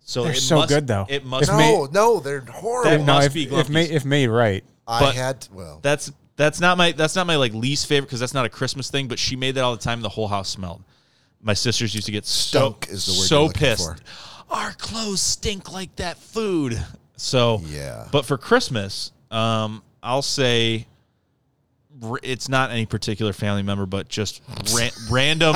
[SPEAKER 3] So
[SPEAKER 4] They're
[SPEAKER 3] it
[SPEAKER 4] so
[SPEAKER 3] must-
[SPEAKER 4] good, though.
[SPEAKER 3] It must.
[SPEAKER 4] If
[SPEAKER 1] no,
[SPEAKER 3] be,
[SPEAKER 4] made-
[SPEAKER 1] no, they're horrible.
[SPEAKER 3] That-
[SPEAKER 4] No,
[SPEAKER 3] Must
[SPEAKER 4] if,
[SPEAKER 3] be
[SPEAKER 4] if made
[SPEAKER 3] Glumkies.
[SPEAKER 4] if made right.
[SPEAKER 1] I
[SPEAKER 3] but-
[SPEAKER 1] had well,
[SPEAKER 3] That's that's not my that's not my like least favorite because that's not a Christmas thing. But she made that all the time. The whole house smelled. My sisters used to get so
[SPEAKER 1] Stunk is the word you're
[SPEAKER 3] so
[SPEAKER 1] looking
[SPEAKER 3] pissed.
[SPEAKER 1] for.
[SPEAKER 3] Our clothes stink like that food. So
[SPEAKER 1] Yeah.
[SPEAKER 3] But for Christmas, um, I'll say r- it's not any particular family member, but just
[SPEAKER 1] *laughs*
[SPEAKER 3] ra- random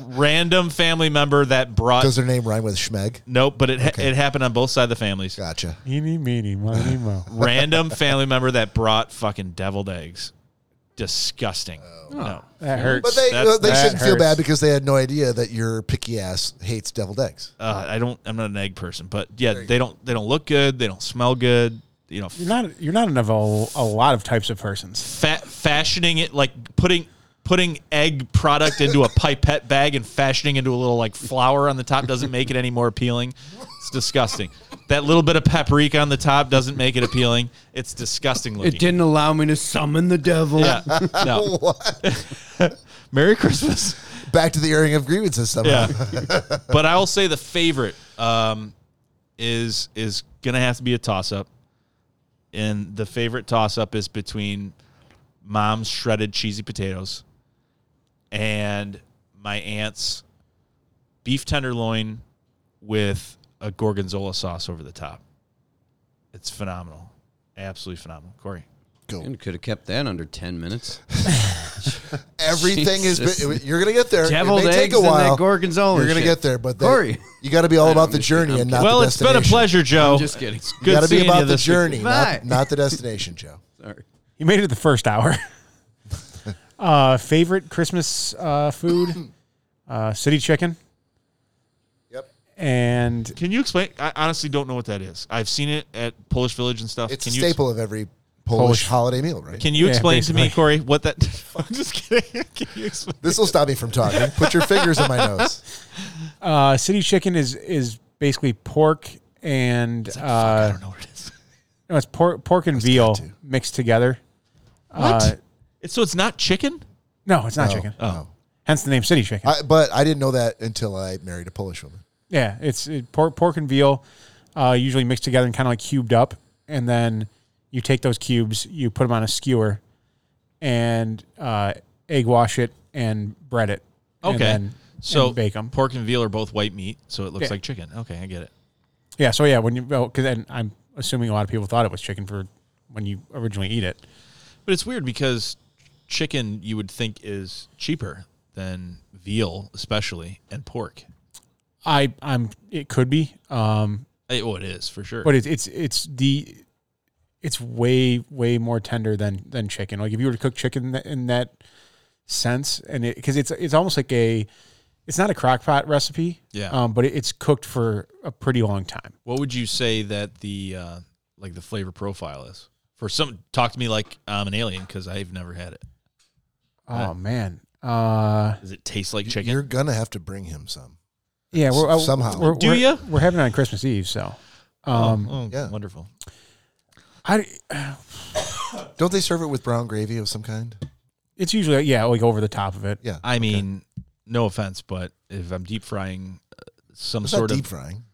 [SPEAKER 3] random family member that brought.
[SPEAKER 1] does their name rhyme with Schmeg?
[SPEAKER 3] nope, but it ha- it happened on both sides of the families.
[SPEAKER 1] Gotcha.
[SPEAKER 4] Eeny, meeny, miny, mo.
[SPEAKER 3] random family member that brought fucking deviled eggs. Disgusting. No.
[SPEAKER 4] That hurts.
[SPEAKER 1] But they
[SPEAKER 3] That's-
[SPEAKER 1] uh, they
[SPEAKER 4] that
[SPEAKER 1] shouldn't feel
[SPEAKER 4] hurts.
[SPEAKER 1] bad because they had no idea that your picky ass hates deviled eggs.
[SPEAKER 3] Uh, I don't I'm not an egg person, but yeah, they don't they don't look good, they don't smell good, you know,
[SPEAKER 4] you're not you're not enough of a, a lot of types of persons.
[SPEAKER 3] fa- fashioning it like putting putting egg product into a pipette bag and fashioning into a little like flour on the top doesn't make it any more appealing. It's disgusting. That little bit of paprika on the top doesn't make it appealing. It's disgusting looking.
[SPEAKER 2] It didn't allow me to summon the devil.
[SPEAKER 3] Yeah. No.
[SPEAKER 1] What?
[SPEAKER 3] *laughs* Merry Christmas.
[SPEAKER 1] Back to the airing of grievances somehow.
[SPEAKER 3] Yeah. *laughs* but I will say the favorite um, is is gonna have to be a toss up, and the favorite toss up is between mom's shredded cheesy potatoes and my aunt's beef tenderloin with a gorgonzola sauce over the top. It's phenomenal, absolutely phenomenal, Corey.
[SPEAKER 1] Go.
[SPEAKER 2] And could have kept that under 10 minutes.
[SPEAKER 1] Everything is.
[SPEAKER 2] Jesus.
[SPEAKER 1] You're gonna get there.
[SPEAKER 2] Deviled
[SPEAKER 1] it may take
[SPEAKER 2] eggs
[SPEAKER 1] a while.
[SPEAKER 2] and that gorgonzola.
[SPEAKER 1] You're gonna
[SPEAKER 2] shit.
[SPEAKER 1] get there, but they-
[SPEAKER 2] *laughs* Corey.
[SPEAKER 1] you got to be all about the
[SPEAKER 2] just
[SPEAKER 1] journey
[SPEAKER 2] kidding.
[SPEAKER 1] and not
[SPEAKER 3] well,
[SPEAKER 1] the
[SPEAKER 3] it's been
[SPEAKER 1] destination.
[SPEAKER 3] a pleasure, Joe.
[SPEAKER 2] I'm just kidding.
[SPEAKER 3] Good
[SPEAKER 1] got to be
[SPEAKER 3] seeing you
[SPEAKER 1] about the
[SPEAKER 3] this week.
[SPEAKER 1] journey, not,
[SPEAKER 2] Bye.
[SPEAKER 1] not the destination, Joe.
[SPEAKER 2] Sorry.
[SPEAKER 4] You made it the first hour. *laughs* uh,
[SPEAKER 1] *clears throat*
[SPEAKER 4] favorite Christmas uh, food? uh, city chicken
[SPEAKER 1] Yep.
[SPEAKER 4] and
[SPEAKER 3] Can you explain? I honestly don't know what that is. I've seen it at Polish Village and stuff.
[SPEAKER 1] It's
[SPEAKER 3] can
[SPEAKER 1] a
[SPEAKER 3] you
[SPEAKER 1] staple of every Polish,
[SPEAKER 4] Polish-
[SPEAKER 1] holiday meal, right?
[SPEAKER 3] Can you
[SPEAKER 4] Yeah,
[SPEAKER 3] explain to me,
[SPEAKER 4] basically.
[SPEAKER 3] Corey, what that? *laughs* I'm just kidding. *laughs* Can you explain?
[SPEAKER 1] this will stop me from talking. Put your fingers in my nose.
[SPEAKER 4] uh, city chicken is is basically pork and uh,
[SPEAKER 3] I don't know what it is.
[SPEAKER 4] no, it's pork pork and veal
[SPEAKER 1] too.
[SPEAKER 4] mixed together.
[SPEAKER 3] What?
[SPEAKER 4] Uh,
[SPEAKER 3] it's, so it's not chicken.
[SPEAKER 4] No, it's not chicken.
[SPEAKER 3] Oh, Uh.
[SPEAKER 4] Hence the name city chicken.
[SPEAKER 1] I, but I didn't know that until I married a Polish woman.
[SPEAKER 4] yeah, it's it, pork pork and veal, uh, usually mixed together and kind of like cubed up, and then you take those cubes, you put them on a skewer, and uh, egg wash it and bread it.
[SPEAKER 3] okay.
[SPEAKER 4] and then,
[SPEAKER 3] so
[SPEAKER 4] and bake them.
[SPEAKER 3] Pork and veal are both white meat, so it looks
[SPEAKER 4] Yeah.
[SPEAKER 3] like chicken. Okay, I get it.
[SPEAKER 4] Yeah. So yeah, when you because then I'm assuming a lot of people thought it was chicken for when you originally eat it.
[SPEAKER 3] But it's weird because chicken you would think is cheaper than veal, especially, and pork.
[SPEAKER 4] I I'm it could be, um,
[SPEAKER 3] Eh, oh, it is for sure.
[SPEAKER 4] but it's it's it's the it's way way more tender than than chicken. Like if you were to cook chicken in that, in that sense, and it because it's it's almost like a it's not a crock pot recipe,
[SPEAKER 3] Yeah.
[SPEAKER 4] Um, but it, it's cooked for a pretty long time.
[SPEAKER 3] what would you say that the uh, like the flavor profile is? For some, talk to me like I'm an alien because I've never had it.
[SPEAKER 4] Oh man, uh,
[SPEAKER 3] Does it taste like chicken?
[SPEAKER 1] You're gonna have to bring him some.
[SPEAKER 4] yeah, we're uh,
[SPEAKER 1] Somehow.
[SPEAKER 4] we're,
[SPEAKER 3] Do
[SPEAKER 4] we're-
[SPEAKER 3] ya?
[SPEAKER 4] We're having it on Christmas Eve, so
[SPEAKER 3] Oh,
[SPEAKER 4] um,
[SPEAKER 3] oh,
[SPEAKER 1] yeah.
[SPEAKER 3] wonderful.
[SPEAKER 4] I
[SPEAKER 1] Don't they serve it with brown gravy of some kind?
[SPEAKER 4] it's usually yeah like over the top of it.
[SPEAKER 1] Yeah,
[SPEAKER 3] I mean, no offense, but if I'm deep frying uh, some
[SPEAKER 1] it's not
[SPEAKER 3] sort
[SPEAKER 1] deep
[SPEAKER 3] of
[SPEAKER 1] frying.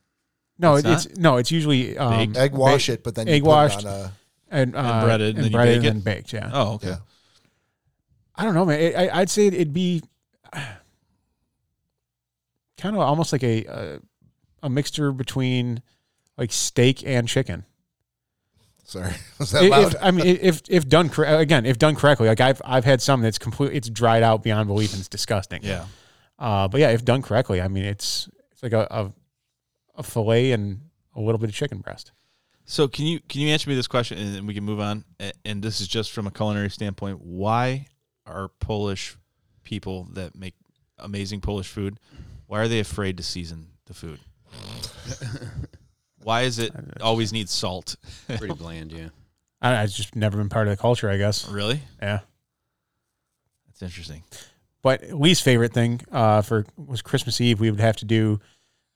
[SPEAKER 4] No,
[SPEAKER 3] It's
[SPEAKER 4] it's, it's no, it's usually um,
[SPEAKER 1] Egg wash it, but then you
[SPEAKER 4] egg
[SPEAKER 1] put it on
[SPEAKER 4] washed.
[SPEAKER 1] a-
[SPEAKER 4] and, uh,
[SPEAKER 3] And breaded, and
[SPEAKER 4] and,
[SPEAKER 3] then you
[SPEAKER 4] breaded
[SPEAKER 3] bake
[SPEAKER 4] and baked. Yeah,
[SPEAKER 3] oh okay
[SPEAKER 1] Yeah.
[SPEAKER 4] I don't know, man. It, I, I'd say it'd be *sighs* kind of almost like a, a a mixture between like steak and chicken.
[SPEAKER 1] Sorry, *laughs* was that
[SPEAKER 4] If,
[SPEAKER 1] loud?
[SPEAKER 4] I mean, if if done cor- again, if done correctly, like I've I've had some that's complete, it's dried out beyond belief and it's disgusting.
[SPEAKER 3] yeah
[SPEAKER 4] Uh, but yeah, if done correctly, I mean, it's it's like a a, a fillet and a little bit of chicken breast.
[SPEAKER 3] so can you can you answer me this question and then we can move on A- and this is just from a culinary standpoint why are polish people that make amazing polish food why are they afraid to season the food why is it always needs salt
[SPEAKER 2] Pretty bland, yeah.
[SPEAKER 4] I, I've just never been part of the culture, I guess.
[SPEAKER 3] really
[SPEAKER 4] Yeah.
[SPEAKER 3] that's interesting
[SPEAKER 4] But Lee's favorite thing uh, for was Christmas Eve. We would have to do.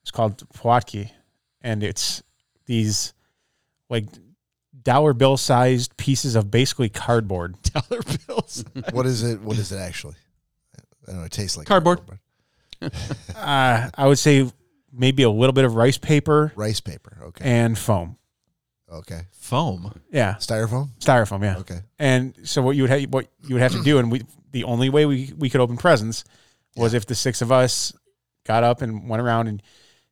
[SPEAKER 4] It's called płatki, and it's these like dollar bill sized pieces of basically cardboard.
[SPEAKER 3] *laughs* dollar bills
[SPEAKER 1] what is it? What is it actually? I don't know. It tastes like
[SPEAKER 3] Cardboard.
[SPEAKER 4] Uh, I would say maybe a little bit of rice paper
[SPEAKER 1] rice paper. Okay,
[SPEAKER 4] and foam.
[SPEAKER 1] okay.
[SPEAKER 3] *laughs* foam
[SPEAKER 4] Yeah,
[SPEAKER 1] Styrofoam.
[SPEAKER 4] styrofoam. Yeah.
[SPEAKER 1] Okay,
[SPEAKER 4] And so what you would have what you would have to do, and we the only way we, we could open presents was if the six of us got up and went around and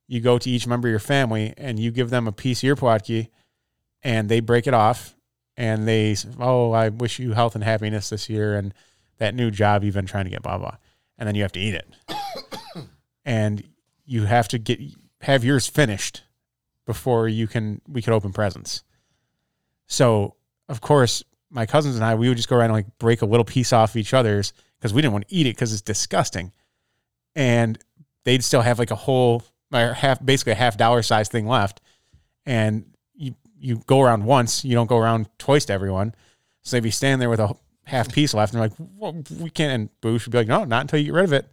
[SPEAKER 4] you go to each member of your family and you give them a piece of your plotki and they break it off and they s- oh I wish you health and happiness this year and that new job you've been trying to get blah blah and then you have to eat it and you have to get have yours finished before you can we could open presents so of course my cousins and I, we would just go around and like break a little piece off each other's because we didn't want to eat it because it's disgusting. And they'd still have like a whole, or half, basically a half dollar size thing left. And you you go around once, you don't go around twice to everyone. So they'd be standing there with a half piece left, and they're like, well, we can't. And Boosh would be like, no, not until you get rid of it.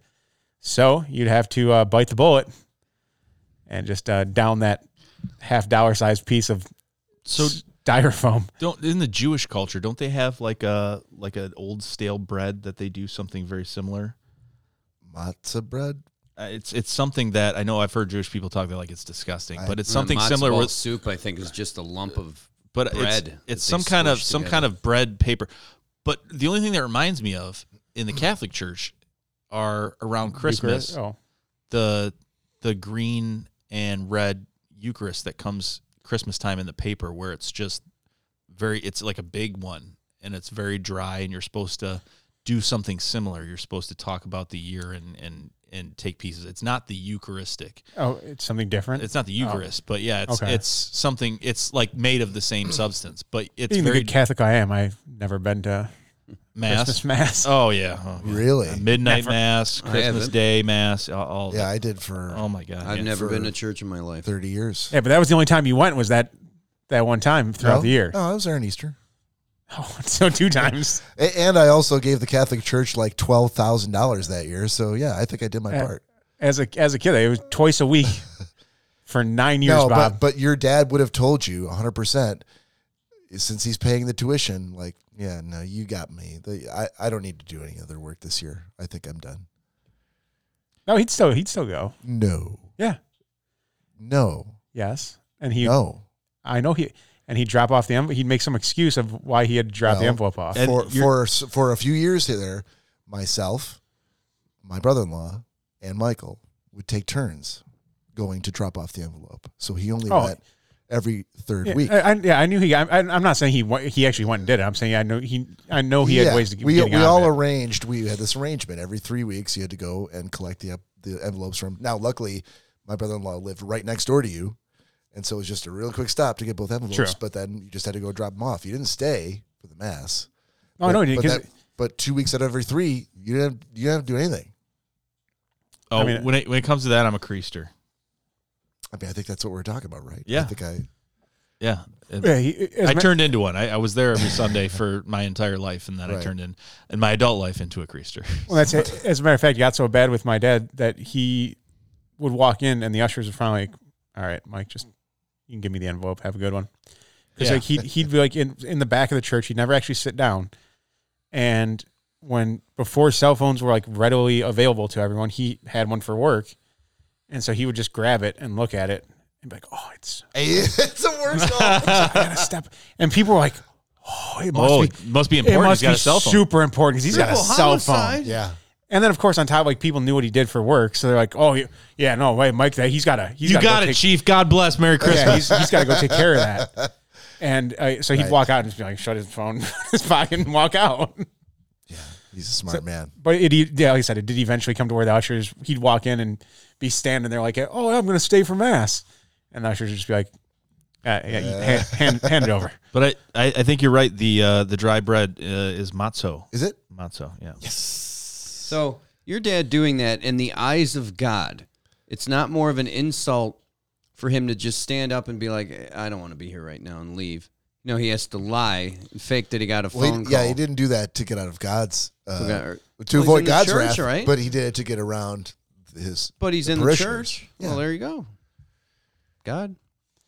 [SPEAKER 4] So you'd have to uh, bite the bullet and just uh, down that half dollar size piece of
[SPEAKER 3] so
[SPEAKER 4] styrofoam.
[SPEAKER 3] don't in the jewish culture don't they have like a like an old stale bread that they do something very similar
[SPEAKER 1] matzah bread.
[SPEAKER 3] Uh, it's it's something that I know I've heard Jewish people talk. They're like it's disgusting, but it's
[SPEAKER 2] And the
[SPEAKER 3] something
[SPEAKER 2] matzo
[SPEAKER 3] similar
[SPEAKER 2] ball
[SPEAKER 3] with
[SPEAKER 2] soup. I think is just a lump of
[SPEAKER 3] but
[SPEAKER 2] bread
[SPEAKER 3] it's,
[SPEAKER 2] that
[SPEAKER 3] it's
[SPEAKER 2] they
[SPEAKER 3] some kind of
[SPEAKER 2] squish
[SPEAKER 3] some
[SPEAKER 2] together.
[SPEAKER 3] kind of bread paper. But the only thing that reminds me of in the Catholic Church are around Christmas
[SPEAKER 4] Oh.
[SPEAKER 3] the the green and red Eucharist that comes Christmas time in the paper, where it's just very it's like a big one and it's very dry, and you're supposed to do something similar. You're supposed to talk about the year and and and take pieces. It's not the Eucharistic.
[SPEAKER 4] Oh, it's something different.
[SPEAKER 3] It's not the Eucharist, but yeah, it's
[SPEAKER 4] Oh. Okay.
[SPEAKER 3] it's something. It's like made of the same substance, but it's
[SPEAKER 4] Being the
[SPEAKER 3] very
[SPEAKER 4] good Catholic I am, I've never been to
[SPEAKER 3] mass.
[SPEAKER 4] Christmas mass.
[SPEAKER 3] Oh yeah, Oh, yeah.
[SPEAKER 1] Really?
[SPEAKER 3] Uh, midnight mass, Christmas
[SPEAKER 2] haven't.
[SPEAKER 3] Day mass, all, all
[SPEAKER 1] Yeah, I did for
[SPEAKER 3] Oh my god,
[SPEAKER 2] I've
[SPEAKER 3] yeah.
[SPEAKER 2] never
[SPEAKER 1] for-
[SPEAKER 2] been to church in my life.
[SPEAKER 1] 30 years.
[SPEAKER 4] *laughs* Um, Yeah, but that was the only time you went was that that one time throughout
[SPEAKER 1] No?
[SPEAKER 4] the year.
[SPEAKER 1] No, I was there on Easter.
[SPEAKER 4] *laughs* Oh, so two times.
[SPEAKER 1] A- And I also gave the Catholic Church like $12,000 that year. So, yeah, I think I did my
[SPEAKER 4] Yeah.
[SPEAKER 1] part.
[SPEAKER 4] As a as a kid, it was twice a
[SPEAKER 1] *laughs*
[SPEAKER 4] week for nine years,
[SPEAKER 1] no, but,
[SPEAKER 4] Bob.
[SPEAKER 1] but your dad would have told you 100% since he's paying the tuition, like, yeah, no, you got me. The, I, I don't need to do any other work this year. I think I'm done.
[SPEAKER 4] no, he'd still he'd still go.
[SPEAKER 1] No,
[SPEAKER 4] Yeah.
[SPEAKER 1] no,
[SPEAKER 4] Yes. And he
[SPEAKER 1] no.
[SPEAKER 4] I know he and he'd drop off the envelope. He'd make some excuse of why he had to drop the
[SPEAKER 1] Well,
[SPEAKER 4] envelope off.
[SPEAKER 3] and
[SPEAKER 1] for
[SPEAKER 3] you're-
[SPEAKER 1] for s- for a few years there, myself, my brother-in-law, and Michael would take turns going to drop off the envelope. So he only
[SPEAKER 4] Oh.
[SPEAKER 1] went every third
[SPEAKER 4] Yeah,
[SPEAKER 1] week.
[SPEAKER 4] I, I- yeah, I knew he. I, I- I'm not saying he wa- he actually went and did it. I'm saying I know he. I know Oh, he
[SPEAKER 1] Yeah,
[SPEAKER 4] had ways to get.
[SPEAKER 1] we
[SPEAKER 4] getting
[SPEAKER 1] we
[SPEAKER 4] out of
[SPEAKER 1] all
[SPEAKER 4] it.
[SPEAKER 1] arranged. We had this arrangement every three weeks. You had to go and collect the ep- the envelopes from. Now, luckily, my brother-in-law lived right next door to you, and so it was just a real quick stop to get both envelopes.
[SPEAKER 4] True.
[SPEAKER 1] But then you just had to go drop them off. You didn't stay for the mass.
[SPEAKER 4] Oh no,
[SPEAKER 1] but,
[SPEAKER 4] he didn't,
[SPEAKER 1] but,
[SPEAKER 4] 'cause-
[SPEAKER 1] that- but two weeks out of every three, you didn't have, you didn't have to do anything.
[SPEAKER 3] oh,
[SPEAKER 4] I mean-
[SPEAKER 3] when it when it comes to that, I'm a creaster.
[SPEAKER 1] I mean, I think that's what we're talking about, right? I
[SPEAKER 3] Yeah.
[SPEAKER 1] think I. *laughs*
[SPEAKER 3] Yeah,
[SPEAKER 4] yeah, he, as
[SPEAKER 3] I
[SPEAKER 4] ma-
[SPEAKER 3] turned into one. I, I was there every Sunday for my entire life, and then I
[SPEAKER 1] Right.
[SPEAKER 3] turned in in my adult life into a
[SPEAKER 4] *laughs*
[SPEAKER 3] creaster.
[SPEAKER 4] Well, that's it. As a matter of fact, it got so bad with my dad that he would walk in and the ushers were finally like, "All right, Mike, just you can give me the envelope. Have a good one." Because
[SPEAKER 3] Yeah.
[SPEAKER 4] like he'd he'd be like in in the back of the church. He'd never actually sit down. And when before cell phones were like readily available to everyone, he had one for work, and so he would just grab it and look at it and be like, "Oh, it's
[SPEAKER 1] it's the worst.
[SPEAKER 4] *laughs*
[SPEAKER 1] office.
[SPEAKER 4] I
[SPEAKER 3] *laughs*
[SPEAKER 4] gotta step." And people were like, "Oh, it must
[SPEAKER 3] oh,
[SPEAKER 4] be."
[SPEAKER 3] it must be
[SPEAKER 4] It
[SPEAKER 3] important.
[SPEAKER 4] must
[SPEAKER 3] He's got
[SPEAKER 4] be
[SPEAKER 3] a cell phone.
[SPEAKER 4] super important because he's got a
[SPEAKER 2] Triple
[SPEAKER 4] cell phone.
[SPEAKER 2] homicide?
[SPEAKER 1] yeah,
[SPEAKER 4] And then, of course, on top, like people knew what he did for work, so they're like, "Oh, he- yeah, no, wait, Mike, that he's got to, he's
[SPEAKER 3] you
[SPEAKER 4] gotta
[SPEAKER 3] got
[SPEAKER 4] go
[SPEAKER 3] it,
[SPEAKER 4] take-
[SPEAKER 3] Chief. God bless. Merry Christmas.
[SPEAKER 4] yeah, he's, he's got to go take care of that." And uh, so he'd walk out and just be like, shut his phone *laughs* in his pocket and walk out.
[SPEAKER 1] he's a smart man.
[SPEAKER 4] But it, yeah, like I said, it did eventually come to where the ushers he'd walk in and be standing there like, "Oh, I'm going to stay for mass," and the ushers would just be like, uh, yeah, you- hand, hand, hand it over."
[SPEAKER 3] But I, I, I think you're right. The uh, the dry bread uh, is matzo.
[SPEAKER 1] Is it?
[SPEAKER 3] Matzo. Yeah.
[SPEAKER 2] So your dad doing that in the eyes of God, it's not more of an insult for him to just stand up and be like, "I don't want to be here right now" and leave. No, he has to lie, and fake that he got a
[SPEAKER 1] Well,
[SPEAKER 2] phone
[SPEAKER 1] he-
[SPEAKER 2] call.
[SPEAKER 1] yeah, he didn't do that to get out of God's uh,
[SPEAKER 2] To
[SPEAKER 1] to
[SPEAKER 2] get- Well, he's in
[SPEAKER 1] avoid
[SPEAKER 2] the
[SPEAKER 1] God's
[SPEAKER 2] church,
[SPEAKER 1] wrath,
[SPEAKER 2] right?
[SPEAKER 1] but he did it to get around his.
[SPEAKER 2] But he's
[SPEAKER 1] The
[SPEAKER 2] in the
[SPEAKER 1] parishioners.
[SPEAKER 2] church.
[SPEAKER 1] Yeah.
[SPEAKER 2] Well, there you go. God,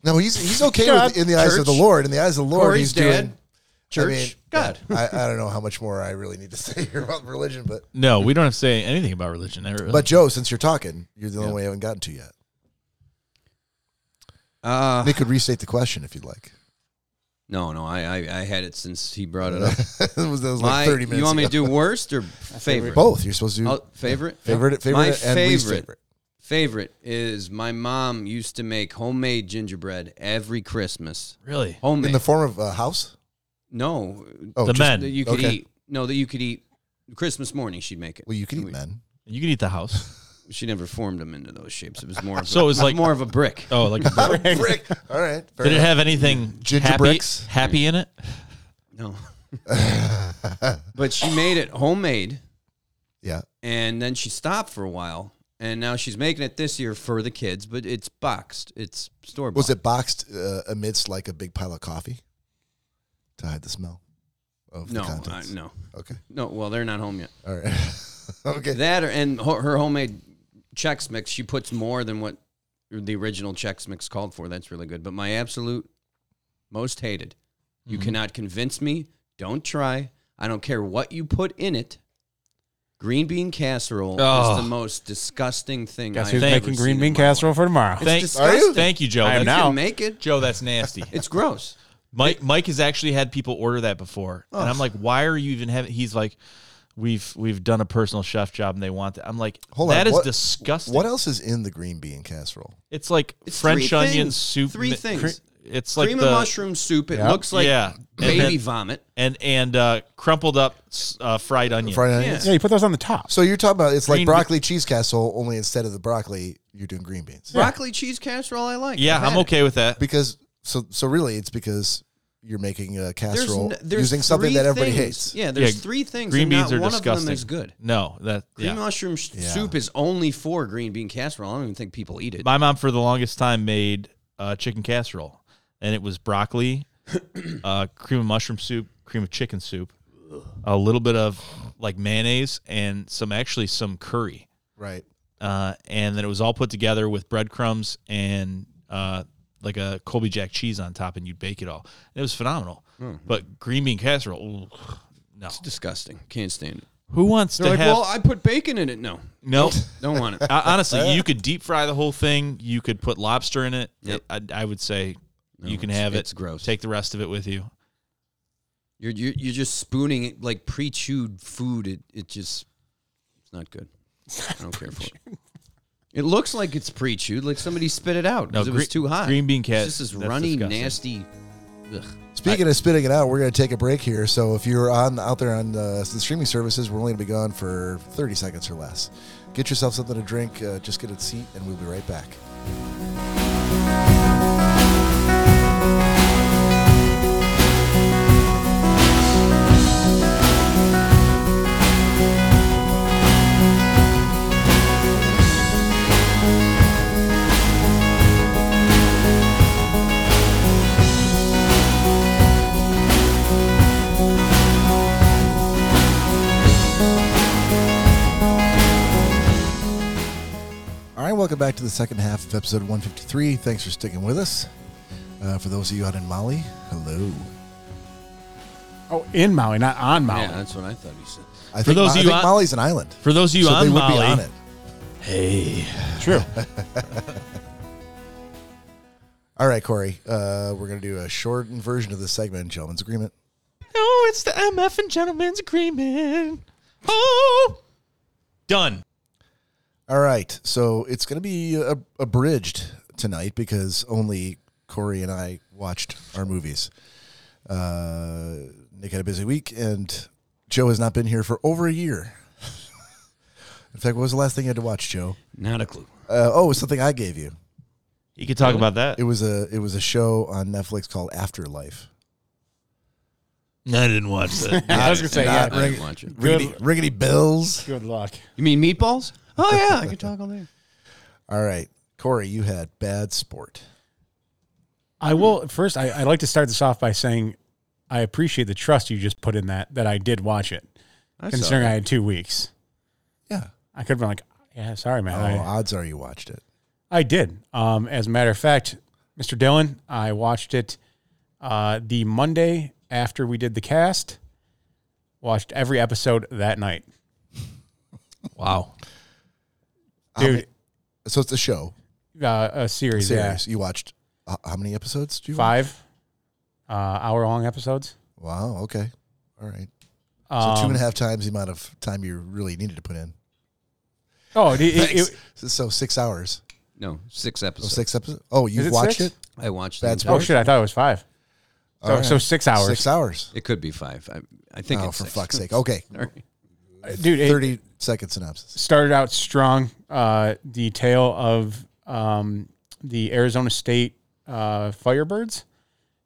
[SPEAKER 1] No, he's he's
[SPEAKER 2] *laughs*
[SPEAKER 1] okay
[SPEAKER 4] God,
[SPEAKER 1] with, in the eyes of
[SPEAKER 2] church.
[SPEAKER 1] the Lord. In the eyes of the Lord,
[SPEAKER 2] Corey's
[SPEAKER 1] he's
[SPEAKER 2] dad,
[SPEAKER 1] doing.
[SPEAKER 2] church,
[SPEAKER 1] I mean,
[SPEAKER 2] God.
[SPEAKER 1] yeah, I, I don't know how much more I really need to *laughs* say here about religion, but
[SPEAKER 3] No, we don't have to say anything about religion. Really.
[SPEAKER 1] but Joe, since you're talking, you're the only one I haven't gotten to yet.
[SPEAKER 2] Uh,
[SPEAKER 1] Nick could restate the question if you'd like.
[SPEAKER 2] no, no, I, I, I had it since he brought it up.
[SPEAKER 1] it was, *laughs* that was
[SPEAKER 2] My,
[SPEAKER 1] like 30 minutes.
[SPEAKER 2] you want me to
[SPEAKER 1] ago.
[SPEAKER 2] do worst
[SPEAKER 1] *laughs*
[SPEAKER 2] or favorite?
[SPEAKER 1] both? You're supposed to do
[SPEAKER 2] I'll- favorite.
[SPEAKER 1] favorite, favorite,
[SPEAKER 2] My
[SPEAKER 1] and least
[SPEAKER 2] favorite.
[SPEAKER 1] favorite.
[SPEAKER 2] Favorite is my mom used to make homemade gingerbread every Christmas.
[SPEAKER 3] really,
[SPEAKER 2] Homemade.
[SPEAKER 1] in the form of a house.
[SPEAKER 2] no,
[SPEAKER 1] Oh,
[SPEAKER 3] the
[SPEAKER 1] just-
[SPEAKER 3] men.
[SPEAKER 2] that
[SPEAKER 3] You,
[SPEAKER 2] you could
[SPEAKER 1] Okay.
[SPEAKER 2] eat. No, that you could eat. Christmas morning, she'd make it.
[SPEAKER 1] Well, you can eat men.
[SPEAKER 3] can eat the house.
[SPEAKER 2] She never formed them into those shapes. It was more. Of
[SPEAKER 3] So
[SPEAKER 2] a,
[SPEAKER 3] it was like-
[SPEAKER 2] more of a brick.
[SPEAKER 3] Oh,
[SPEAKER 4] *laughs*
[SPEAKER 3] like a brick.
[SPEAKER 1] Brick. *laughs* All right. fair
[SPEAKER 3] did it
[SPEAKER 1] enough.
[SPEAKER 3] have anything
[SPEAKER 1] Ginger
[SPEAKER 3] happy,
[SPEAKER 1] bricks?
[SPEAKER 3] happy in it?
[SPEAKER 1] *laughs*
[SPEAKER 2] No, but she made it homemade,
[SPEAKER 1] Yeah.
[SPEAKER 2] and then she stopped for a while, and now she's making it this year for the kids. But it's boxed. It's store bought.
[SPEAKER 1] Was it boxed uh, amidst like a big pile of coffee to hide the smell of
[SPEAKER 2] No,
[SPEAKER 1] the
[SPEAKER 2] uh,
[SPEAKER 1] contents?
[SPEAKER 2] no,
[SPEAKER 1] Okay.
[SPEAKER 2] no. Well, they're not home yet.
[SPEAKER 1] All right. *laughs* okay.
[SPEAKER 2] That or, and ho- her homemade Chex Mix, she puts more than what the original Chex Mix called for. That's really good. But my absolute most hated. You
[SPEAKER 3] Mm-hmm.
[SPEAKER 2] cannot convince me. Don't try. I don't care what you put in it. Green bean casserole
[SPEAKER 3] Oh.
[SPEAKER 2] is the most disgusting thing
[SPEAKER 4] Guess
[SPEAKER 2] I've
[SPEAKER 4] who's
[SPEAKER 2] ever
[SPEAKER 3] Thank-
[SPEAKER 4] making
[SPEAKER 2] seen
[SPEAKER 4] green
[SPEAKER 2] in
[SPEAKER 4] bean
[SPEAKER 2] my
[SPEAKER 4] casserole for tomorrow?
[SPEAKER 2] It's
[SPEAKER 3] Thank,
[SPEAKER 2] disgusting.
[SPEAKER 3] thank you, Joe.
[SPEAKER 4] I
[SPEAKER 3] That's-
[SPEAKER 4] am
[SPEAKER 2] life. You
[SPEAKER 4] now.
[SPEAKER 2] can make *laughs* it.
[SPEAKER 3] Joe, that's nasty.
[SPEAKER 2] It's gross.
[SPEAKER 3] Mike Mike has actually had people order that before, and I'm like, why are you even having? He's like, we've we've done a personal chef job, and they want that. I'm like,
[SPEAKER 1] Hold on.
[SPEAKER 3] that is
[SPEAKER 1] what-
[SPEAKER 3] disgusting.
[SPEAKER 1] What else is in the green bean casserole?
[SPEAKER 3] It's like
[SPEAKER 2] It's
[SPEAKER 3] French
[SPEAKER 2] three
[SPEAKER 3] onion
[SPEAKER 2] things.
[SPEAKER 3] soup.
[SPEAKER 2] Three things.
[SPEAKER 3] It's like
[SPEAKER 2] Cream
[SPEAKER 3] the
[SPEAKER 2] of mushroom soup. It
[SPEAKER 4] Yeah.
[SPEAKER 2] looks like
[SPEAKER 3] Yeah.
[SPEAKER 2] baby
[SPEAKER 3] And then-
[SPEAKER 2] vomit.
[SPEAKER 3] and and uh, crumpled up s- uh, fried onion.
[SPEAKER 1] Fried onions.
[SPEAKER 4] Yeah, you put those on the top.
[SPEAKER 1] So you're talking about it's like
[SPEAKER 3] Green
[SPEAKER 1] broccoli cheese casserole, only instead of the broccoli, you're doing green beans.
[SPEAKER 2] Broccoli cheese casserole I like.
[SPEAKER 3] yeah,
[SPEAKER 2] I've
[SPEAKER 3] I'm
[SPEAKER 2] had it.
[SPEAKER 3] okay with that.
[SPEAKER 1] Because so so really, it's because you're making a
[SPEAKER 2] There's
[SPEAKER 1] casserole
[SPEAKER 2] n- there's
[SPEAKER 1] using something
[SPEAKER 2] three
[SPEAKER 1] that everybody
[SPEAKER 2] things.
[SPEAKER 1] hates.
[SPEAKER 2] Yeah, there's
[SPEAKER 3] Yeah,
[SPEAKER 2] three things.
[SPEAKER 3] green
[SPEAKER 2] and
[SPEAKER 3] beans
[SPEAKER 2] not
[SPEAKER 3] are
[SPEAKER 2] one of them
[SPEAKER 3] disgusting.
[SPEAKER 2] is good.
[SPEAKER 3] No, that
[SPEAKER 2] Green
[SPEAKER 3] yeah.
[SPEAKER 2] mushroom s- soup is only for green bean casserole. I don't even think people eat it.
[SPEAKER 3] My mom for the longest time made uh, chicken casserole, and it
[SPEAKER 2] *coughs*
[SPEAKER 3] was broccoli, uh, cream of mushroom soup, cream of chicken soup, a little bit of like mayonnaise, and some actually some curry.
[SPEAKER 1] Right.
[SPEAKER 3] uh, and then it was all put together with breadcrumbs and uh, like a Colby Jack cheese on top, and you'd bake it all. And it was phenomenal.
[SPEAKER 2] Hmm.
[SPEAKER 3] But green bean casserole, ooh, no.
[SPEAKER 2] it's disgusting. Can't stand it.
[SPEAKER 3] Who wants
[SPEAKER 2] They're
[SPEAKER 3] to
[SPEAKER 2] like,
[SPEAKER 3] have?
[SPEAKER 2] well, I put bacon in it. No, *laughs*
[SPEAKER 3] no.
[SPEAKER 2] don't want
[SPEAKER 3] *laughs*
[SPEAKER 2] it.
[SPEAKER 3] Uh, Honestly, you could deep fry the whole thing. You could put lobster in it. It- I, I would say you can
[SPEAKER 2] it's-
[SPEAKER 3] have it.
[SPEAKER 2] it's gross.
[SPEAKER 3] Take the rest of it with you.
[SPEAKER 2] You're you're, you're just spooning it like pre-chewed food. It it just it's not good. I don't care for it. It looks like it's pre-chewed, like somebody spit it out
[SPEAKER 3] No,
[SPEAKER 2] because it was
[SPEAKER 3] green-
[SPEAKER 2] too hot.
[SPEAKER 3] green bean cas-
[SPEAKER 2] This is
[SPEAKER 3] that's
[SPEAKER 2] runny,
[SPEAKER 3] disgusting.
[SPEAKER 2] nasty. Ugh.
[SPEAKER 1] Speaking of spitting it out, we're going to take a break here. So if you're on out there on uh, the streaming services, we're only going to be gone for 30 seconds or less. Get yourself something to drink, uh, just get a seat, and we'll be right back. All right, welcome back to the second half of episode 153. Thanks for sticking with us. Uh, for those of you out in Mali, hello.
[SPEAKER 4] Oh, in Maui, not on Maui.
[SPEAKER 2] Yeah, that's what I thought he said.
[SPEAKER 1] I think,
[SPEAKER 3] those
[SPEAKER 1] Ma- I
[SPEAKER 3] of you
[SPEAKER 1] think
[SPEAKER 3] on-
[SPEAKER 1] Mali's an island.
[SPEAKER 3] For those of you
[SPEAKER 1] so
[SPEAKER 3] on
[SPEAKER 1] they would
[SPEAKER 3] Molly,
[SPEAKER 1] be on it.
[SPEAKER 3] hey,
[SPEAKER 4] True.
[SPEAKER 1] *laughs* All right, Corey, uh, we're going to do a shortened version of this segment, Gentleman's Agreement.
[SPEAKER 3] oh, it's the MF and Gentleman's Agreement. Oh, done.
[SPEAKER 1] All right, so it's going to be uh, abridged tonight because only Corey and I watched our movies. Uh, Nick had a busy week, and Joe has not been here for over a year. *laughs* In fact, what was the last thing you had to watch, Joe?
[SPEAKER 2] Not a clue.
[SPEAKER 1] Uh, oh, it was something I gave you.
[SPEAKER 3] You could talk about that.
[SPEAKER 1] It was a it was a show on Netflix called Afterlife.
[SPEAKER 3] I didn't watch that.
[SPEAKER 4] *laughs* I was gonna say, yeah.
[SPEAKER 1] Not
[SPEAKER 2] I
[SPEAKER 1] ring,
[SPEAKER 2] didn't watch it.
[SPEAKER 1] riggedy, riggedy bells.
[SPEAKER 4] Good luck.
[SPEAKER 2] You mean meatballs? Oh yeah, I can talk all day.
[SPEAKER 1] All right, Corey, you had bad sport.
[SPEAKER 4] I will first. I, I'd like to start this off by saying I appreciate the trust you just put in that that I did watch it,
[SPEAKER 2] I saw
[SPEAKER 4] considering
[SPEAKER 2] that.
[SPEAKER 4] I had two weeks.
[SPEAKER 1] Yeah.
[SPEAKER 4] I could have been like, yeah, sorry, man.
[SPEAKER 1] Oh,
[SPEAKER 4] I-
[SPEAKER 1] odds are you watched it.
[SPEAKER 4] I did. Um, as a matter of fact, Mr. Dillon, I watched it uh, the Monday after we did the cast. Watched every episode that night,
[SPEAKER 3] wow.
[SPEAKER 4] dude.
[SPEAKER 1] So it's a show.
[SPEAKER 4] Uh, a series, yeah,
[SPEAKER 1] Serious. You watched uh, how many episodes? Do you watch?
[SPEAKER 4] five uh, hour-long episodes.
[SPEAKER 1] Wow. Okay. All right. So
[SPEAKER 4] Um,
[SPEAKER 1] two and a half times the amount of time you really needed to put in.
[SPEAKER 4] Oh, it, it-
[SPEAKER 1] Thanks.
[SPEAKER 4] it-
[SPEAKER 1] so, so six hours.
[SPEAKER 2] No, six
[SPEAKER 1] So
[SPEAKER 2] episodes.
[SPEAKER 1] six episodes. Oh, you've
[SPEAKER 4] it
[SPEAKER 1] watched it.
[SPEAKER 4] six?
[SPEAKER 2] I watched.
[SPEAKER 1] That's
[SPEAKER 2] the
[SPEAKER 4] oh
[SPEAKER 2] entire-
[SPEAKER 4] shit! I thought it was five. So,
[SPEAKER 1] All right.
[SPEAKER 4] so six hours,
[SPEAKER 1] Six hours.
[SPEAKER 2] It could be five. I, I think.
[SPEAKER 1] Oh,
[SPEAKER 2] it's
[SPEAKER 1] for
[SPEAKER 2] six.
[SPEAKER 1] fuck's
[SPEAKER 2] *laughs*
[SPEAKER 1] sake. Okay.
[SPEAKER 2] Sorry.
[SPEAKER 4] dude. It,
[SPEAKER 1] Thirty second synopsis.
[SPEAKER 4] started out strong. Uh, the tale of um, the Arizona State uh, Firebirds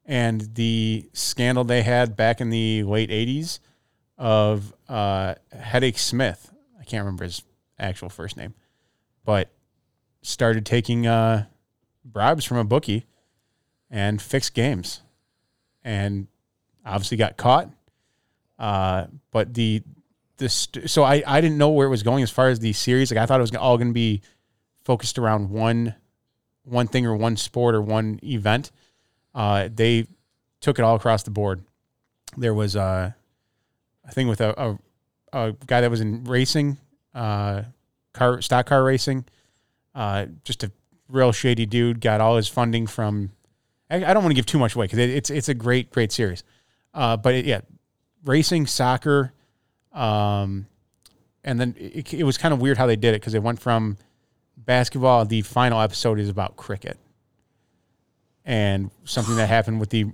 [SPEAKER 4] and the scandal they had back in the late 80s of uh, Headache Smith. I can't remember his actual first name, but started taking uh, bribes from a bookie and fixed games. And obviously got caught. Uh, but the this so I, I didn't know where it was going as far as the series like i thought it was all going to be focused around one one thing or one sport or one event uh, they took it all across the board there was uh, a thing with a, a, a guy that was in racing uh, car stock car racing uh, just a real shady dude got all his funding from i, I don't want to give too much away because it, it's, it's a great great series uh, but it, yeah racing soccer um, and then it, it was kind of weird how they did it because it went from basketball. The final episode is about cricket and something that happened with the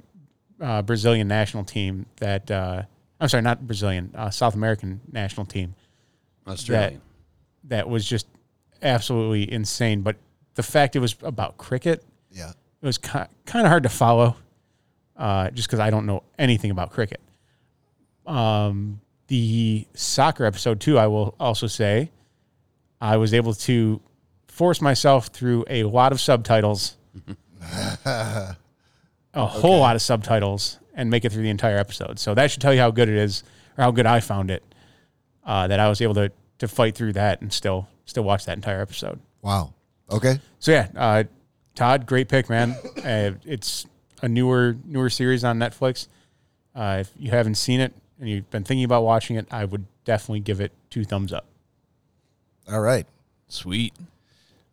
[SPEAKER 4] uh, Brazilian national team. That uh, I'm sorry, not Brazilian, uh, South American national team
[SPEAKER 2] Australia.
[SPEAKER 4] that was just absolutely insane. But the fact it was about cricket,
[SPEAKER 1] Yeah.
[SPEAKER 4] it was ki- kind of hard to follow. uh, just because I don't know anything about cricket. Um, the soccer episode too, I will also say, I was able to force myself through a lot of subtitles, a whole lot of subtitles, and make it through the entire episode. So that should tell you how good it is, or how good I found it, uh, that I was able to to fight through that and still still watch that entire episode.
[SPEAKER 1] Wow. Okay.
[SPEAKER 4] So yeah, uh, Todd, great pick, man. Uh, it's a newer newer series on Netflix. Uh, if you haven't seen it and you've been thinking about watching it, I would definitely give it two thumbs up.
[SPEAKER 1] All right.
[SPEAKER 3] Sweet.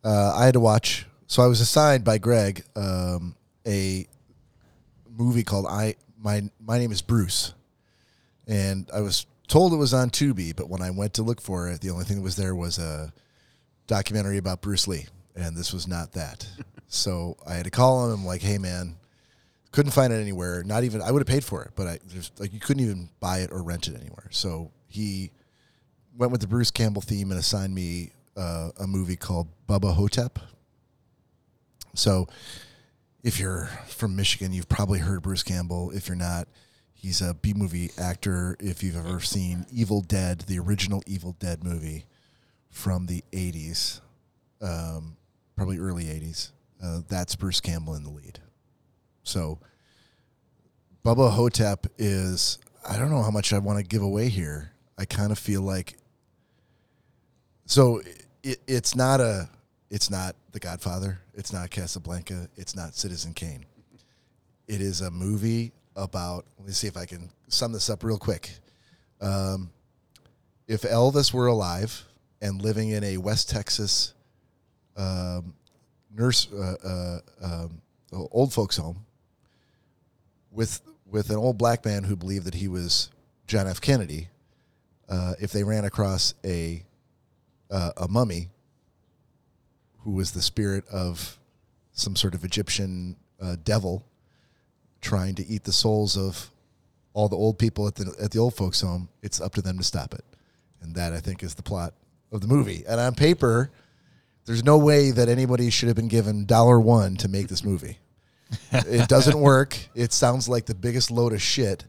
[SPEAKER 1] uh, I had to watch. So I was assigned by Greg um, a movie called I my my name is Bruce, and I was told it was on Tubi, but when I went to look for it, the only thing that was there was a documentary about Bruce Lee, and this was not that. so I had to call him. I'm like, hey man, couldn't find it anywhere. Not even I would have paid for it, but I there's like you couldn't even buy it or rent it anywhere. So he went with the Bruce Campbell theme and assigned me uh, a movie called Bubba Hotep. So, if you're from Michigan, you've probably heard Bruce Campbell. If you're not, he's a B movie actor. If you've ever seen Evil Dead, the original Evil Dead movie from the 80s, um, probably early 80s, uh, that's Bruce Campbell in the lead. So, Bubba Hotep is I don't know how much I want to give away here. I kind of feel like so it, it's not a it's not The Godfather, it's not Casablanca, it's not Citizen Kane. It is a movie about let me see if I can sum this up real quick. Um, if Elvis were alive and living in a West Texas um, nurse uh, uh, um, old folks home with with an old black man who believed that he was John F. Kennedy, uh, if they ran across a uh, a mummy who was the spirit of some sort of Egyptian uh, devil trying to eat the souls of all the old people at the at the old folks home, it's up to them to stop it, and that I think is the plot of the movie. And on paper, there's no way that anybody should have been given dollar one to make this movie it doesn't work. It sounds like the biggest load of shit.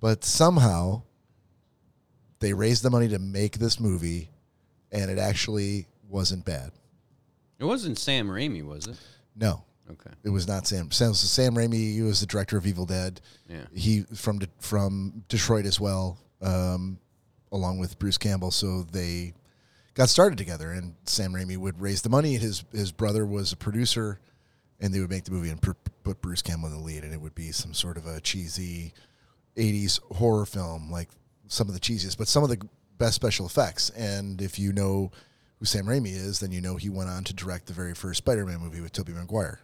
[SPEAKER 1] But somehow they raised the money to make this movie and it actually wasn't bad.
[SPEAKER 2] It wasn't Sam Raimi, was it?
[SPEAKER 1] No.
[SPEAKER 2] Okay.
[SPEAKER 1] It was not Sam. Sam, so Sam Raimi he was the director of Evil Dead.
[SPEAKER 2] Yeah.
[SPEAKER 1] He from De- from Detroit as well, um, along with Bruce Campbell. So they got started together, and Sam Raimi would raise the money. His his brother was a producer, and they would make the movie and pr- put Bruce Campbell in the lead, and it would be some sort of a cheesy '80s horror film, like some of the cheesiest, but some of the best special effects. And if you know who Sam Raimi is, then you know he went on to direct the very first Spider-Man movie with Tobey Maguire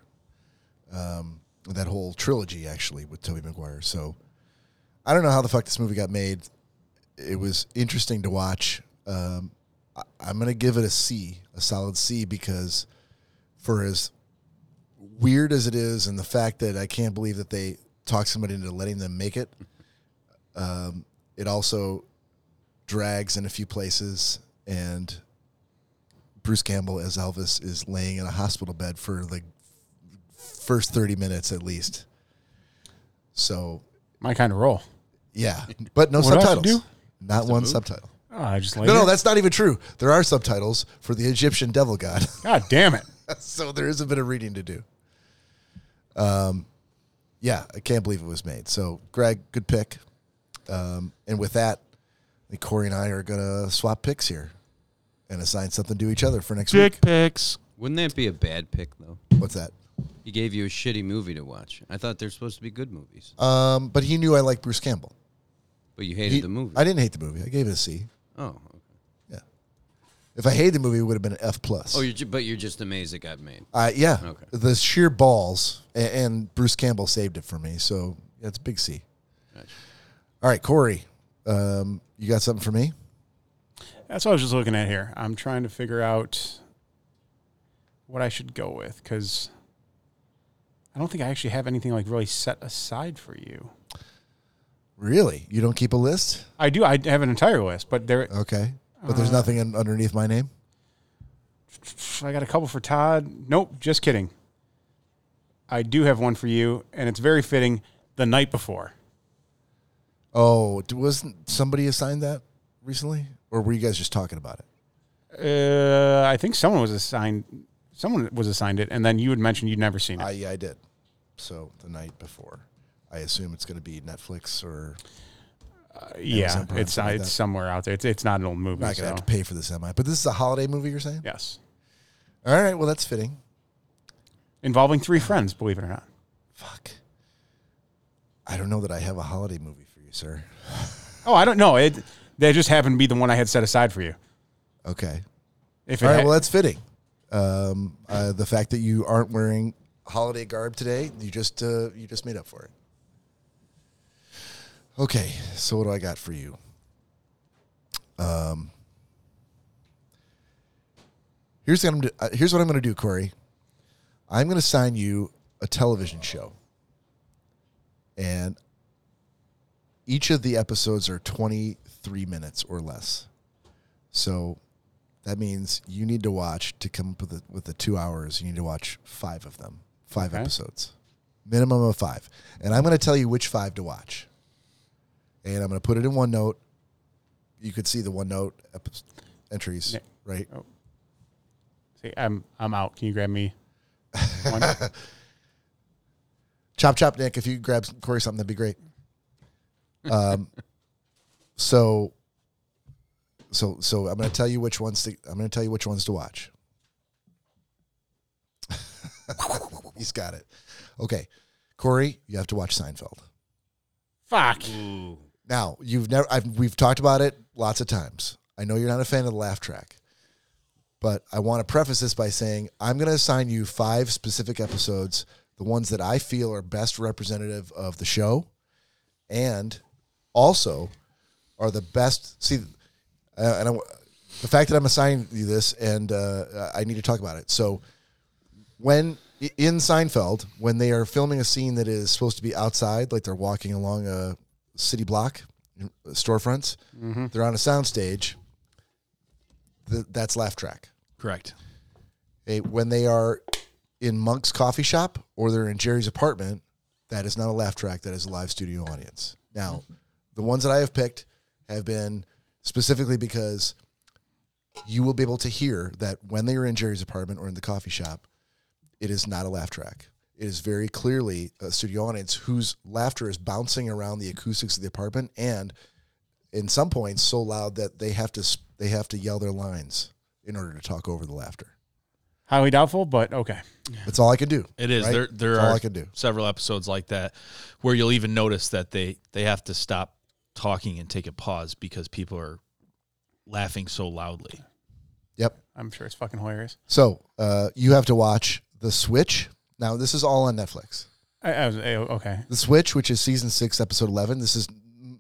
[SPEAKER 1] that whole trilogy actually with Tobey Maguire. So I don't know how the fuck this movie got made. It was interesting to watch. Um, I, I'm gonna give it a C, a solid C, because for as weird as it is, and the fact that I can't believe that they talked somebody into letting them make it, um, it also drags in a few places and. Bruce Campbell as Elvis is laying in a hospital bed for like first 30 minutes at least. So,
[SPEAKER 4] My kind of role.
[SPEAKER 1] yeah, but no
[SPEAKER 4] What else to
[SPEAKER 1] subtitles.
[SPEAKER 4] do?
[SPEAKER 1] Not one subtitle.
[SPEAKER 4] Oh, I just like
[SPEAKER 1] No, no,
[SPEAKER 4] it.
[SPEAKER 1] that's not even true. There are subtitles for the Egyptian devil god. *laughs*
[SPEAKER 4] God damn it!
[SPEAKER 1] so there is a bit of reading to do. Um, yeah, I can't believe it was made. So, Greg, good pick. Um, and with that, I think Corey and I are going to swap picks here and assign something to each other for next
[SPEAKER 3] Dick pics.
[SPEAKER 2] Wouldn't that be a bad pick though?
[SPEAKER 1] week. What's that?
[SPEAKER 2] He gave you a shitty movie to watch. I thought they're supposed to be good movies,
[SPEAKER 1] Um, but he knew I liked Bruce Campbell.
[SPEAKER 2] but you hated
[SPEAKER 1] He-
[SPEAKER 2] the movie.
[SPEAKER 1] I didn't hate the movie. I gave it a C.
[SPEAKER 2] oh, okay.
[SPEAKER 1] If I hated the movie, it would have been an F plus.
[SPEAKER 2] oh, you're ju- but you're just amazed it got made.
[SPEAKER 1] Uh, yeah.
[SPEAKER 2] Okay.
[SPEAKER 1] The sheer balls and, and Bruce Campbell saved it for me. So that's big C.
[SPEAKER 2] Gotcha.
[SPEAKER 1] All right, Corey, um, you got something for me?
[SPEAKER 4] That's what I was just looking at here. I'm trying to figure out what I should go with because I don't think I actually have anything like really set aside for you.
[SPEAKER 1] Really? You don't keep a list?
[SPEAKER 4] I do. I have an entire list, but there
[SPEAKER 1] Okay. But there's nothing in, underneath my name.
[SPEAKER 4] I got a couple for Todd. Nope, just kidding. I do have one for you, and it's very fitting. The night before.
[SPEAKER 1] Oh, d- wasn't somebody assigned that recently, or were you guys just talking about it?
[SPEAKER 4] Uh, I think someone was assigned. Someone was assigned it, and then you had mentioned you'd never seen it.
[SPEAKER 1] I yeah, I did. So the night before, I assume it's going to be Netflix or Amazon
[SPEAKER 4] yeah,
[SPEAKER 1] Prime,
[SPEAKER 4] it's
[SPEAKER 1] something like
[SPEAKER 4] it's
[SPEAKER 1] that.
[SPEAKER 4] somewhere out there. It's, it's not an old movie.
[SPEAKER 1] not going to
[SPEAKER 4] so.
[SPEAKER 1] have to pay for this, am I? But this is a holiday movie, you're saying?
[SPEAKER 4] Yes,
[SPEAKER 1] All right. Well, that's fitting.
[SPEAKER 4] involving three friends. Believe it or not.
[SPEAKER 1] Fuck. I don't know that I have a holiday movie for you, sir.
[SPEAKER 4] Oh, I don't know. It they just happened to be the one I had set aside for you.
[SPEAKER 1] Okay.
[SPEAKER 4] If it
[SPEAKER 1] All right.
[SPEAKER 4] had-
[SPEAKER 1] Well, that's fitting. Um, uh, the fact that you aren't wearing holiday garb today, you just uh, you just made up for it. Okay. So what do I got for you? Um. Here's what I'm do- uh, here's what I'm going to do, Corey. I'm going to sign you a television show, and each of the episodes are 23 minutes or less. So that means you need to watch to come up with the, with the two hours. You need to watch five of them, five
[SPEAKER 4] Okay.
[SPEAKER 1] episodes, minimum of five. And I'm going to tell you which five to watch. And I'm going to put it in OneNote. You could see the OneNote ep- entries,
[SPEAKER 4] Yeah.
[SPEAKER 1] right?
[SPEAKER 4] see, I'm I'm out. Can you
[SPEAKER 1] *laughs*
[SPEAKER 4] grab me? One?
[SPEAKER 1] Chop chop, Nick. If you grab Corey something, that'd be great. Um, *laughs* so, so, so I'm going to tell you which ones to. I'm going to tell you which ones to watch. *laughs* He's got it. Okay, Corey, you have to watch Seinfeld.
[SPEAKER 4] Fuck.
[SPEAKER 2] Ooh.
[SPEAKER 1] Now you've never. I've, we've talked about it lots of times. I know you're not a fan of the laugh track, but I want to preface this by saying I'm going to assign you five specific episodes, the ones that I feel are best representative of the show, and also are the best. See, uh, and I, the fact that I'm assigning you this, and uh, I need to talk about it. So when i- in Seinfeld, when they are filming a scene that is supposed to be outside, like they're walking along a city block, uh, storefronts, they're on a soundstage. Th- that's laugh track.
[SPEAKER 3] Correct.
[SPEAKER 1] They- when they are in Monk's coffee shop or they're in Jerry's apartment, that is not a laugh track. That is a live studio audience. Now, the ones that I have picked have been specifically because you will be able to hear that when they are in Jerry's apartment or in the coffee shop, it is not a laugh track. It is very clearly a studio audience whose laughter is bouncing around the acoustics of the apartment and in some points so loud that they have to s- they have to yell their lines in order to talk over the laughter.
[SPEAKER 4] Highly doubtful, but okay.
[SPEAKER 1] That's all I can do.
[SPEAKER 3] It is.
[SPEAKER 1] right?
[SPEAKER 3] There there
[SPEAKER 1] That's
[SPEAKER 3] are
[SPEAKER 1] all I can do.
[SPEAKER 3] several episodes like that where you'll even notice that they they have to stop talking and take a pause because people are laughing so loudly.
[SPEAKER 1] Yep.
[SPEAKER 4] I'm sure it's fucking hilarious.
[SPEAKER 1] So uh, you have to watch The Switch. Now this is all on Netflix.
[SPEAKER 4] I, I was, eh, okay.
[SPEAKER 1] The Switch, which is season six, episode eleven. This is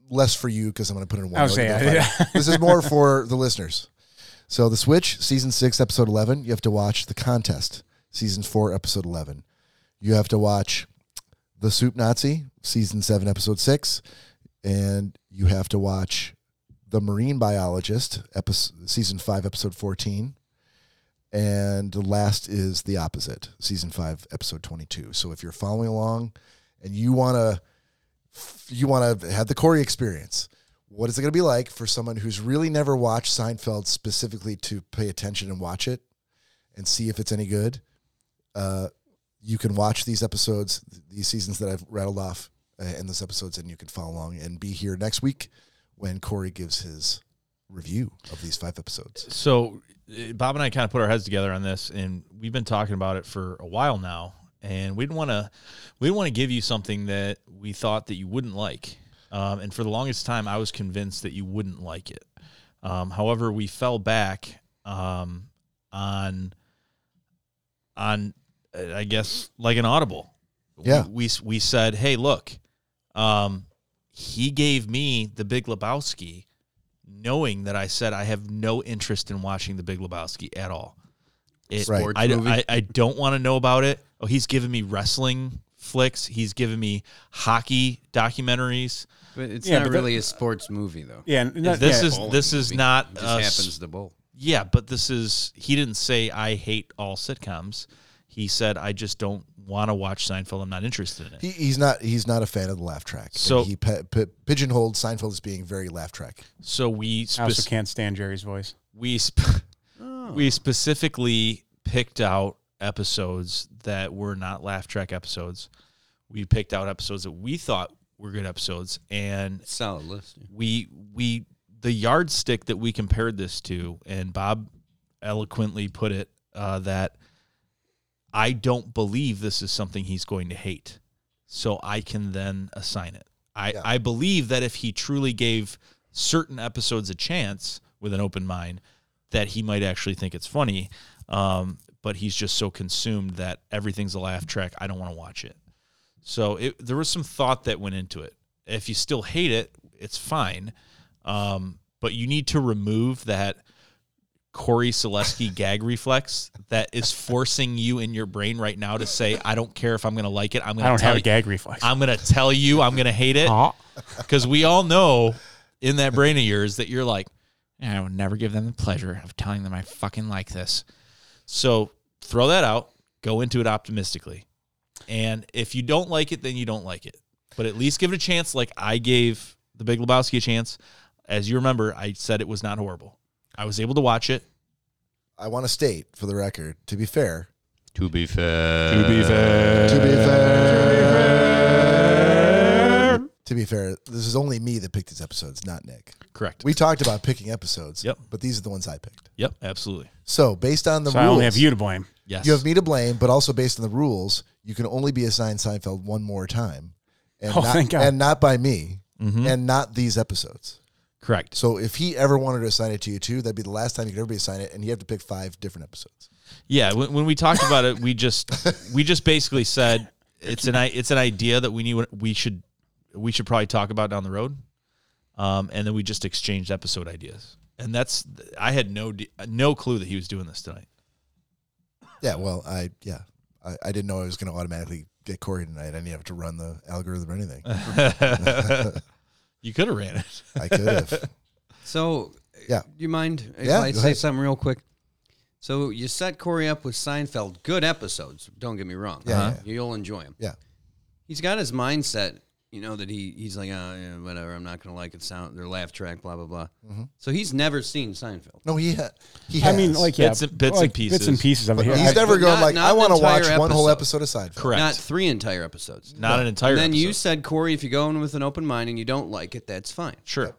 [SPEAKER 1] less for you because I'm going to put it in one.
[SPEAKER 4] I was
[SPEAKER 1] note. You're
[SPEAKER 4] saying,
[SPEAKER 1] gonna
[SPEAKER 4] yeah.
[SPEAKER 1] find it. this is more for the listeners. So The Switch, season six, episode eleven. You have to watch The Contest, season four, episode eleven. You have to watch The Soup Nazi, season seven, episode six, and you have to watch The Marine Biologist, episode season five, episode fourteen. and the last is the opposite season 5 episode 22 so if you're following along and you want to you want to have the corey experience what is it going to be like for someone who's really never watched seinfeld specifically to pay attention and watch it and see if it's any good uh, you can watch these episodes th- these seasons that i've rattled off uh, in those episodes and you can follow along and be here next week when corey gives his review of these five episodes
[SPEAKER 3] So eh, Bob and I kind of put our heads together on this, and we've been talking about it for a while now. And we didn't want to, we didn't want to give you something that we thought that you wouldn't like. Um, and for the longest time, I was convinced that you wouldn't like it. Um, however, we fell back um, on, on, eh, I guess like an audible.
[SPEAKER 1] Yeah.
[SPEAKER 3] We we, s- we said, hey, look, um, he gave me the Big Lebowski knowing that I said I have no interest in watching The Big Lebowski at all. It,
[SPEAKER 1] Right.
[SPEAKER 3] I, don't- I, I don't want to know about it. Oh, he's given me wrestling flicks. He's given me hockey documentaries.
[SPEAKER 2] But it's
[SPEAKER 4] Yeah,
[SPEAKER 2] not
[SPEAKER 4] but that-
[SPEAKER 2] really a sports movie though.
[SPEAKER 4] Yeah. and not-
[SPEAKER 3] this
[SPEAKER 4] yeah.
[SPEAKER 3] is
[SPEAKER 2] Bowling
[SPEAKER 3] this is
[SPEAKER 2] movie.
[SPEAKER 3] not
[SPEAKER 2] It just
[SPEAKER 3] uh, s-
[SPEAKER 2] happens to bowl.
[SPEAKER 3] yeah, but this is he didn't say I hate all sitcoms. he said, "I just don't want to watch Seinfeld. I'm not interested in it."
[SPEAKER 1] He, he's not he's not a fan of the laugh track. And
[SPEAKER 3] So-
[SPEAKER 1] he pe- pe- pigeonholed Seinfeld as being very laugh track.
[SPEAKER 3] so we
[SPEAKER 4] I also
[SPEAKER 3] spec-
[SPEAKER 4] can't stand Jerry's voice.
[SPEAKER 3] we sp- *laughs*
[SPEAKER 2] Oh.
[SPEAKER 3] we specifically picked out episodes that were not laugh track episodes. We picked out episodes that we thought were good episodes, and
[SPEAKER 2] solid list. yeah.
[SPEAKER 3] we we the yardstick that we compared this to, and Bob eloquently put it uh, that I don't believe this is something he's going to hate, so I can then assign it. I
[SPEAKER 1] Yeah.
[SPEAKER 3] I believe that if he truly gave certain episodes a chance with an open mind, that he might actually think it's funny. Um, but he's just so consumed that everything's a laugh track. I don't want to watch it. So it, there was some thought that went into it. If you still hate it, it's fine. Um, but you need to remove that Corey Selesky gag reflex that is forcing you in your brain right now to say, I don't care if I'm going to like it. I'm going
[SPEAKER 4] I
[SPEAKER 3] to
[SPEAKER 4] don't
[SPEAKER 3] tell
[SPEAKER 4] have a
[SPEAKER 3] you.
[SPEAKER 4] gag
[SPEAKER 3] *laughs*
[SPEAKER 4] reflex.
[SPEAKER 3] I'm going to tell you I'm going to hate it.
[SPEAKER 4] Aw.
[SPEAKER 3] Because we all know in that brain of yours that you're like, I would never give them the pleasure of telling them I fucking like this. So throw that out. Go into it optimistically. And if you don't like it, then you don't like it. But at least give it a chance, like I gave The Big Lebowski a chance. As you remember, I said it was not horrible. I was able to watch it.
[SPEAKER 1] I want to state for the record, to be fair,
[SPEAKER 2] To be fair.
[SPEAKER 3] Uh,
[SPEAKER 1] to be fair, to be fair, this is only me that picked these episodes, not Nick.
[SPEAKER 3] Correct.
[SPEAKER 1] We talked about picking episodes,
[SPEAKER 3] Yep.
[SPEAKER 1] but these are the ones I picked.
[SPEAKER 3] yep, absolutely.
[SPEAKER 1] So based on the
[SPEAKER 4] so I
[SPEAKER 1] rules,
[SPEAKER 4] only have you to blame.
[SPEAKER 3] Yes.
[SPEAKER 1] you have me to blame, but also based on the rules, you can only be assigned Seinfeld one more time, and
[SPEAKER 4] Oh,
[SPEAKER 1] not,
[SPEAKER 4] thank God.
[SPEAKER 1] and not by me,
[SPEAKER 4] Mm-hmm.
[SPEAKER 1] and not these episodes.
[SPEAKER 3] Correct.
[SPEAKER 1] So if he ever wanted to assign it to you too, that'd be the last time you could ever be assigned it, and you have to pick five different episodes.
[SPEAKER 3] Yeah, when, when we talked about it, we just we just basically said it's an i- it's an idea that we need we should we should probably talk about down the road, um, and then we just exchanged episode ideas, and that's I had no d- no clue that he was doing this tonight.
[SPEAKER 1] Yeah, well, I yeah, I, I didn't know I was going to automatically get Corey tonight. I didn't have to run the algorithm or anything.
[SPEAKER 3] You could have
[SPEAKER 2] *laughs*
[SPEAKER 3] ran it.
[SPEAKER 1] I could have.
[SPEAKER 2] So,
[SPEAKER 1] Yeah.
[SPEAKER 2] do you mind if
[SPEAKER 1] Yeah,
[SPEAKER 2] I
[SPEAKER 1] go
[SPEAKER 2] say
[SPEAKER 1] ahead.
[SPEAKER 2] something real quick? So, you set Corey up with Seinfeld. Good episodes. Don't get me wrong.
[SPEAKER 1] Yeah, Uh-huh.
[SPEAKER 2] You'll enjoy them.
[SPEAKER 1] Yeah,
[SPEAKER 2] He's got his mindset, you know, that he, he's like, oh, yeah, whatever, I'm not going to like it. Sound Their laugh track, blah, blah, blah.
[SPEAKER 1] Mm-hmm.
[SPEAKER 2] So, he's never seen Seinfeld.
[SPEAKER 1] no, he ha- he.
[SPEAKER 4] I
[SPEAKER 1] Has.
[SPEAKER 4] mean, like yeah,
[SPEAKER 3] Bits and- bits and
[SPEAKER 4] like, Bits and
[SPEAKER 3] pieces.
[SPEAKER 4] pieces of it.
[SPEAKER 1] he's
[SPEAKER 4] I-
[SPEAKER 1] never
[SPEAKER 2] but
[SPEAKER 1] going
[SPEAKER 2] not-
[SPEAKER 1] like
[SPEAKER 2] not
[SPEAKER 1] I want to
[SPEAKER 2] an
[SPEAKER 1] watch
[SPEAKER 2] entire
[SPEAKER 1] one whole
[SPEAKER 2] episode.
[SPEAKER 1] episode of Seinfeld.
[SPEAKER 3] Correct.
[SPEAKER 2] Not three entire episodes.
[SPEAKER 3] Not an entire.
[SPEAKER 2] And then you
[SPEAKER 3] episode.
[SPEAKER 2] said, Corey, if you go in with an open mind and you don't like it, that's fine.
[SPEAKER 3] sure.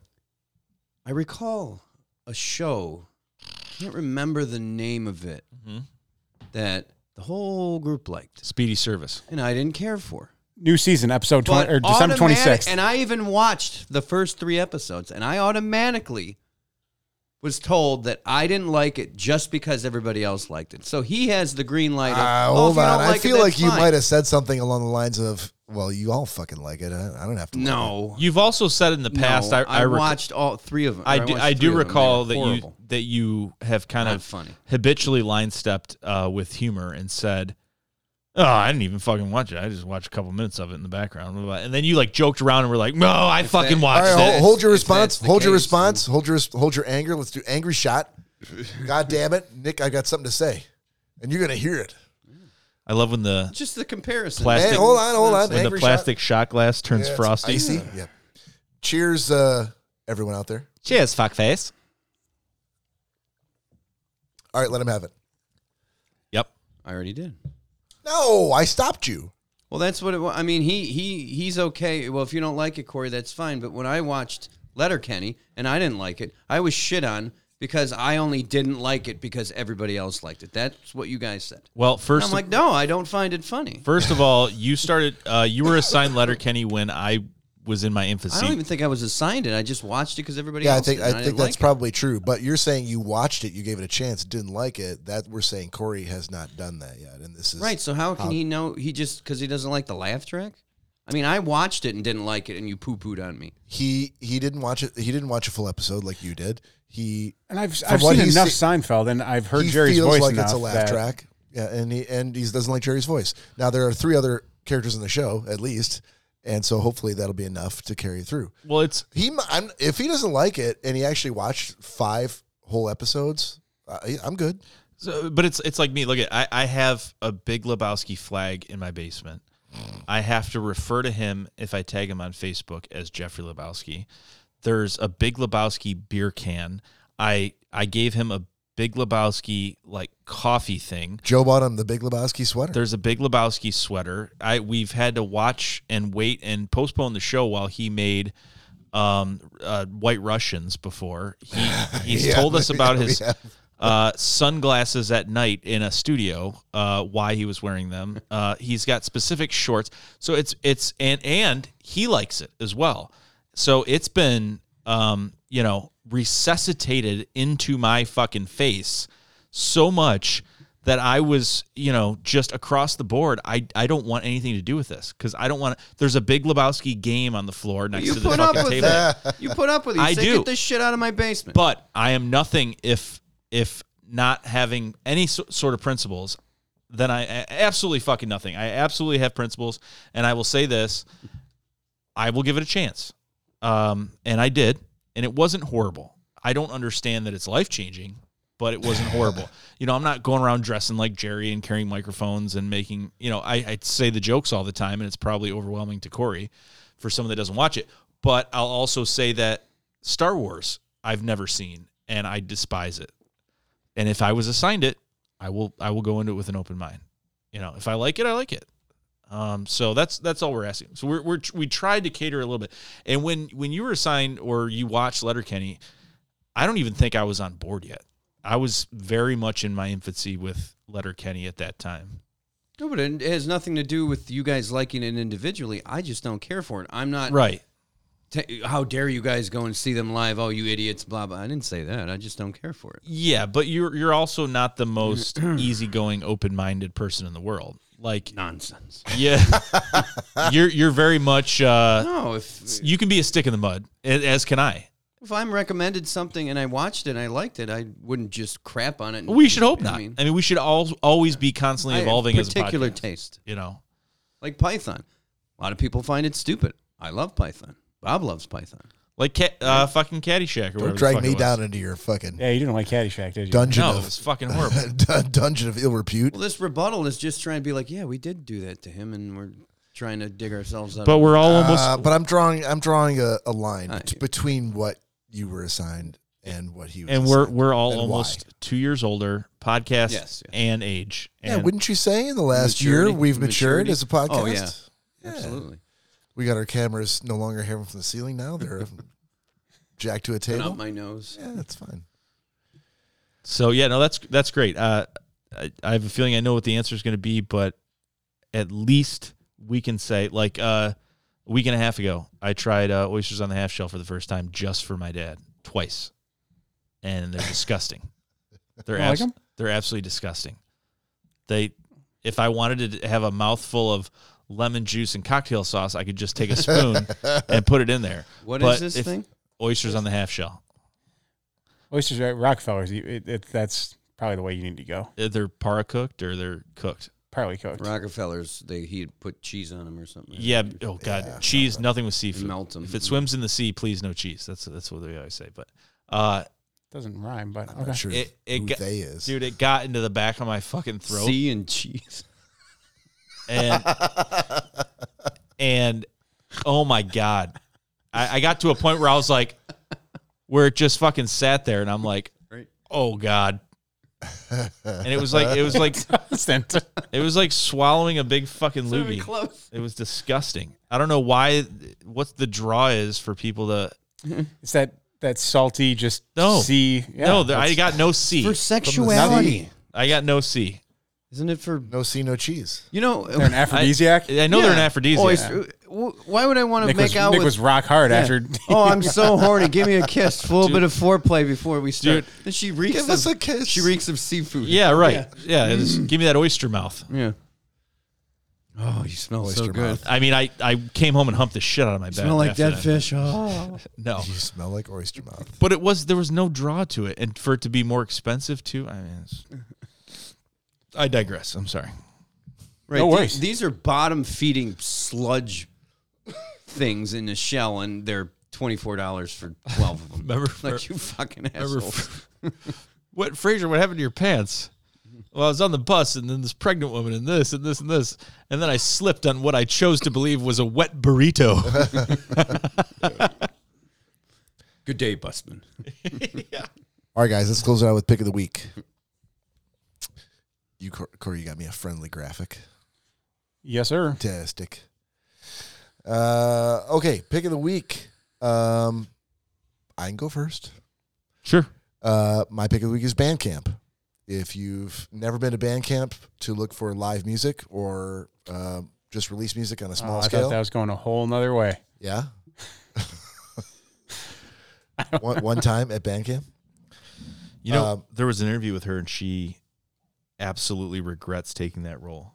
[SPEAKER 2] I recall a show. I can't remember the name of it
[SPEAKER 3] Mm-hmm.
[SPEAKER 2] that the whole group liked,
[SPEAKER 3] Speedy service.
[SPEAKER 2] and I didn't care for.
[SPEAKER 4] New season episode 20, or December
[SPEAKER 2] automatic-
[SPEAKER 4] twenty sixth.
[SPEAKER 2] And I even watched the first three episodes, and I automatically was told that I didn't like it just because everybody else liked it. So he has the green light. Of,
[SPEAKER 1] Uh,
[SPEAKER 2] "Oh, if
[SPEAKER 1] hold
[SPEAKER 2] you
[SPEAKER 1] on.
[SPEAKER 2] don't
[SPEAKER 1] I
[SPEAKER 2] like it,
[SPEAKER 1] feel like
[SPEAKER 2] that's
[SPEAKER 1] you
[SPEAKER 2] fine."
[SPEAKER 1] might have said something along the lines of, "Well, you all fucking like it. I, I don't have to." like it." *laughs*
[SPEAKER 2] No,
[SPEAKER 3] You've also said in the past.
[SPEAKER 2] No,
[SPEAKER 3] I, I, rec-
[SPEAKER 2] watched all three of them.
[SPEAKER 3] I do, I do recall that
[SPEAKER 2] you.
[SPEAKER 3] you that you have kind
[SPEAKER 2] Not
[SPEAKER 3] of
[SPEAKER 2] funny.
[SPEAKER 3] habitually line stepped uh, with humor and said, "Oh, I didn't even fucking watch it. I just watched a couple minutes of it in the background." blah, blah, blah." And then you like joked around and were like, "No, I fucking
[SPEAKER 1] All
[SPEAKER 2] that-
[SPEAKER 3] watched
[SPEAKER 1] right,
[SPEAKER 3] it."
[SPEAKER 1] hold, hold your
[SPEAKER 2] If that's
[SPEAKER 1] response.
[SPEAKER 2] the
[SPEAKER 1] Hold your
[SPEAKER 2] case,
[SPEAKER 1] response. Hold your hold your anger. Let's do angry shot. God damn it, Nick! I got something to say, and you're gonna hear it.
[SPEAKER 3] I love when the
[SPEAKER 2] Just the comparison.
[SPEAKER 3] Plastic-
[SPEAKER 1] Hey, hold on, hold on.
[SPEAKER 3] when the
[SPEAKER 1] Angry
[SPEAKER 3] plastic shot, glass
[SPEAKER 1] shot.
[SPEAKER 3] turns
[SPEAKER 1] Yeah, it's
[SPEAKER 3] frosty.
[SPEAKER 1] Icy. Yeah. Cheers, uh, everyone out there.
[SPEAKER 3] Cheers, fuckface.
[SPEAKER 1] All right, let him have it.
[SPEAKER 3] Yep.
[SPEAKER 2] I already did.
[SPEAKER 1] No, I stopped you.
[SPEAKER 2] Well, that's what it was. I mean, he he he's okay. Well, if you don't like it, Corey, that's fine. But when I watched Letterkenny and I didn't like it, I was shit on because I only didn't like it because everybody else liked it. That's what you guys said.
[SPEAKER 3] Well,
[SPEAKER 2] And
[SPEAKER 3] 1st
[SPEAKER 2] I'm like, no, I don't find it funny.
[SPEAKER 3] first of all, you started. Uh, you were assigned Letterkenny when I was in my infancy.
[SPEAKER 2] I don't even think I was assigned it. I just watched it because everybody
[SPEAKER 1] Yeah, I
[SPEAKER 2] else.
[SPEAKER 1] think
[SPEAKER 2] did, and
[SPEAKER 1] I think
[SPEAKER 2] didn't
[SPEAKER 1] that's
[SPEAKER 2] like
[SPEAKER 1] probably true. But you're saying you watched it, you gave it a chance, didn't like it. That we're saying Corey has not done that yet, and this is
[SPEAKER 2] it. right. So how can
[SPEAKER 1] how-
[SPEAKER 2] he know? He just because he doesn't like the laugh track. I mean, I watched it and didn't like it, and you poo pooed on me.
[SPEAKER 1] He he didn't watch it. He didn't watch a full episode like you did. He
[SPEAKER 4] and I've
[SPEAKER 1] from
[SPEAKER 4] I've
[SPEAKER 1] what
[SPEAKER 4] seen
[SPEAKER 1] he's
[SPEAKER 4] enough
[SPEAKER 1] seen-
[SPEAKER 4] Seinfeld, and I've heard
[SPEAKER 1] he
[SPEAKER 4] Jerry's
[SPEAKER 1] feels
[SPEAKER 4] voice
[SPEAKER 1] like
[SPEAKER 4] enough
[SPEAKER 1] it's a laugh
[SPEAKER 4] that-
[SPEAKER 1] track. Yeah, and he and he doesn't like Jerry's voice. Now there are three other characters in the show at least, and so hopefully that'll be enough to carry through.
[SPEAKER 3] well, it's
[SPEAKER 1] He mi- I'm, if he doesn't like it and he actually watched five whole episodes, I, I'm good.
[SPEAKER 3] So, but it's it's like me. Look at I, I have a big Lebowski flag in my basement. I have to refer to him if I tag him on Facebook as Jeffrey Lebowski. There's a big Lebowski beer can. I I gave him a big Lebowski like coffee thing.
[SPEAKER 1] Joe bought him the Big Lebowski sweater.
[SPEAKER 3] There's a big Lebowski sweater. I we've had to watch and wait and postpone the show while he made um, uh, White Russians before. He he's
[SPEAKER 1] Yeah,
[SPEAKER 3] told us about
[SPEAKER 1] yeah,
[SPEAKER 3] his
[SPEAKER 1] yeah.
[SPEAKER 3] uh, sunglasses at night in a studio. Uh, why he was wearing them? Uh, he's got specific shorts. So it's it's and and he likes it as well. So it's been um, you know resuscitated into my fucking face so much that I was, you know, just across the board. I, I don't want anything to do with this because I don't want. There's a big Lebowski game on the floor next
[SPEAKER 2] You
[SPEAKER 3] to the
[SPEAKER 2] put up
[SPEAKER 3] fucking
[SPEAKER 2] with
[SPEAKER 3] table.
[SPEAKER 2] that. You put up with it. You
[SPEAKER 3] *laughs* I
[SPEAKER 2] say,
[SPEAKER 3] do.
[SPEAKER 2] Get this shit out of my basement.
[SPEAKER 3] But I am nothing if if not having any so, sort of principles, then I, I absolutely fucking nothing. I absolutely have principles, and I will say this: I will give it a chance, um, and I did, and it wasn't horrible. I don't understand that it's life changing, but it
[SPEAKER 2] *laughs*
[SPEAKER 3] wasn't horrible. you know, I'm not going around dressing like Jerry and carrying microphones and making. You know, I, I say the jokes all the time, and it's probably overwhelming to Corey for someone that doesn't watch it. But I'll also say that Star Wars I've never seen and I despise it. And if I was assigned it, I will I will go into it with an open mind. You know, if I like it, I like it. Um, so that's that's all we're asking. So we're, we're we tried to cater a little bit. And when when you were assigned or you watched Letterkenny, I don't even think I was on board yet. I was very much in my infancy with Letterkenny at that time.
[SPEAKER 2] no, but it has nothing to do with you guys liking it individually. I just don't care for it. I'm not.
[SPEAKER 3] Right.
[SPEAKER 2] ta- how dare you guys go and see them live? Oh, you idiots! Blah blah. I didn't say that. I just don't care for it.
[SPEAKER 3] Yeah, but you're you're also not the most easygoing, open-minded person in the world. Like
[SPEAKER 2] Nonsense.
[SPEAKER 3] Yeah, you're you're very much. Uh,
[SPEAKER 2] No, if
[SPEAKER 3] you can be a stick in the mud, a- as can I.
[SPEAKER 2] if I'm recommended something and I watched it and I liked it, I wouldn't just crap on it. and-
[SPEAKER 3] We should hope not.
[SPEAKER 2] I
[SPEAKER 3] I
[SPEAKER 2] mean,
[SPEAKER 3] mean, we should all always be constantly
[SPEAKER 2] I have
[SPEAKER 3] evolving as a
[SPEAKER 2] particular
[SPEAKER 3] podcast,
[SPEAKER 2] taste,
[SPEAKER 3] You know,
[SPEAKER 2] like Python. A lot of people find it stupid. I love Python. Bob loves Python.
[SPEAKER 3] like ca- uh, fucking Caddyshack or whatever.
[SPEAKER 1] Don't
[SPEAKER 3] the
[SPEAKER 1] drag
[SPEAKER 3] fuck it
[SPEAKER 1] me
[SPEAKER 3] was.
[SPEAKER 1] down into your fucking
[SPEAKER 4] Yeah, you didn't like Caddyshack, did you?
[SPEAKER 1] dungeon
[SPEAKER 3] No, it
[SPEAKER 1] of
[SPEAKER 3] was
[SPEAKER 1] *laughs*
[SPEAKER 3] fucking horrible.
[SPEAKER 1] dun- dungeon of ill repute.
[SPEAKER 2] Well, this rebuttal is just trying to be like, yeah, we did do that to him, and we're trying to dig ourselves out.
[SPEAKER 3] but
[SPEAKER 2] of
[SPEAKER 3] we're all almost.
[SPEAKER 1] Uh, but I'm drawing I'm drawing a, a line
[SPEAKER 2] I-
[SPEAKER 1] bet- between what you were assigned and what he was.
[SPEAKER 3] and we're
[SPEAKER 1] assigned.
[SPEAKER 3] we're all
[SPEAKER 1] And why.
[SPEAKER 3] almost two years older, podcast
[SPEAKER 2] Yes, yeah.
[SPEAKER 3] and age.
[SPEAKER 1] yeah.
[SPEAKER 3] and
[SPEAKER 1] Wouldn't you say in the last year
[SPEAKER 2] Maturity.
[SPEAKER 1] we've matured
[SPEAKER 2] Maturity.
[SPEAKER 1] as a podcast?
[SPEAKER 2] Oh, yeah. absolutely.
[SPEAKER 1] We got our cameras no longer hanging from the ceiling now. They're jacked to a
[SPEAKER 2] And up
[SPEAKER 1] table.
[SPEAKER 2] my nose.
[SPEAKER 1] Yeah, that's fine.
[SPEAKER 3] So yeah, no, that's that's great. Uh, I, I have a feeling I know what the answer is going to be, but at least we can say like uh, a week and a half ago, I tried uh, oysters on the half shell for the first time just for my dad twice, and they're
[SPEAKER 4] *laughs*
[SPEAKER 3] disgusting. They're
[SPEAKER 4] You like
[SPEAKER 3] abs-
[SPEAKER 4] 'em?
[SPEAKER 3] they're absolutely disgusting. They, if I wanted to have a mouthful of lemon juice and cocktail sauce, I could just take a spoon and put it in there.
[SPEAKER 2] What
[SPEAKER 3] What
[SPEAKER 2] is
[SPEAKER 3] is
[SPEAKER 2] this thing?
[SPEAKER 3] Oysters on the half shell.
[SPEAKER 4] Oysters at Rockefellers. You, it, it, that's probably the way you need to go.
[SPEAKER 3] uh, They're para cooked or they're cooked.
[SPEAKER 4] Probably cooked.
[SPEAKER 2] Rockefellers, they he'd put cheese on them or something.
[SPEAKER 3] Yeah. Oh God, cheese. Nothing with seafood.
[SPEAKER 2] Melt 'em.
[SPEAKER 3] If it swims in the sea, please no cheese. That's that's what they always say. But uh,
[SPEAKER 4] Doesn't rhyme, but
[SPEAKER 1] I'm
[SPEAKER 4] okay.
[SPEAKER 1] not sure
[SPEAKER 3] It- it
[SPEAKER 1] who
[SPEAKER 3] got-
[SPEAKER 1] they is.
[SPEAKER 3] dude, it got into the back of my fucking throat,
[SPEAKER 2] sea and *laughs* cheese.
[SPEAKER 3] and and oh my God, I, I got to a point where I was like, where it just fucking sat there, and I'm like,
[SPEAKER 2] Right.
[SPEAKER 3] oh God. and it was like it was like
[SPEAKER 4] *laughs* Constant.
[SPEAKER 3] it was like swallowing a big fucking loogie.
[SPEAKER 2] close.
[SPEAKER 3] It was disgusting. I don't know why what the draw is for people to
[SPEAKER 4] it's that that salty, just
[SPEAKER 3] No.
[SPEAKER 4] sea. Yeah,
[SPEAKER 3] no. There, I
[SPEAKER 4] that's-
[SPEAKER 3] got no C.
[SPEAKER 2] For sexuality.
[SPEAKER 3] I got no C.
[SPEAKER 2] Isn't it for
[SPEAKER 1] No see, no cheese. *laughs*
[SPEAKER 2] you know *laughs*
[SPEAKER 4] they're an aphrodisiac.
[SPEAKER 3] I know they're an aphrodisiac.
[SPEAKER 2] Oyster- w- Why would I want to
[SPEAKER 4] Nick,
[SPEAKER 2] make
[SPEAKER 4] was,
[SPEAKER 2] out
[SPEAKER 4] Nick
[SPEAKER 2] with
[SPEAKER 4] was rock hard
[SPEAKER 2] Yeah.
[SPEAKER 4] after.
[SPEAKER 2] *laughs* Oh,
[SPEAKER 1] *laughs*
[SPEAKER 2] I'm so horny. Give me a kiss. A little bit of foreplay before we start.
[SPEAKER 3] Dude.
[SPEAKER 2] and she reeks
[SPEAKER 1] Give
[SPEAKER 2] of,
[SPEAKER 1] us a kiss.
[SPEAKER 2] She reeks of seafood.
[SPEAKER 3] Yeah, right. Yeah, it is- give me that oyster mouth.
[SPEAKER 2] Yeah. Oh, you smell so
[SPEAKER 1] Oyster
[SPEAKER 2] good.
[SPEAKER 1] mouth.
[SPEAKER 3] I mean, I, I came home and humped the shit out of my bed.
[SPEAKER 2] Smell like
[SPEAKER 3] after
[SPEAKER 2] dead
[SPEAKER 3] that.
[SPEAKER 2] fish. Oh.
[SPEAKER 3] No,
[SPEAKER 1] You smell like oyster mouth.
[SPEAKER 3] but it was there was no draw to it, and for it to be more expensive too. I mean, it's, I digress. I'm sorry.
[SPEAKER 2] Right.
[SPEAKER 4] No
[SPEAKER 2] the-
[SPEAKER 4] worries.
[SPEAKER 2] these are bottom feeding sludge things in the shell, and they're twenty four dollars for twelve of them.
[SPEAKER 3] Remember, *laughs*
[SPEAKER 2] like you fucking asshole.
[SPEAKER 3] what Fraser? What happened to your pants? well, I was on the bus and then this pregnant woman and this and this and this. And then I slipped on what I chose to believe was a wet burrito.
[SPEAKER 2] Good day,
[SPEAKER 4] *laughs*
[SPEAKER 2] busman.
[SPEAKER 1] All right, guys, let's close it out with pick of the week. You, Cor- Corey, you got me a friendly graphic.
[SPEAKER 4] Yes, sir.
[SPEAKER 1] Fantastic. Uh, okay, pick of the week. Um, I can go first.
[SPEAKER 3] sure.
[SPEAKER 1] Uh, my pick of the week is Bandcamp. If you've never been to Bandcamp to look for live music or uh, just release music on a small
[SPEAKER 4] Oh, I
[SPEAKER 1] scale,
[SPEAKER 4] thought that was going a whole nother way.
[SPEAKER 3] *laughs*
[SPEAKER 1] yeah. one, one time at Bandcamp,
[SPEAKER 3] You know,
[SPEAKER 1] Um,
[SPEAKER 3] there was an interview with her and she absolutely regrets taking that role.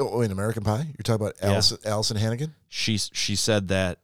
[SPEAKER 1] oh, in American Pie, you're talking about
[SPEAKER 3] Yeah.
[SPEAKER 1] Allison, Allison Hannigan.
[SPEAKER 3] She she said that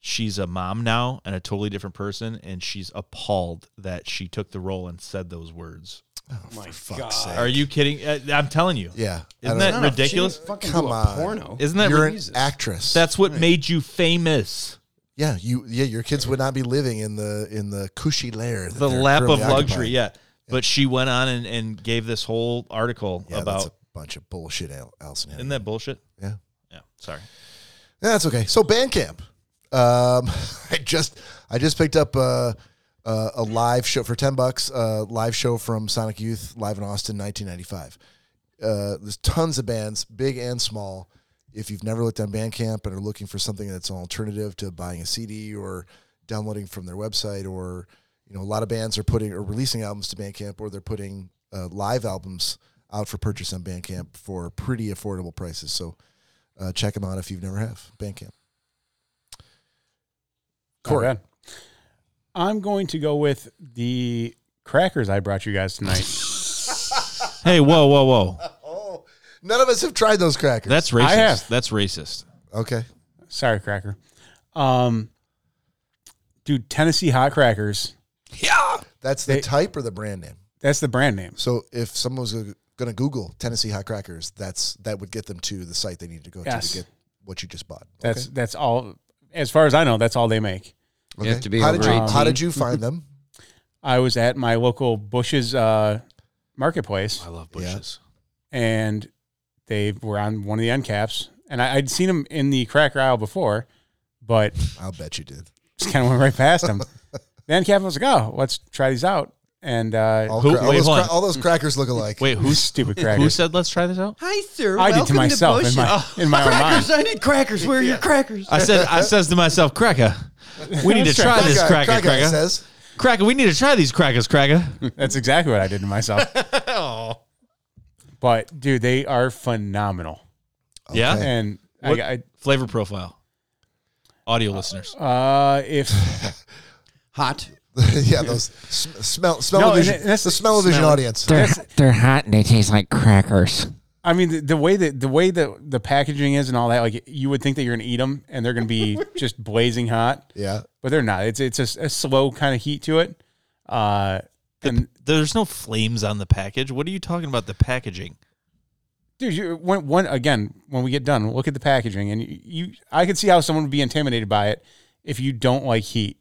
[SPEAKER 3] she's a mom now and a totally different person and she's appalled that she took the role and said those words.
[SPEAKER 1] Oh,
[SPEAKER 2] My
[SPEAKER 1] fuck's
[SPEAKER 2] God.
[SPEAKER 1] sake.
[SPEAKER 3] Are you kidding? Uh, I'm telling you.
[SPEAKER 1] Yeah, I
[SPEAKER 3] Isn't
[SPEAKER 1] don't-
[SPEAKER 3] that ridiculous?
[SPEAKER 2] Fucking
[SPEAKER 1] Come
[SPEAKER 2] do a
[SPEAKER 1] on.
[SPEAKER 2] porno.
[SPEAKER 3] Isn't that
[SPEAKER 1] you're
[SPEAKER 3] ri-
[SPEAKER 1] an
[SPEAKER 2] Jesus.
[SPEAKER 1] actress?
[SPEAKER 3] That's what made you famous.
[SPEAKER 1] yeah. You yeah. Your kids would not be living in the in the cushy lair, that
[SPEAKER 3] the
[SPEAKER 1] they're
[SPEAKER 3] lap of
[SPEAKER 1] currently
[SPEAKER 3] luxury.
[SPEAKER 1] occupying.
[SPEAKER 3] Yeah. But she went on and, and gave this whole article
[SPEAKER 1] Yeah,
[SPEAKER 3] about
[SPEAKER 1] that's a bunch of bullshit, Al- Allison. Hannigan.
[SPEAKER 3] isn't that bullshit?
[SPEAKER 1] yeah.
[SPEAKER 3] Yeah. Sorry.
[SPEAKER 1] *laughs* That's okay. So Bandcamp. Um, *laughs* I just I just picked up a, a, a live show for ten bucks. A live show from Sonic Youth live in Austin, nineteen ninety five. Uh, there's tons of bands, big and small. If you've never looked on Bandcamp and are looking for something that's an alternative to buying a CD or downloading from their website, or you know, a lot of bands are putting or releasing albums to Bandcamp, or they're putting uh, live albums out for purchase on Bandcamp for pretty affordable prices. So uh, check them out if you've never have Bandcamp. Corey.
[SPEAKER 4] Not bad. I'm going to go with the crackers I brought you guys
[SPEAKER 2] *laughs*
[SPEAKER 4] tonight.
[SPEAKER 3] Hey, whoa, whoa, whoa.
[SPEAKER 1] Oh, none of us have tried those crackers.
[SPEAKER 3] That's racist.
[SPEAKER 4] I have.
[SPEAKER 3] That's racist.
[SPEAKER 1] okay.
[SPEAKER 4] Sorry, cracker. Um, dude, Tennessee Hot Crackers.
[SPEAKER 1] That's the
[SPEAKER 4] They-
[SPEAKER 1] type or the brand name.
[SPEAKER 4] That's the brand name.
[SPEAKER 1] So if someone was going to Google Tennessee hot crackers, that's that would get them to the site they need to go
[SPEAKER 4] Yes.
[SPEAKER 1] to to get what you just bought.
[SPEAKER 4] That's that's all. As far as I know, that's all they make.
[SPEAKER 1] okay.
[SPEAKER 2] have to be
[SPEAKER 1] how
[SPEAKER 2] over
[SPEAKER 1] did you, How
[SPEAKER 2] 18.
[SPEAKER 1] did you find them?
[SPEAKER 4] I was at my local Bush's uh, marketplace,
[SPEAKER 3] love
[SPEAKER 1] bushes.
[SPEAKER 4] and they were on one of the end caps, and I, I'd seen them in the cracker aisle before, but
[SPEAKER 1] I'll bet you did.
[SPEAKER 4] just kind of went right past them. the end cap was like, "Oh, let's try these out," and uh,
[SPEAKER 1] All,
[SPEAKER 4] *laughs*
[SPEAKER 3] Who-
[SPEAKER 1] cra- all
[SPEAKER 3] wait,
[SPEAKER 1] those
[SPEAKER 3] hold
[SPEAKER 1] cra-
[SPEAKER 3] on.
[SPEAKER 1] all those crackers look alike.
[SPEAKER 3] Wait, who's
[SPEAKER 1] *laughs*
[SPEAKER 4] stupid
[SPEAKER 3] who
[SPEAKER 4] crackers.
[SPEAKER 3] said let's try this out?
[SPEAKER 2] Hi, sir.
[SPEAKER 4] I did to
[SPEAKER 2] Welcome
[SPEAKER 4] myself in
[SPEAKER 2] Bush. Oh.
[SPEAKER 4] my in
[SPEAKER 2] *laughs*
[SPEAKER 4] my own mind.
[SPEAKER 2] crackers. I need crackers. Where are your crackers?
[SPEAKER 3] I said
[SPEAKER 1] *laughs*
[SPEAKER 3] I says to myself, Cracker, we need to
[SPEAKER 4] That's right.
[SPEAKER 3] try
[SPEAKER 1] Cracker-
[SPEAKER 3] this cracker,
[SPEAKER 1] cracker
[SPEAKER 3] cracker.
[SPEAKER 1] says. *laughs*
[SPEAKER 3] Cracker, we need to try these crackers, cracker.
[SPEAKER 4] That's exactly what I did to myself. But dude, they are phenomenal.
[SPEAKER 3] Yeah?
[SPEAKER 1] Okay.
[SPEAKER 4] And
[SPEAKER 3] What-
[SPEAKER 4] I,
[SPEAKER 3] Flavor profile. Audio listeners.
[SPEAKER 4] I uh, if
[SPEAKER 2] Hot.
[SPEAKER 1] yeah, those sm- smell smell
[SPEAKER 4] No, and
[SPEAKER 1] vision.
[SPEAKER 4] it- that's-
[SPEAKER 1] the smell of vision
[SPEAKER 4] smell-
[SPEAKER 1] audience.
[SPEAKER 5] They're, they're hot and they taste like crackers.
[SPEAKER 4] I mean the, the way that the way that the packaging is and all that, like you would think that you're gonna eat them and they're gonna be just blazing hot,
[SPEAKER 1] Yeah.
[SPEAKER 4] but they're not. It's it's a, s- a slow kind of heat to it. Uh, and
[SPEAKER 3] There's no flames on the package. What are you talking about? The packaging.
[SPEAKER 4] dude, you when, when again when we get done, look at the packaging and you, you I could see how someone would be intimidated by it if you don't like heat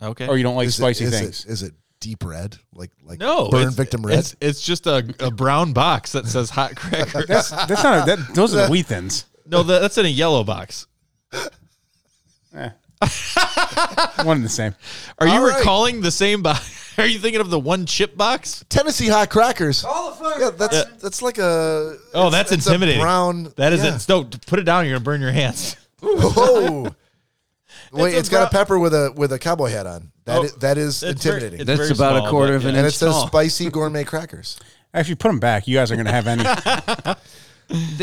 [SPEAKER 3] Okay.
[SPEAKER 4] or you don't like
[SPEAKER 1] Is it-
[SPEAKER 4] spicy
[SPEAKER 1] is it-
[SPEAKER 4] things.
[SPEAKER 1] is it deep red? Like like
[SPEAKER 3] no.
[SPEAKER 1] burn
[SPEAKER 3] it's-
[SPEAKER 1] victim red?
[SPEAKER 3] It's, it's just a, a brown box that says
[SPEAKER 1] *laughs*
[SPEAKER 3] hot cracker.
[SPEAKER 4] That's *laughs* that's not a, that, those are the wheat thins.
[SPEAKER 3] no, that, that's in a yellow box.
[SPEAKER 4] One and the same.
[SPEAKER 3] Are
[SPEAKER 1] All
[SPEAKER 3] you
[SPEAKER 1] right.
[SPEAKER 3] recalling the same box? *laughs* Are you thinking of the one chip box?
[SPEAKER 1] Tennessee hot crackers.
[SPEAKER 2] All the fun.
[SPEAKER 1] Yeah, that's that's like a.
[SPEAKER 3] Oh,
[SPEAKER 1] it's-
[SPEAKER 3] that's
[SPEAKER 1] it's a
[SPEAKER 3] intimidating.
[SPEAKER 1] brown.
[SPEAKER 3] That is
[SPEAKER 1] yeah.
[SPEAKER 3] it. No, put it down. You're gonna burn your hands.
[SPEAKER 1] *laughs* Whoa.
[SPEAKER 4] *laughs*
[SPEAKER 1] Wait,
[SPEAKER 3] a
[SPEAKER 1] it's got a
[SPEAKER 3] brown-
[SPEAKER 1] pepper with a with a cowboy hat on. That
[SPEAKER 3] Oh,
[SPEAKER 1] is, that is
[SPEAKER 3] *laughs* it's very-
[SPEAKER 1] intimidating.
[SPEAKER 3] it's
[SPEAKER 2] That's
[SPEAKER 3] very
[SPEAKER 2] about
[SPEAKER 3] small,
[SPEAKER 2] a quarter
[SPEAKER 3] but
[SPEAKER 2] of an
[SPEAKER 1] and it
[SPEAKER 2] inch
[SPEAKER 1] says
[SPEAKER 2] tall.
[SPEAKER 3] *laughs*
[SPEAKER 1] spicy gourmet crackers.
[SPEAKER 4] Actually, put them back. You guys aren't going to have any.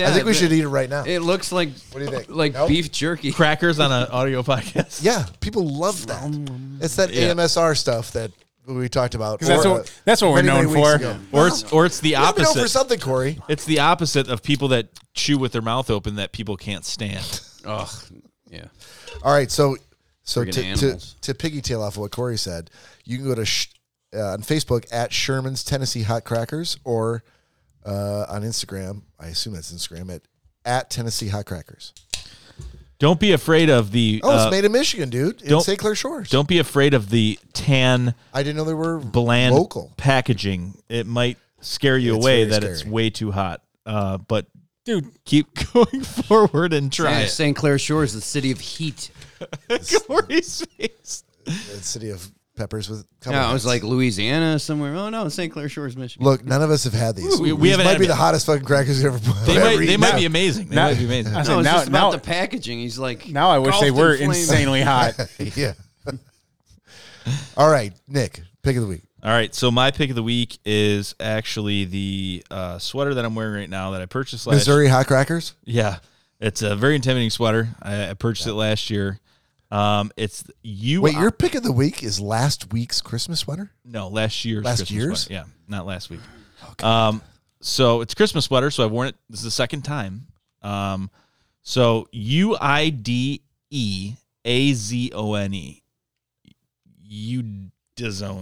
[SPEAKER 1] I think we should eat it right now.
[SPEAKER 2] It looks like
[SPEAKER 1] What do you think?
[SPEAKER 2] like
[SPEAKER 1] Nope.
[SPEAKER 2] beef jerky.
[SPEAKER 3] Crackers on an audio podcast.
[SPEAKER 1] Yeah, people love that. It's that
[SPEAKER 3] Yeah.
[SPEAKER 1] AMSR stuff that we talked about.
[SPEAKER 4] 'Cause that's
[SPEAKER 1] or,
[SPEAKER 4] what-
[SPEAKER 1] uh,
[SPEAKER 4] that's what we're
[SPEAKER 1] many, many
[SPEAKER 4] known
[SPEAKER 1] weeks
[SPEAKER 4] for.
[SPEAKER 1] ago.
[SPEAKER 3] *laughs* Or it's or it's the
[SPEAKER 1] Let me know for
[SPEAKER 3] opposite.
[SPEAKER 1] something, Corey.
[SPEAKER 3] It's the opposite of people that chew with their mouth open that people can't stand.
[SPEAKER 2] Ugh. Yeah.
[SPEAKER 1] All right, so so to,
[SPEAKER 2] Friggin'
[SPEAKER 1] to
[SPEAKER 2] animals.
[SPEAKER 1] to piggytail off of what Corey said, you can go to sh- uh, on Facebook at Sherman's Tennessee Hot Crackers or uh, on Instagram. I assume that's Instagram at at Tennessee Hot Crackers.
[SPEAKER 3] Don't be afraid of the.
[SPEAKER 1] Oh,
[SPEAKER 3] uh,
[SPEAKER 1] it's made in Michigan, dude. In
[SPEAKER 3] don't-
[SPEAKER 1] St. Clair Shores.
[SPEAKER 3] don't be afraid of the tan
[SPEAKER 1] I didn't know they were
[SPEAKER 3] bland
[SPEAKER 1] local.
[SPEAKER 3] packaging. It might scare you
[SPEAKER 1] It's
[SPEAKER 3] away
[SPEAKER 1] very
[SPEAKER 3] that it's
[SPEAKER 1] scary.
[SPEAKER 3] way too hot. Uh, but
[SPEAKER 4] dude.
[SPEAKER 3] keep *laughs* going forward and try
[SPEAKER 2] Yeah,
[SPEAKER 3] it.
[SPEAKER 2] St. Clair Shores, the city of heat.
[SPEAKER 3] Corey's face.
[SPEAKER 1] The city of peppers with.
[SPEAKER 2] No, I was like Louisiana somewhere. Oh no, St. Clair Shores, Michigan.
[SPEAKER 1] look, none of us have had these.
[SPEAKER 3] We- we
[SPEAKER 1] These
[SPEAKER 3] haven't
[SPEAKER 1] might
[SPEAKER 3] had
[SPEAKER 1] be
[SPEAKER 3] them
[SPEAKER 1] the
[SPEAKER 3] yet.
[SPEAKER 1] hottest fucking crackers you ever.
[SPEAKER 3] They
[SPEAKER 1] ever
[SPEAKER 3] might, they
[SPEAKER 1] eaten.
[SPEAKER 3] might be amazing. They
[SPEAKER 4] Now-
[SPEAKER 3] might be amazing.
[SPEAKER 4] I said,
[SPEAKER 2] No, it's
[SPEAKER 4] now,
[SPEAKER 2] just about
[SPEAKER 4] now,
[SPEAKER 2] the packaging. He's like,
[SPEAKER 4] now I would
[SPEAKER 2] Golfed
[SPEAKER 4] say
[SPEAKER 2] in
[SPEAKER 4] we're
[SPEAKER 2] flames. *laughs*
[SPEAKER 1] *laughs*
[SPEAKER 4] insanely hot.
[SPEAKER 1] yeah. All right, Nick, pick of the week.
[SPEAKER 3] All right, so my pick of the week is actually the uh, sweater that I'm wearing right now that I purchased last.
[SPEAKER 1] Missouri hot crackers.
[SPEAKER 3] Yeah, it's a very intimidating sweater. I, I purchased it last year. Um, it's you.
[SPEAKER 1] Wait, your pick of the week is last week's Christmas sweater.
[SPEAKER 3] No, last year's
[SPEAKER 1] Last
[SPEAKER 3] Christmas
[SPEAKER 1] year's?
[SPEAKER 3] sweater. Yeah, not last week. um, so it's a Christmas sweater. So I've worn it. This is the second time. Um, so U I D E A Z O N E. Udazone.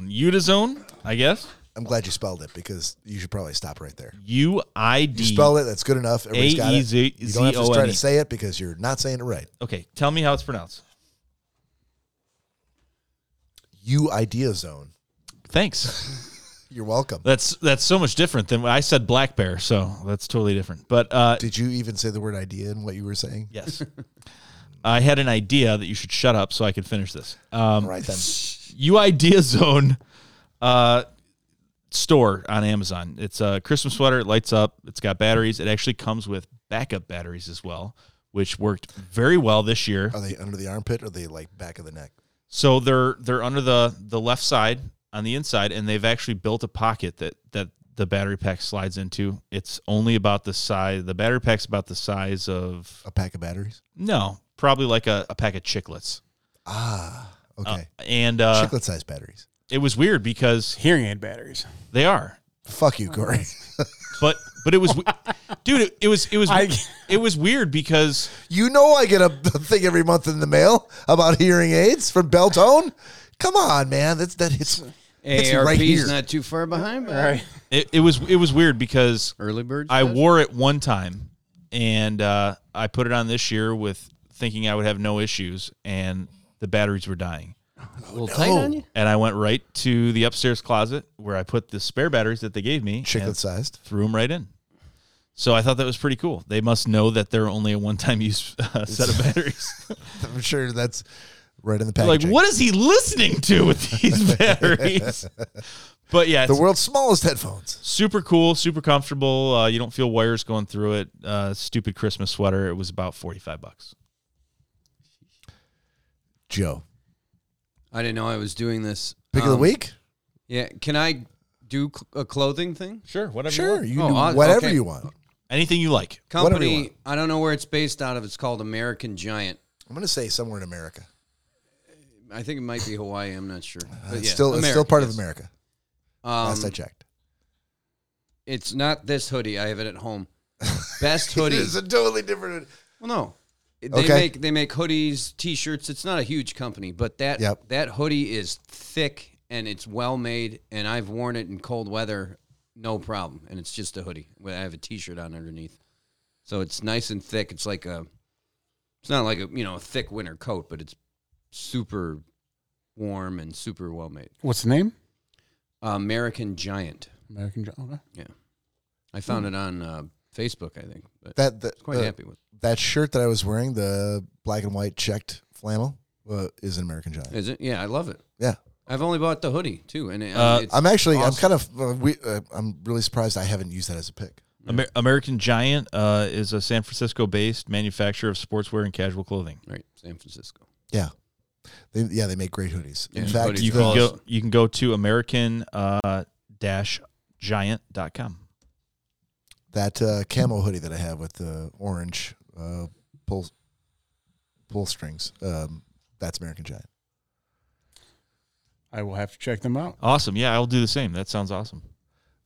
[SPEAKER 3] Udazone. I guess.
[SPEAKER 1] I'm glad you spelled it because you should probably stop right there.
[SPEAKER 3] U I D. E
[SPEAKER 1] You spelled it. That's good enough. Everybody's got it.
[SPEAKER 3] A-E-Z-
[SPEAKER 1] You don't have to try
[SPEAKER 3] Z-O-N-E.
[SPEAKER 1] to say it because you're not saying it right.
[SPEAKER 3] Okay, tell me how it's pronounced.
[SPEAKER 1] You idea zone.
[SPEAKER 3] Thanks.
[SPEAKER 1] You're welcome.
[SPEAKER 3] *laughs* That's that's so much different than what I said. Black bear. So that's totally different. But
[SPEAKER 1] *laughs*
[SPEAKER 3] uh,
[SPEAKER 1] Did you even say the word idea in what you were saying?
[SPEAKER 3] Yes. I had an idea that you should shut up so I could finish this. Um,
[SPEAKER 1] Right then.
[SPEAKER 3] You Idea *laughs* Zone uh, store on Amazon. It's a Christmas sweater. It lights up. It's got batteries. It actually comes with backup batteries as well, which worked very well this year.
[SPEAKER 1] Are they under the armpit or are they like back of the neck?
[SPEAKER 3] So they're they're under the the left side on the inside, and they've actually built a pocket that that the battery pack slides into. It's only about the size. The battery pack's about the size of
[SPEAKER 1] A pack of batteries?
[SPEAKER 3] no, probably like a, a pack of chiclets.
[SPEAKER 1] Ah, okay.
[SPEAKER 3] and uh,
[SPEAKER 1] Chiclet sized batteries.
[SPEAKER 3] it was weird because
[SPEAKER 4] Hearing aid batteries.
[SPEAKER 3] they are,
[SPEAKER 1] Fuck you, Corey. *laughs*
[SPEAKER 3] but but it was, we- dude, it, it was it was
[SPEAKER 4] I-
[SPEAKER 3] it was weird because
[SPEAKER 1] you know I get a thing every month in the mail about hearing aids from Beltone. Come on, man. That's that hits hits
[SPEAKER 2] ARP's
[SPEAKER 1] right here.
[SPEAKER 2] not too far behind. But
[SPEAKER 4] Right.
[SPEAKER 3] it, it was it was weird because
[SPEAKER 2] Early bird.
[SPEAKER 3] I
[SPEAKER 2] special.
[SPEAKER 3] wore it one time and uh, I put it on this year with thinking I would have no issues, and the batteries were dying.
[SPEAKER 2] a little tight on you.
[SPEAKER 3] And I went right to the upstairs closet where I put the spare batteries that they gave me.
[SPEAKER 1] Chiclet
[SPEAKER 3] and
[SPEAKER 1] sized. *laughs*
[SPEAKER 3] threw them right in. So I thought that was pretty cool. They must know that they're only a one-time use *laughs* uh, set of batteries. *laughs*
[SPEAKER 1] I'm sure that's right in the
[SPEAKER 3] They're Like,
[SPEAKER 1] packaging.
[SPEAKER 3] what is he listening to with these batteries? but yeah,
[SPEAKER 1] The
[SPEAKER 3] it's
[SPEAKER 1] world's smallest headphones.
[SPEAKER 3] super cool, super comfortable. Uh, you don't feel wires going through it. Uh, stupid Christmas sweater. It was about forty-five bucks.
[SPEAKER 1] Joe.
[SPEAKER 2] I didn't know I was doing this.
[SPEAKER 1] Pick of the
[SPEAKER 2] Um,
[SPEAKER 1] week?
[SPEAKER 2] Yeah. Can I do cl- a clothing thing?
[SPEAKER 3] Sure, whatever.
[SPEAKER 1] Sure. You
[SPEAKER 2] Oh,
[SPEAKER 1] do
[SPEAKER 2] odd-
[SPEAKER 1] whatever
[SPEAKER 2] okay.
[SPEAKER 1] you want.
[SPEAKER 3] Anything you like.
[SPEAKER 1] Whatever you
[SPEAKER 2] Company.
[SPEAKER 1] want.
[SPEAKER 2] I don't know where it's based out of. It's called American Giant.
[SPEAKER 1] I'm gonna say somewhere in America.
[SPEAKER 2] I think it might be Hawaii. I'm not sure. But
[SPEAKER 1] Uh, It's
[SPEAKER 2] Uh, yeah,
[SPEAKER 1] still it's still
[SPEAKER 2] American,
[SPEAKER 1] part
[SPEAKER 2] yes.
[SPEAKER 1] of America. Last I
[SPEAKER 2] Um,
[SPEAKER 1] checked. *laughs*
[SPEAKER 2] it's not this hoodie. I have it
[SPEAKER 1] *laughs*
[SPEAKER 2] at home. Best hoodie.
[SPEAKER 1] It is a totally different.
[SPEAKER 2] Well, no. They
[SPEAKER 1] Okay.
[SPEAKER 2] make they make hoodies, t-shirts. It's not a huge company, but that
[SPEAKER 1] Yep.
[SPEAKER 2] that hoodie is thick and it's well made, and I've worn it in cold weather, no problem. And it's just a hoodie. Well, I have a t-shirt on underneath, so it's nice and thick. It's like a, it's not like a you know a thick winter coat, but it's super warm and super well made.
[SPEAKER 4] What's the name?
[SPEAKER 2] American Giant.
[SPEAKER 4] American John.
[SPEAKER 2] I found it on uh, Facebook, I think. But
[SPEAKER 1] Hmm. That uh, the,
[SPEAKER 2] quite
[SPEAKER 1] the-
[SPEAKER 2] happy with.
[SPEAKER 1] that shirt that I was wearing, the black and white checked flannel, uh, is an American Giant.
[SPEAKER 2] It. Is it? Yeah, I love it.
[SPEAKER 1] Yeah,
[SPEAKER 2] I've only bought the hoodie too, and it,
[SPEAKER 3] Uh,
[SPEAKER 2] it's
[SPEAKER 1] I'm actually I'm
[SPEAKER 2] awesome.
[SPEAKER 1] kind of uh, we, uh, I'm really surprised I haven't used that as a pick.
[SPEAKER 3] Amer- American Giant uh, is a San Francisco-based manufacturer of sportswear and casual clothing.
[SPEAKER 2] Right, San Francisco.
[SPEAKER 1] Yeah, they, yeah, they make great hoodies. In
[SPEAKER 2] Yeah,
[SPEAKER 1] fact,
[SPEAKER 2] hoodies.
[SPEAKER 3] You
[SPEAKER 1] the-
[SPEAKER 3] can
[SPEAKER 2] Because-
[SPEAKER 3] go. You can go to American uh, dash Giant.com.
[SPEAKER 1] that uh, camo hoodie that I have with the orange uh, pull pull strings, um, that's American Giant.
[SPEAKER 4] I will have to check them out.
[SPEAKER 3] Awesome. Yeah, I'll do the same. That sounds awesome.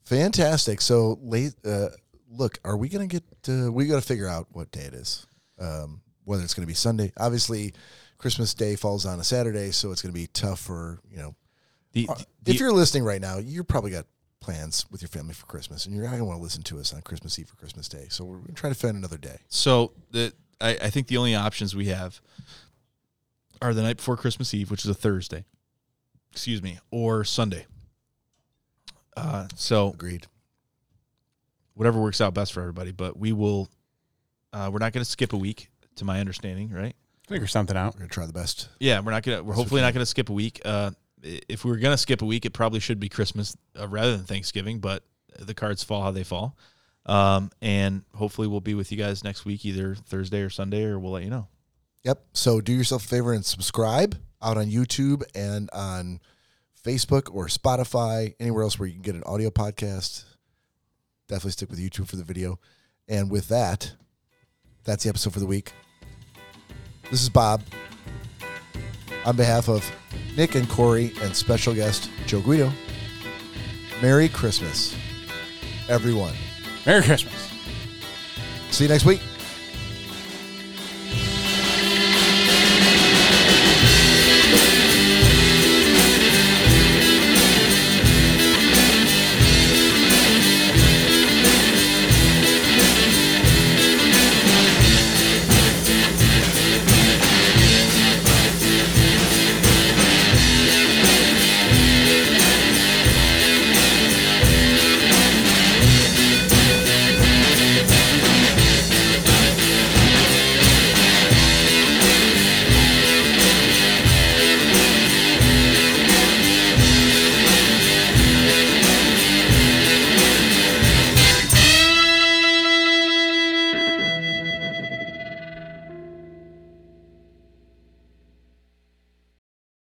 [SPEAKER 1] Fantastic. So late. Uh, look, are we gonna get? Uh, we gotta figure out what day it is. Um, whether it's gonna be Sunday. Obviously, Christmas Day falls on a Saturday, so it's gonna be tough for you know.
[SPEAKER 3] The, the-
[SPEAKER 1] Uh, if you're listening right now, you probably got plans with your family for Christmas, and you're not gonna want to listen to us on Christmas Eve or Christmas Day. So we're gonna try to find another day.
[SPEAKER 3] So the I, I think the only options we have are the night before Christmas Eve, which is a Thursday. Excuse me, or Sunday. Uh, so
[SPEAKER 1] Agreed.
[SPEAKER 3] whatever works out best for everybody. But we will. Uh, we're not going to skip a week, to my understanding, right?
[SPEAKER 4] Figure something out.
[SPEAKER 1] We're gonna try the best.
[SPEAKER 3] Yeah, we're not going to. We're hopefully not going to skip a week. Uh, i- if we were going to skip a week, it probably should be Christmas uh, rather than Thanksgiving. But the cards fall how they fall, um, and hopefully we'll be with you guys next week, either Thursday or Sunday, or we'll let you know.
[SPEAKER 1] Yep. So do yourself a favor and subscribe out on YouTube and on Facebook or Spotify, anywhere else where you can get an audio podcast. Definitely stick with YouTube for the video. And with that, that's the episode for the week. This is Bob. On behalf of Nick and Corey and special guest Joe Guido, Merry Christmas, everyone.
[SPEAKER 4] Merry Christmas.
[SPEAKER 1] See you next week.